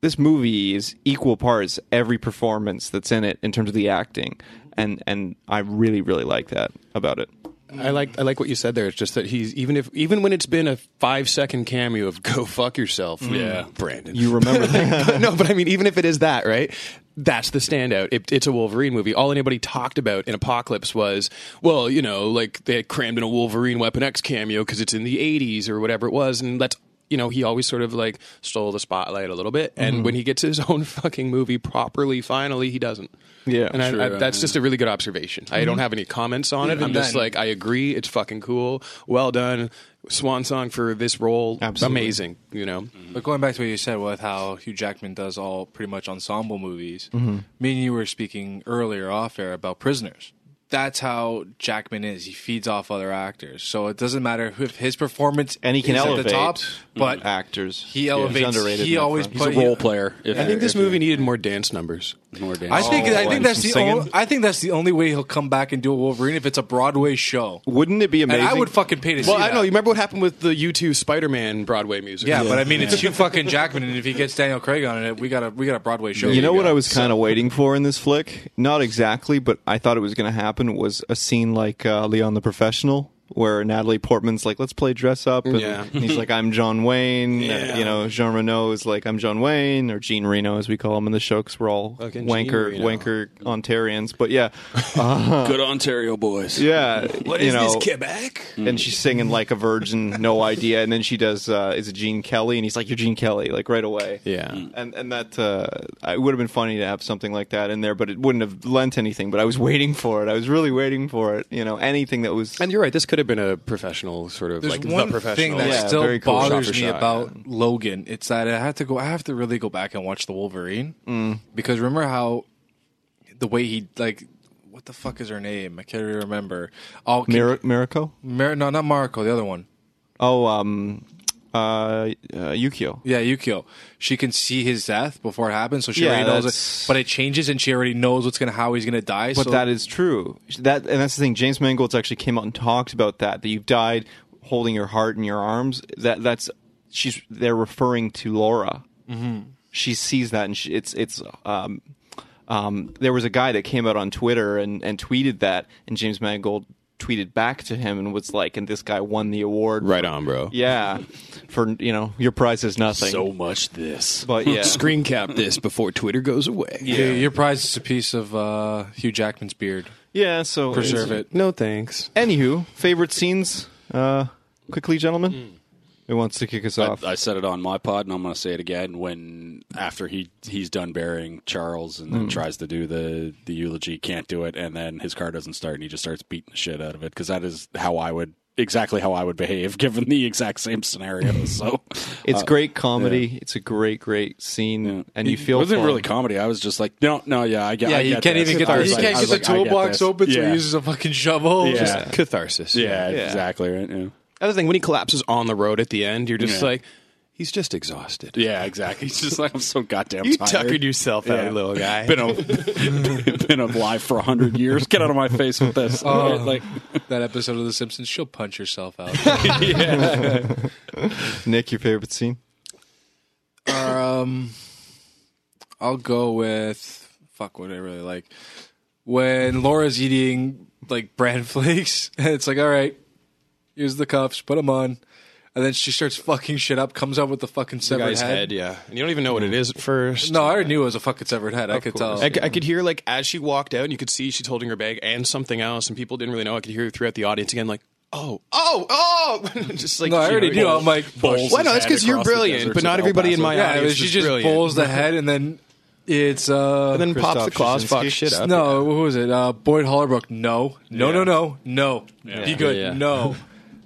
A: this movie is equal parts every performance that's in it in terms of the acting and and I really really like that about it.
F: I like I like what you said there. It's just that he's even if even when it's been a five second cameo of "Go fuck yourself," yeah, Brandon.
A: You remember that?
F: But no, but I mean, even if it is that, right? That's the standout. It, it's a Wolverine movie. All anybody talked about in Apocalypse was, well, you know, like they had crammed in a Wolverine Weapon X cameo because it's in the 80s or whatever it was. And that's, you know, he always sort of like stole the spotlight a little bit. And when he gets his own fucking movie properly, finally, he doesn't.
A: Yeah,
F: And I, I, that's just a really good observation. I don't have any comments on it. I'm just
E: then-
F: like, I agree. It's fucking cool. Well done. Swan song for this role.
A: Absolutely.
F: Amazing, you know?
E: But going back to what you said with how Hugh Jackman does all pretty much ensemble movies, me and you were speaking earlier off air about Prisoners. That's how Jackman is. He feeds off other actors, so it doesn't matter who- if his performance
A: and he can
E: is
A: elevate Mm.
E: at the top, but
A: actors.
E: he
A: Yeah.
E: elevates-
A: He's underrated
E: he
A: in that
E: always
A: front.
E: put-
D: He's a role player. If,
F: I think this
D: if
F: movie needed more dance numbers.
D: you- more dance.
E: I think I
A: and
E: think that's
A: some
E: the only,
A: singing.
E: I think that's the only way he'll come back and do a Wolverine if it's a Broadway show.
A: Wouldn't it be
E: And
A: amazing?
E: I would fucking pay to see
F: Well, I
E: that.
F: know. You remember what happened with the U2 Spider Man Broadway music?
E: yeah, but I mean, it's Hugh fucking Jackman, and if he gets Daniel Craig on it, we got a we got a Broadway show.
A: you know what
E: go.
A: I was kind of waiting for in this flick? Not exactly, but I thought it was going to happen was a scene like uh, Leon the Professional, where Natalie Portman's like, "Let's play dress up," and
F: Yeah.
A: he's like, "I'm John Wayne." uh, you know, Jean Reno is like, "I'm John Wayne," or Gene Reno, as we call him in the show, because we're all
F: Fucking Gene
A: wanker
F: Reno.
A: wanker Ontarians. But yeah,
D: Good Ontario boys.
A: yeah, you know,
F: Quebec?
A: and she's singing like a virgin, no idea. And then she does uh, is it Gene Kelly, and he's like, "You're Gene Kelly," like right away.
F: Yeah.
A: and and that uh, it would have been funny to have something like that in there, but it wouldn't have lent anything. But I was waiting for it. I was really waiting for it. You know, anything that was
F: And you're right. This could have been a professional sort of
E: There's
F: like
E: one
F: the
E: thing
F: professional.
E: that
A: Yeah,
E: still
A: very cool.
E: bothers
F: Shot for
E: me
F: shot,
E: about Logan. It's that I have to go. I have to really go back and watch the Wolverine because remember how the way he like what the fuck is her name? I can't really remember. Oh, can-
A: Mir- Miracle.
E: Mar- no, not Marco. The other one.
A: Oh, um, uh, uh Yukio.
E: Yeah, Yukio. She can see his death before it happens, so she
A: Yeah,
E: already knows
A: that's-
E: it. But it changes, and she already knows what's gonna how he's gonna die.
A: But
E: so
A: that is true. That and that's the thing. James Mangold's actually came out and talked about that. That you've died holding your heart in your arms. That that's she's they're referring to Laura. She sees that and she, it's it's um um there was a guy that came out on Twitter and and tweeted that and James Mangold tweeted back to him and was like and this guy won the award.
F: Right on, bro.
A: Yeah. For you know your prize is nothing.
D: So much this.
A: but yeah.
F: Screen cap this before Twitter goes away.
E: Yeah, your prize is a piece of uh, Hugh Jackman's beard.
A: Yeah, so
E: Preserve it.
F: No thanks.
A: Anywho, favorite scenes, uh, quickly, gentlemen. Who wants to kick us off?
D: Hmm. I, I said it on my pod, and I'm going to say it again when after he he's done burying Charles and
E: Mm.
D: then tries to do the the eulogy, can't do it, and then his car doesn't start, and he just starts beating the shit out of it because that is how I would exactly how I would behave given the exact same scenario. So uh,
A: it's great comedy. It's a great, great scene, and you feel
D: it wasn't
A: for
D: really
A: him.
D: comedy. I was just like, no, no, yeah, I get.
E: Yeah,
D: I
E: you
D: get
E: can't
D: this.
E: even get
D: I
E: the,
D: was
E: he
D: like-
E: can't
D: I
E: get
D: was
E: the
D: like, I get
E: toolbox
D: this.
E: open, so
D: Yeah.
E: he uses a fucking shovel.
D: Yeah.
F: Just catharsis.
D: yeah,
A: Yeah.
D: exactly. Right. Yeah.
F: Other thing, when he collapses on the road at the end, you're just
D: Yeah.
F: like, He's just exhausted.
D: Yeah, exactly. He's just like, I'm so goddamn
F: You
D: tired.
F: tuckered yourself out, little guy.
D: been, a, been alive for 100 years. Get out of my face with this.
F: Uh,
D: Right? Like,
E: That episode of The Simpsons, she'll punch herself out.
A: Nick, your favorite scene?
E: um, I'll go with fuck what I really like. When Laura's eating like bran flakes, and it's like, all right, here's the cuffs, put them on, and then she starts fucking shit up, comes out with the fucking severed
F: guy's
E: head.
F: head, yeah. And you don't even know what it is at first.
E: No, I already knew it was a fucking severed head. I could tell.
F: I, c- I could hear like as she walked out, and you could see she's holding her bag and something else, and people didn't really know. I could hear throughout the audience again, like, oh, oh, oh, just like
E: no, I
F: she
E: already
F: heard-
E: knew. I'm like,
D: Bowls
F: Well, no,
D: his
F: that's
D: head
F: because you're
D: across the
F: brilliant,
D: desert
F: but
D: to
F: not
D: El
F: everybody in
D: Paso.
F: my
E: yeah,
F: eyes
E: it was-
F: was
E: she just
F: brilliant.
E: bowls the head, and then it's uh,
F: and then pops the
A: Krzysztof
F: claws, fuck
A: Krasinski.
F: shit up.
E: No, who was it? Uh, Boyd Hollowbrook. No, no, no, no, no. Be good.
F: Yeah.
E: No.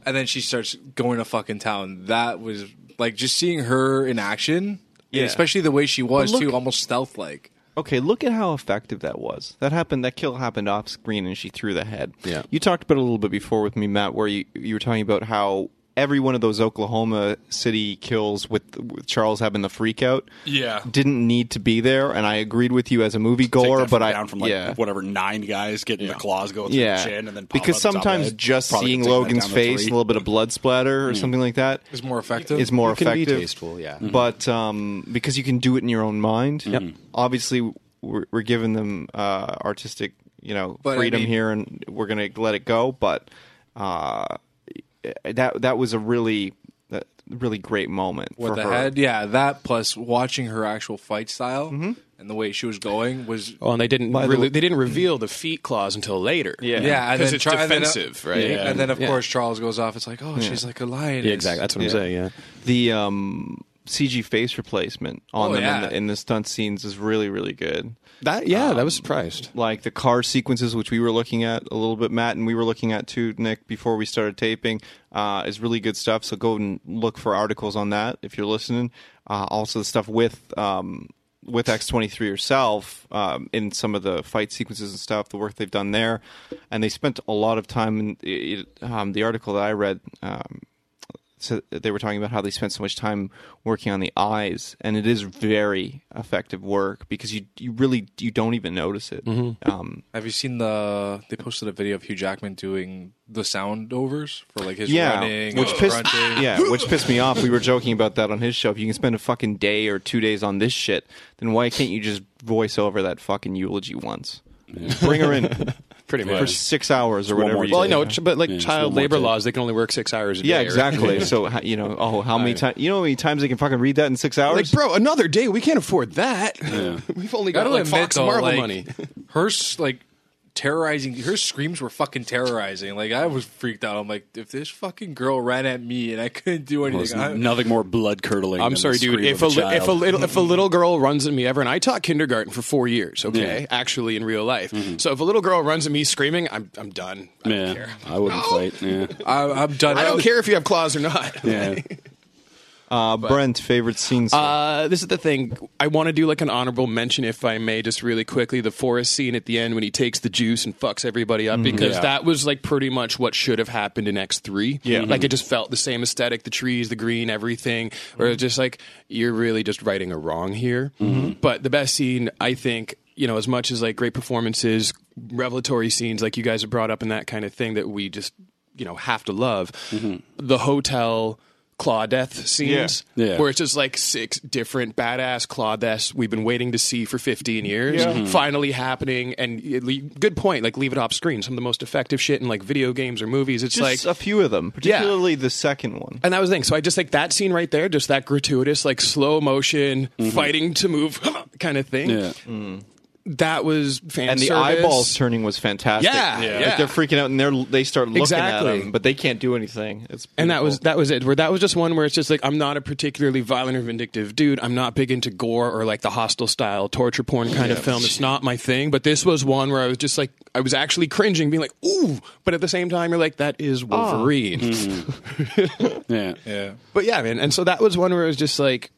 E: And then she starts going to fucking town. That was like just seeing her in action,
F: Yeah.
E: and especially the way she was
A: But look-
E: too, almost stealth like.
A: Okay, look at how effective that was. That happened. That kill happened off screen, and she threw the head.
F: Yeah.
A: You talked about it a little bit before with me, Matt, where you, you were talking about how every one of those Oklahoma City kills with, with Charles having the freak out
D: Yeah.
A: didn't need to be there, and I agreed with you as a movie goer,
D: Take that
A: but I
D: down from like
A: yeah.
D: whatever nine guys getting the claws go through
A: yeah,
D: the chin and then pop
A: because
D: out the top of the
A: sometimes
D: head.
A: just
D: Probably
A: seeing
D: take that
A: Logan's
D: down to
A: face,
D: three. Mm.
A: a little bit of blood splatter or something like that,
E: It's more effective.
A: is more
F: You can be
A: effective. Mm-hmm.
F: tasteful, yeah.
A: But um, because you can do it in your own mind. Yep. Obviously, we're, we're giving them uh, artistic, you know,
E: But I
A: freedom
E: mean-
A: here, and we're gonna let it go. But uh, that that was a really that really great moment
E: with
A: for
E: the
A: her.
E: head. Yeah, that plus watching her actual fight style and the way she was going was.
F: Oh, and they didn't
A: By the
F: really,
A: way-
F: they didn't reveal the feet claws until later.
A: Yeah.
E: Yeah, and
F: because
E: then
F: it's
E: Char- and then- uh,
F: defensive, right?
E: And, then of
F: Yeah.
E: course Charles goes off. It's like, oh, she's like a lion.
F: yeah, exactly. That's what I'm
A: Yeah.
F: saying. Yeah,
A: The um, CG face replacement on
E: Oh,
A: them in,
E: yeah.
A: the, in the stunt scenes is really really good.
F: that yeah,
E: Um,
F: that was surprised.
A: like the car sequences, which we were looking at a little bit, Matt, and we were looking at too, Nick, before we started taping, uh, is really good stuff. So go and look for articles on that if you're listening. Uh, also, the stuff with um, with X23 herself um, in some of the fight sequences and stuff, the work they've done there, and they spent a lot of time in it, um, the article that I read. Um, so they were talking about how they spent so much time working on the eyes and it is very effective work because you you really you don't even notice it um
E: Have you seen the? They posted a video of Hugh Jackman doing the sound overs for like his
A: yeah
E: running,
A: which
E: his
A: pissed
E: grunting.
A: yeah which pissed me off we were joking about that on his show if you can spend a fucking day or two days on this shit then why can't you just voice over that fucking eulogy once bring her in
F: Pretty
A: for
F: much.
A: 6 hours or
D: one
A: whatever
D: more
A: you
F: Well, I
A: did.
F: know, but like
D: Yeah, just
F: child
D: one more
F: labor
D: take.
F: laws, they can only work six hours a day.
A: yeah
F: right?
A: exactly so how- you know oh how many times you know how many times they can fucking read that in 6 hours
F: Like, bro, another day. We can't afford that. We've only got
E: Gotta
F: like
E: admit,
F: Fox
E: though,
F: Marvel
E: like,
F: money.
E: Her s- like terrorizing. Her screams were fucking terrorizing. Like I was freaked out. I'm like, if this fucking girl ran at me and I couldn't do
D: There's
E: anything, I,
D: nothing more blood curdling.
F: I'm sorry, dude. If a, li- if a little if a little girl runs at me ever, and I taught kindergarten for four years, okay,
D: Yeah.
F: actually in real life. So if a little girl runs at me screaming, I'm I'm done. Mm-hmm. I
D: yeah,
F: don't care.
D: I wouldn't fight. Yeah,
E: I, I'm done.
F: I don't care if you have claws or not.
D: yeah.
A: uh, Brent favorite scene scene.
F: Uh, this is the thing. I want to do like an honorable mention, if I may, just really quickly. The forest scene at the end when he takes the juice and fucks everybody up because
D: Mm-hmm. Yeah.
F: that was like pretty much what should have happened in X three. Yeah, like it just felt the same aesthetic: the trees, the green, everything. Or it's just like you're really just righting a wrong here.
D: Mm-hmm.
F: But the best scene, I think. You know, as much as like great performances, revelatory scenes, like you guys have brought up, and that kind of thing that we just, you know, have to love. The hotel Claudeth scenes,
D: Mm-hmm. Yeah. Yeah.
F: where it's just like six different badass Claudeths we've been waiting to see for 15 years,
A: Mm-hmm.
F: finally happening. And it le- good point, like leave it off screen. Some of the most effective shit in like video games or movies. It's like
A: just a few of them particularly the second one
F: and that was the thing. So I just like that scene right there, just that gratuitous, like slow motion
A: Mm-hmm.
F: fighting to move kind of thing.
D: Yeah.
F: That was fan
A: and the
F: service.
A: eyeballs turning was fantastic.
F: Yeah, Yeah.
A: Like,
F: yeah.
A: they're freaking out and they're they start looking at
F: Exactly.
A: them, but they can't do anything. It's
F: and that was
A: beautiful.
F: that was it. Where that was just one where it's just like I'm not a particularly violent or vindictive dude. I'm not big into gore or like the hostile style torture porn kind of film. It's not my thing. But this was one where I was just like I was actually cringing, being like ooh. But at the same time, you're like that is Wolverine.
C: Hmm.
D: yeah,
E: Yeah.
F: But yeah, man. And so that was one where it was just like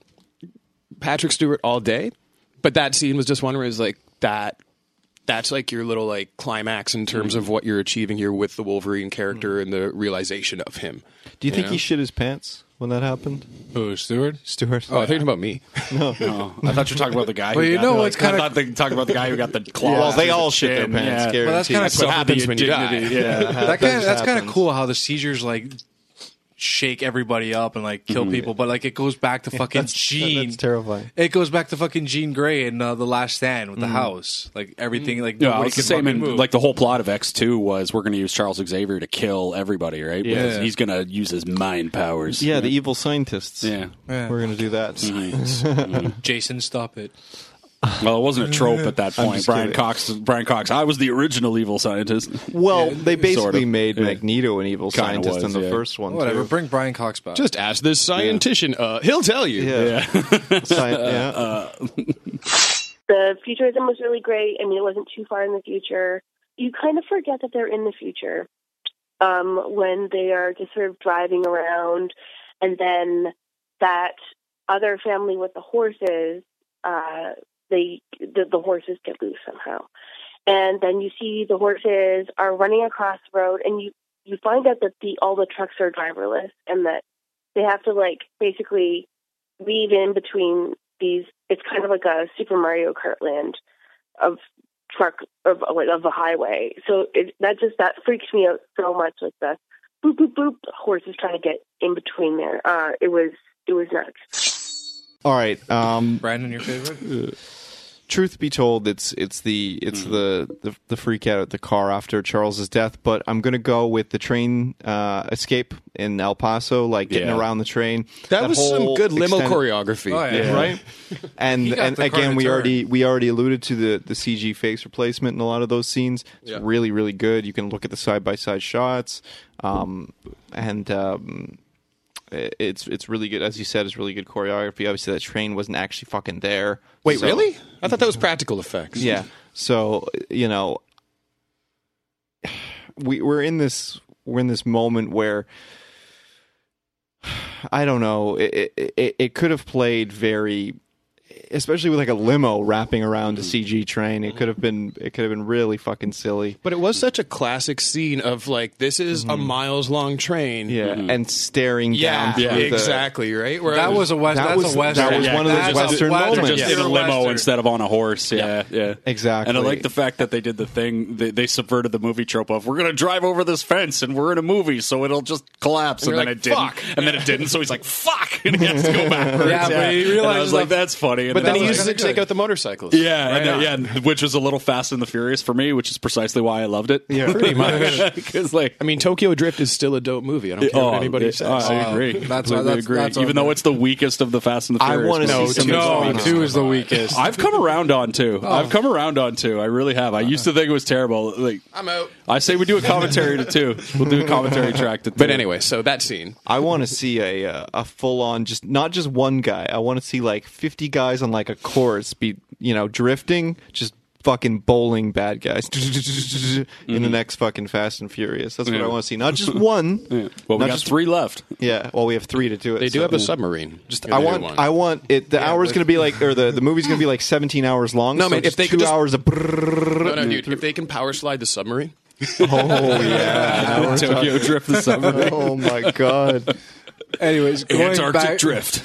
F: Patrick Stewart all day. But that scene was just one where it was like that that's like your little like climax in
C: Hmm.
F: terms of what you're achieving here with the Wolverine character and the realization of him.
A: Do you think he shit his pants when that happened,
C: Oh, Stewart.
A: Stuart?
F: Oh, I think about me.
D: No, I thought you were talking about the guy.
F: Well,
D: who
F: you
D: got,
F: know
D: like,
F: what's kinda-
D: I thought they were talking about the guy who got the claw.
A: well, they all shit their
D: chin,
A: pants.
D: yeah.
A: guaranteed.
E: Well, that's kinda
F: That's what happens when you die.
D: dignity, Yeah.
E: that
A: does
E: kind of, that's kind of
A: happen.
E: cool how the seizures like shake everybody up and like kill people, but like it goes back to fucking Gene.
A: Mm-hmm. That's terrifying.
E: It goes back to fucking Gene Grey in uh, the Last Stand with the house, like everything, like
D: No,
E: nobody
D: it's the
E: can
D: same.
E: fucking
D: In,
E: move.
D: like the whole plot of X two was we're going to use Charles Xavier to kill everybody, right?
A: Yeah.
D: Because he's going to use his mind powers.
A: Yeah, the evil scientists.
D: yeah. Mm-hmm.
E: Yeah.
A: We're gonna do that.
E: Jason, stop it.
D: Well, it wasn't a trope at that point.
A: just
D: Brian
A: kidding.
D: Cox. Brian Cox. I was the original evil scientist.
A: Well, they basically
D: Sort of.
A: made
D: Yeah.
A: Magneto an evil
D: Kinda
A: scientist
D: was,
A: in the
D: yeah.
A: first one.
E: Whatever.
A: too.
E: Bring Brian Cox back.
F: Just ask this scientician. Uh, he'll tell you.
A: Yeah. Sci- yeah.
D: Uh,
B: The futurism was really great. I mean, it wasn't too far in the future. You kind of forget that they're in the future um, when they are just sort of driving around, and then that other family with the horses, uh, they the, the horses get loose somehow, and then you see the horses are running across the road, and you you find out that the all the trucks are driverless, and that they have to like basically weave in between these. It's kind of like a Super Mario Kart land of truck of like of the highway. So it, that just that freaks me out so much. Like the boop boop boop horses trying to get in between there. Uh, it was it was nuts.
A: All right. Um,
E: Brandon, your favorite?
A: truth be told, it's it's the it's
D: Mm.
A: the, the the freak out at the car after Charles's death. But I'm gonna go with the train uh, escape in El Paso, like getting
D: Yeah.
A: around the train.
F: That, was some
A: whole
F: good limo
A: extended-
F: choreography.
E: Oh, yeah.
A: right? And
E: He got
A: and
E: the car
A: again,
E: to
A: we
E: turn.
A: already we already alluded to the the CG face replacement in a lot of those scenes. It's really really good. You can look at the side by side shots, um, and. Um, i- it's it's really good, as you said. It's really good choreography. Obviously, that train wasn't actually fucking there.
F: Wait,
A: so-
F: really? I thought that was practical effects.
A: yeah. So you know, we we're in this we're in this moment where I don't know. It it- it, it could have played very, especially with like a limo wrapping around
F: Mm-hmm.
A: a CG train. It could have been it could have been really fucking silly.
F: But it was such a classic scene of like this is a miles long train.
A: Yeah, and staring
F: Yeah,
A: down. through the-
F: exactly, right? Where I
E: That was a west.
A: That
E: that's
A: was-
E: a western.
A: that was one of those
E: That's a
A: Western
E: western.
A: moments.
D: They're just
A: Yeah.
D: in a limo
E: Western.
D: instead of on a horse. Yeah, yeah,
A: Exactly.
D: And I like the fact that they did the thing. They, they subverted the movie trope of we're going to drive over this fence and we're in a movie, so it'll just collapse. And,
F: And
D: then
F: you're
D: it
F: like,
D: didn't. And then it didn't. So he's like, "Fuck!" And he has to go backwards.
E: Yeah, but he
D: And I
E: realizes
D: was like,
E: the-
D: "That's funny." And
F: But then
D: I
F: he
D: was
F: uses
D: like,
F: it to take out the motorcycles.
D: Yeah, and, uh, yeah, and- which was a little Fast and the Furious for me, which is precisely why I loved it.
A: Yeah, pretty
F: much.
D: because like
F: I mean, Tokyo Drift is still a dope movie. I don't care what anybody
D: it-
F: says.
D: I
E: Oh,
D: agree.
E: that's-
D: Completely
E: that's-
D: agree.
E: that's
D: Even
E: all
D: though it's the weakest of the Fast and the
A: I
D: Furious.
A: wanna
D: movies.
A: see some
E: No, two is the weakest.
D: I've come around on two. I've come around on two. I really have. I used to think it was terrible. Like
F: I'm out.
D: I say, we do a commentary to two. We'll do a commentary track to. Two.
F: But anyway, so that scene.
A: I want to see a uh, a full on just not just one guy. I want to see like fifty guys on like a course be you know drifting, just fucking bowling bad guys in the next fucking Fast and Furious. That's what
D: Yeah.
A: I want to see. Not just one.
D: well, we
A: not
D: got
A: just-
D: three left.
A: Yeah. Well, we have three to do it.
F: They do
A: so-
F: have a submarine. Just
A: I want. I want it. The hour's going to be like, or the, the movie's going to be like seventeen hours long.
F: No,
A: so
F: man, if
A: just
F: they
A: two
F: could just-
A: hours of.
F: no, no, dude. If they can power slide the submarine,
A: oh yeah.
D: Tokyo Drift the summer.
A: oh my god.
E: Anyways, going
D: Antarctic
E: back,
D: Drift.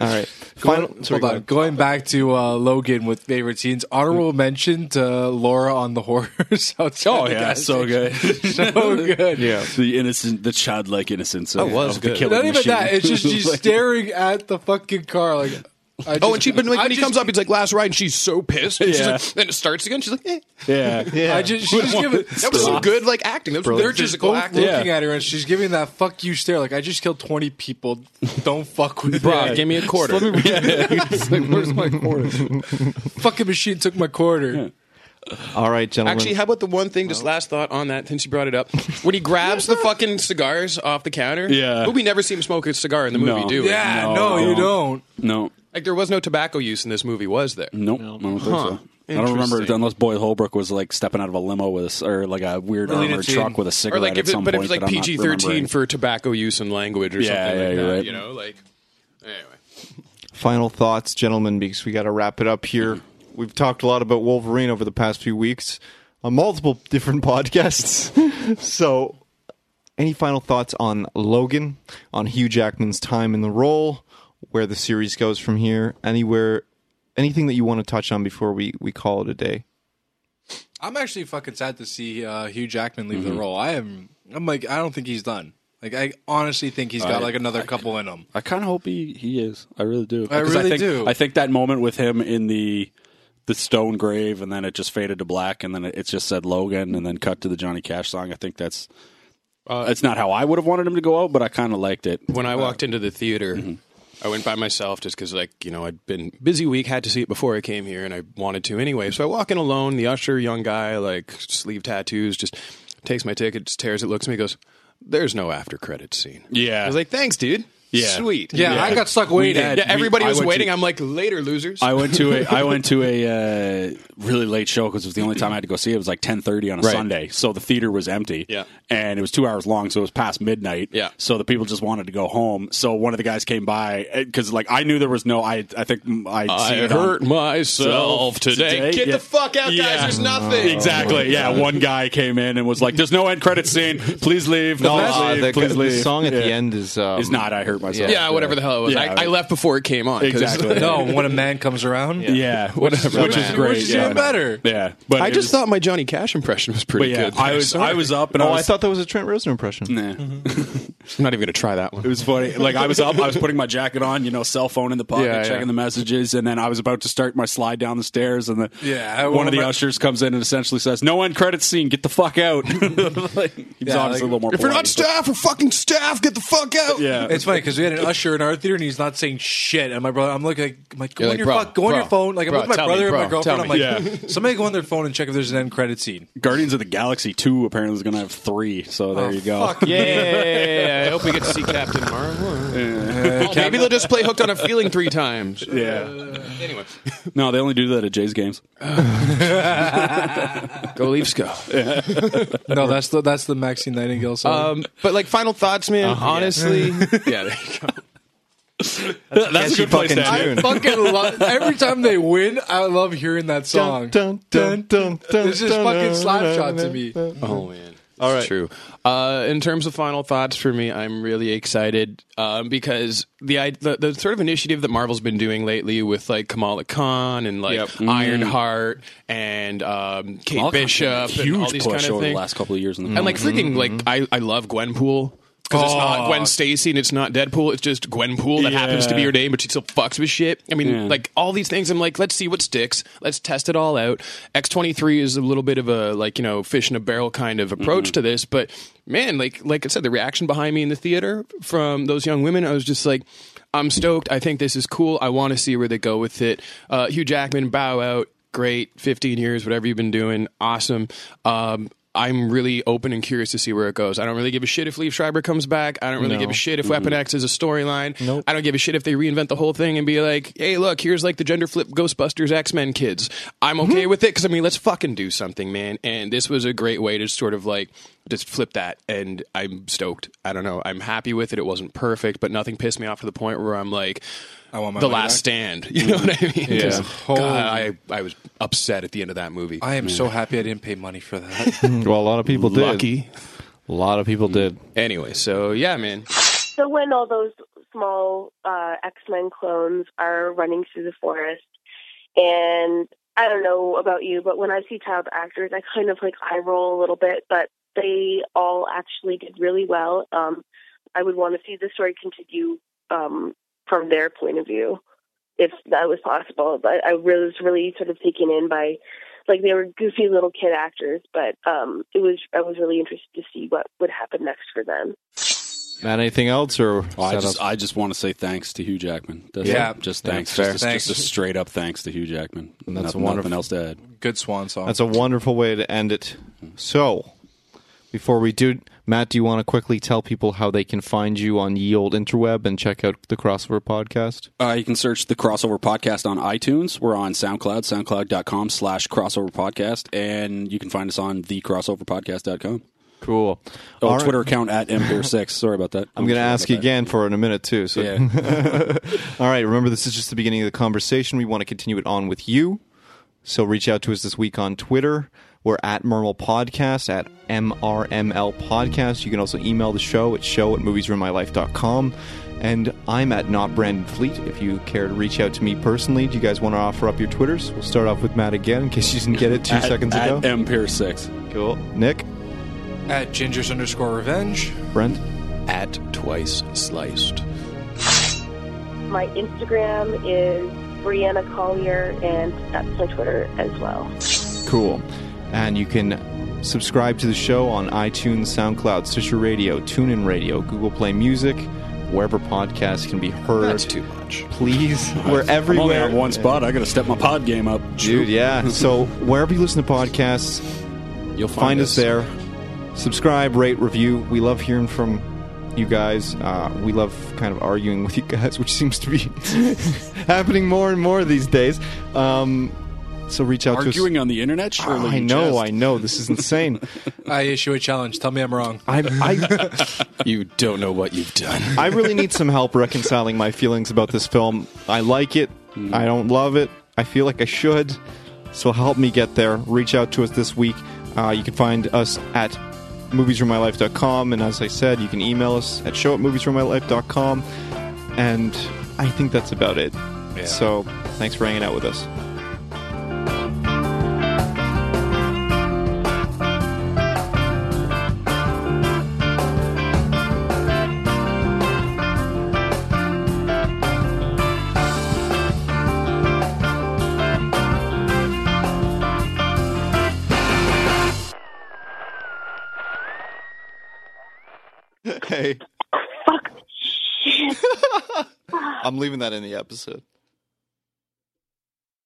A: All right.
E: Going,
A: Final. sorry,
E: hold
A: go
E: on.
A: ahead.
E: Going back to uh, Logan with favorite scenes. Honorable mention to Laura on the horse. outside
D: Oh
E: the
D: yeah,
E: gas
D: so
E: station.
D: good.
E: so good.
A: Yeah.
D: the innocent, the childlike innocence. Of,
F: That was
D: of the
F: good.
D: killing
E: Not even
D: machine.
E: that. It's just you
D: Like-
E: staring at the fucking car. Like, I just,
F: oh, and she been like
E: I
F: when he
E: just-
F: comes up, he's like last ride, and she's so pissed. And she's
D: Yeah.
F: like, then it starts again. She's like, eh.
D: Yeah,
E: I just, she's giving.
F: that was some good like acting. That was
E: They're
F: good
E: just
F: physical
E: both
F: acting.
E: looking
D: Yeah.
E: at her, and she's giving that "fuck you" stare. Like I just killed twenty people. Don't fuck with me.
F: Bruh, give me a quarter.
E: It's like, where's my quarter? fucking machine took my quarter.
A: All right, gentlemen.
F: Actually, how about the one thing? Just last thought on that, since you brought it up, when he grabs the fucking cigars off the counter.
D: Yeah.
F: but we never see him smoke a cigar in the movie,
D: No.
F: do we?
E: Yeah,
D: No,
E: no,
D: I
E: you
D: don't.
E: don't.
D: no,
F: Like there was no tobacco use in this movie, was there?
D: Nope. I don't think
F: Huh.
D: so. I don't remember
F: Interesting.
D: unless Boyd Holbrook was like stepping out of a limo with a s or like a weird
E: Really
D: armored
E: didn't
D: truck
E: see-
D: with a
F: Or
D: cigarette
F: like, if
D: at
F: it,
D: some
F: but it
D: point.
F: was like
D: that I'm not
F: PG thirteen
D: remembering.
F: for tobacco use and language or
D: Yeah,
F: something
D: yeah,
F: like
D: you're
F: that.
D: right.
F: You know, like anyway.
D: Mm-hmm.
A: final thoughts, gentlemen, because we got to wrap it up here. We've talked a lot about Wolverine over the past few weeks on multiple different podcasts. so, any final thoughts on Logan, on Hugh Jackman's time in the role, where the series goes from here, anywhere, anything that you want to touch on before we, we call it a day?
E: I'm actually fucking sad to see uh, Hugh Jackman leave
D: Mm-hmm.
E: the role. I am. I'm like, I don't think he's done. Like, I honestly think he's got
D: I-
E: like another couple in him.
D: I kind of hope he, he is. I really do.
E: I
D: 'Cause
E: really
D: think,
E: do.
D: I think that moment with him in the the stone grave, and then it just faded to black, and then it, it just said Logan, and then cut to the Johnny Cash song. I think that's it's not how I would have wanted him to go out, but I kind of liked it.
F: when I walked into the theater,
D: Mm-hmm.
F: I went by myself just because, like, you know, I'd been busy week, had to see it before I came here, and I wanted to anyway. So I walk in alone. The usher, young guy, like sleeve tattoos, just takes my ticket, just tears it, looks at me, goes, "There's no after credit scene."
D: Yeah.
F: I was like, "Thanks, dude.
D: Yeah.
F: Sweet."
E: Yeah, I got stuck
D: We
E: waiting.
D: had-
F: Yeah, everybody
D: we- I
F: was
D: went
F: waiting.
D: to-
F: I'm like, "Later, losers."
D: I went to a I went to a uh, really late show because it was the only time I had to go see it. It was like ten thirty on a Sunday, so the theater was empty.
F: Yeah.
D: and it was two hours long, so it was past midnight.
F: Yeah.
D: so the people just wanted to go home. So one of the guys came by because like I knew there was no I I think I
F: I hurt myself today.
D: Today?
F: Get
D: Yeah.
F: the fuck out,
D: Yeah.
F: guys. There's nothing.
D: Exactly. Yeah. One guy came in and was like, "There's no end credit scene. Please leave.
A: No,
D: please
A: uh,
D: leave.
A: the,
D: please
A: the
D: leave."
A: song at the
D: Yeah.
A: end is um,
D: is not. I hurt myself.
F: Yeah, whatever the hell it was.
D: Yeah.
F: I, I left before it came on. 'cause-
D: Exactly.
E: no, when a man comes around,
D: Yeah. Whatever. Which is
E: man.
D: great.
E: Which is
D: yeah.
E: even better.
D: Yeah. But
F: I
D: it
F: just
D: was-
F: thought my Johnny Cash impression was
D: But
F: pretty
D: yeah,
F: good.
D: I was I was up and
A: Oh,
D: I
A: I
D: was
A: thought that was a Trent Reznor impression.
D: Nah.
F: I'm not even gonna try that one.
D: It was funny. Like I was up, I was putting my jacket on, you know, cell phone in the pocket,
F: Yeah, yeah.
D: checking the messages, and then I was about to start my slide down the stairs, and the
E: Yeah, I
D: one of the
E: remember-
D: ushers comes in and essentially says, "No end credits scene. Get the fuck out." like, he was obviously
E: like,
D: a little more.
F: If you're not
D: polite,
F: staff, we're fucking staff. Get the fuck out.
D: but- yeah,
E: It's funny because we had an usher in our theater and he's not saying shit. And my brother, I'm looking, like, I'm like go
F: You're
E: on
F: like,
E: your
F: "Bro,
E: fuck, go on
F: bro,
E: your phone. Like
F: bro,
E: I'm with my
F: tell me,
E: brother
F: bro,
E: and my girlfriend.
F: tell
E: I'm
F: me.
E: like,
D: Yeah.
E: somebody go on their phone and check if there's an end credit scene.
D: Guardians of the Galaxy Two apparently is going to have three. So there you go.
E: Fuck
F: Yeah, yeah, yeah, yeah. I hope we get to see Captain Marvel. Oh, maybe they'll just play Hooked on a Feeling three times.
D: Yeah.
F: Anyway,
D: No, they only do that at Jay's games.
F: go Leafs go.
E: No, that's the that's the Maxine Nightingale song.
F: Um, but like final thoughts, man.
D: Uh-huh.
F: honestly, yeah. there you go.
D: That's, a
A: catchy
D: good place
A: fucking
D: to end.
A: tune.
D: it.
E: I fucking love every time they win. I love hearing that song.
A: Dun, dun, dun, dun,
E: This is
A: dun,
E: fucking
A: dun,
E: slap
A: dun,
E: shot to
A: dun,
E: me.
A: dun.
D: Mm-hmm.
F: Oh man.
A: All right.
F: True. Uh, in terms of final thoughts for me, I'm really excited um, because the, i- the the sort of initiative that Marvel's been doing lately with like Kamala Khan and like
D: Yep. Mm-hmm. Mm.
F: Ironheart and um, Kate
D: All kinds of
F: Bishop
D: huge
F: and all these
D: push
F: kind of
D: over the
F: things.
D: last couple of years, in the
F: and like freaking
D: Mm-hmm.
F: like I, I love Gwenpool because it's not Gwen Stacy and it's not Deadpool. It's just Gwenpool that happens to be
D: Yeah.
F: her name, but she still fucks with shit. I mean,
D: Yeah.
F: like all these things. I'm like, let's see what sticks. Let's test it all out. X twenty three is a little bit of a like you know fish in a barrel kind of approach to this, but man, like like I said, the reaction behind me in the theater from those young women, I was just like. I'm stoked. I think this is cool. I want to see where they go with it. Uh, Hugh Jackman, bow out great 15 years whatever you've been doing awesome um I'm really open and curious to see where it goes. I don't really give a shit if Leaf Schreiber comes back. I don't really give a shit if Weapon X is a storyline. I don't give a shit if they reinvent the whole thing and be like, "Hey, look, here's like the gender flip Ghostbusters X Men kids." I'm okay with it because I mean, let's fucking do something, man. And this was a great way to sort of like just flip that. And I'm stoked. I don't know. I'm happy with it. It wasn't perfect, but nothing pissed me off to the point where I'm like,
E: I want my
F: the
E: money
F: last
E: back.
F: stand. You know what I mean? Yeah.
E: Holy-
F: I, I was upset at the end of that movie.
E: I am so happy I didn't pay money for that.
A: Well, a lot of people did.
F: Lucky.
A: A lot of people did.
F: Anyway, so yeah, man.
B: So when all those small uh, X Men clones are running through the forest, and I don't know about you, but when I see child actors, I kind of like eye roll a little bit. But they all actually did really well. Um, I would want to see the story continue um, from their point of view, if that was possible. But I was really sort of taken in by. Like they were goofy little kid actors, but um, it was I was really interested to see what would happen next for them.
A: Matt, anything else or
D: I
A: set
D: just
A: up?
D: I just want to say thanks to Hugh Jackman. That's
E: Yeah.
D: it. just
E: Yeah,
D: thanks.
E: fair.
D: just, a-
E: Thanks.
D: just a straight up thanks to Hugh Jackman.
A: And that's
D: nothing,
A: wonderful.
D: nothing else to add.
E: Good swan
D: uh,
E: song.
A: That's a wonderful way to end it. So, before we do, Matt, do you want to quickly tell people how they can find you on ye old interweb and check out the crossover podcast?
D: Uh, you can search the crossover podcast on iTunes. We're on SoundCloud, soundcloud.com slash crossover podcast, and you can find us on thecrossoverpodcast.com.
A: Cool.
D: Oh,
A: All right.
D: Twitter account at Empire6. Sorry about that.
A: I'm going to
D: Sorry
A: ask
D: about
A: you again for it in a minute too. So,
D: that. Yeah.
A: all right. Remember, this is just the beginning of the conversation. We want to continue it on with you. So reach out to us this week on Twitter. We're at Mermel Podcast, at MRML Podcast. You can also email the show at show at moviesroommylife.com. And I'm at not Brandon Fleet. If you care to reach out to me personally, do you guys want to offer up your Twitters? We'll start off with Matt again in case you didn't get it two
D: At-
A: seconds
D: at
A: ago.
D: M Pair Six.
A: cool. Nick,
E: At Gingers underscore revenge.
A: Brent,
C: At twice sliced.
B: My Instagram is Brianna Collier, and that's my Twitter as well.
A: cool. And you can subscribe to the show on iTunes, SoundCloud, Stitcher Radio, TuneIn Radio, Google Play Music, wherever podcasts can be heard.
C: That's too much.
A: Please, we're everywhere.
D: I'm only at one spot. I got to step my pod game up.
A: Dude, yeah. So wherever you listen to podcasts,
C: You'll
A: find us there. Subscribe, rate, review. We love hearing from you guys. Uh, we love kind of arguing with you guys, which seems to be happening more and more these days. Um, so reach out to us.
D: Arguing on the internet, surely.
A: I
D: you
A: know,
D: jest.
A: I know. This is insane.
E: I issue a challenge. Tell me I'm wrong.
A: I, I,
C: You don't know what you've done.
A: I really need some help reconciling my feelings about this film. I like it. I don't love it. I feel like I should. So help me get there. Reach out to us this week. Uh, you can find us at moviesfrommylife.com. And as I said, you can email us at show at moviesfrommylife.com. And I think that's about it. So thanks for hanging out with us. Hey,
B: Fuck.
A: I'm leaving that in the episode.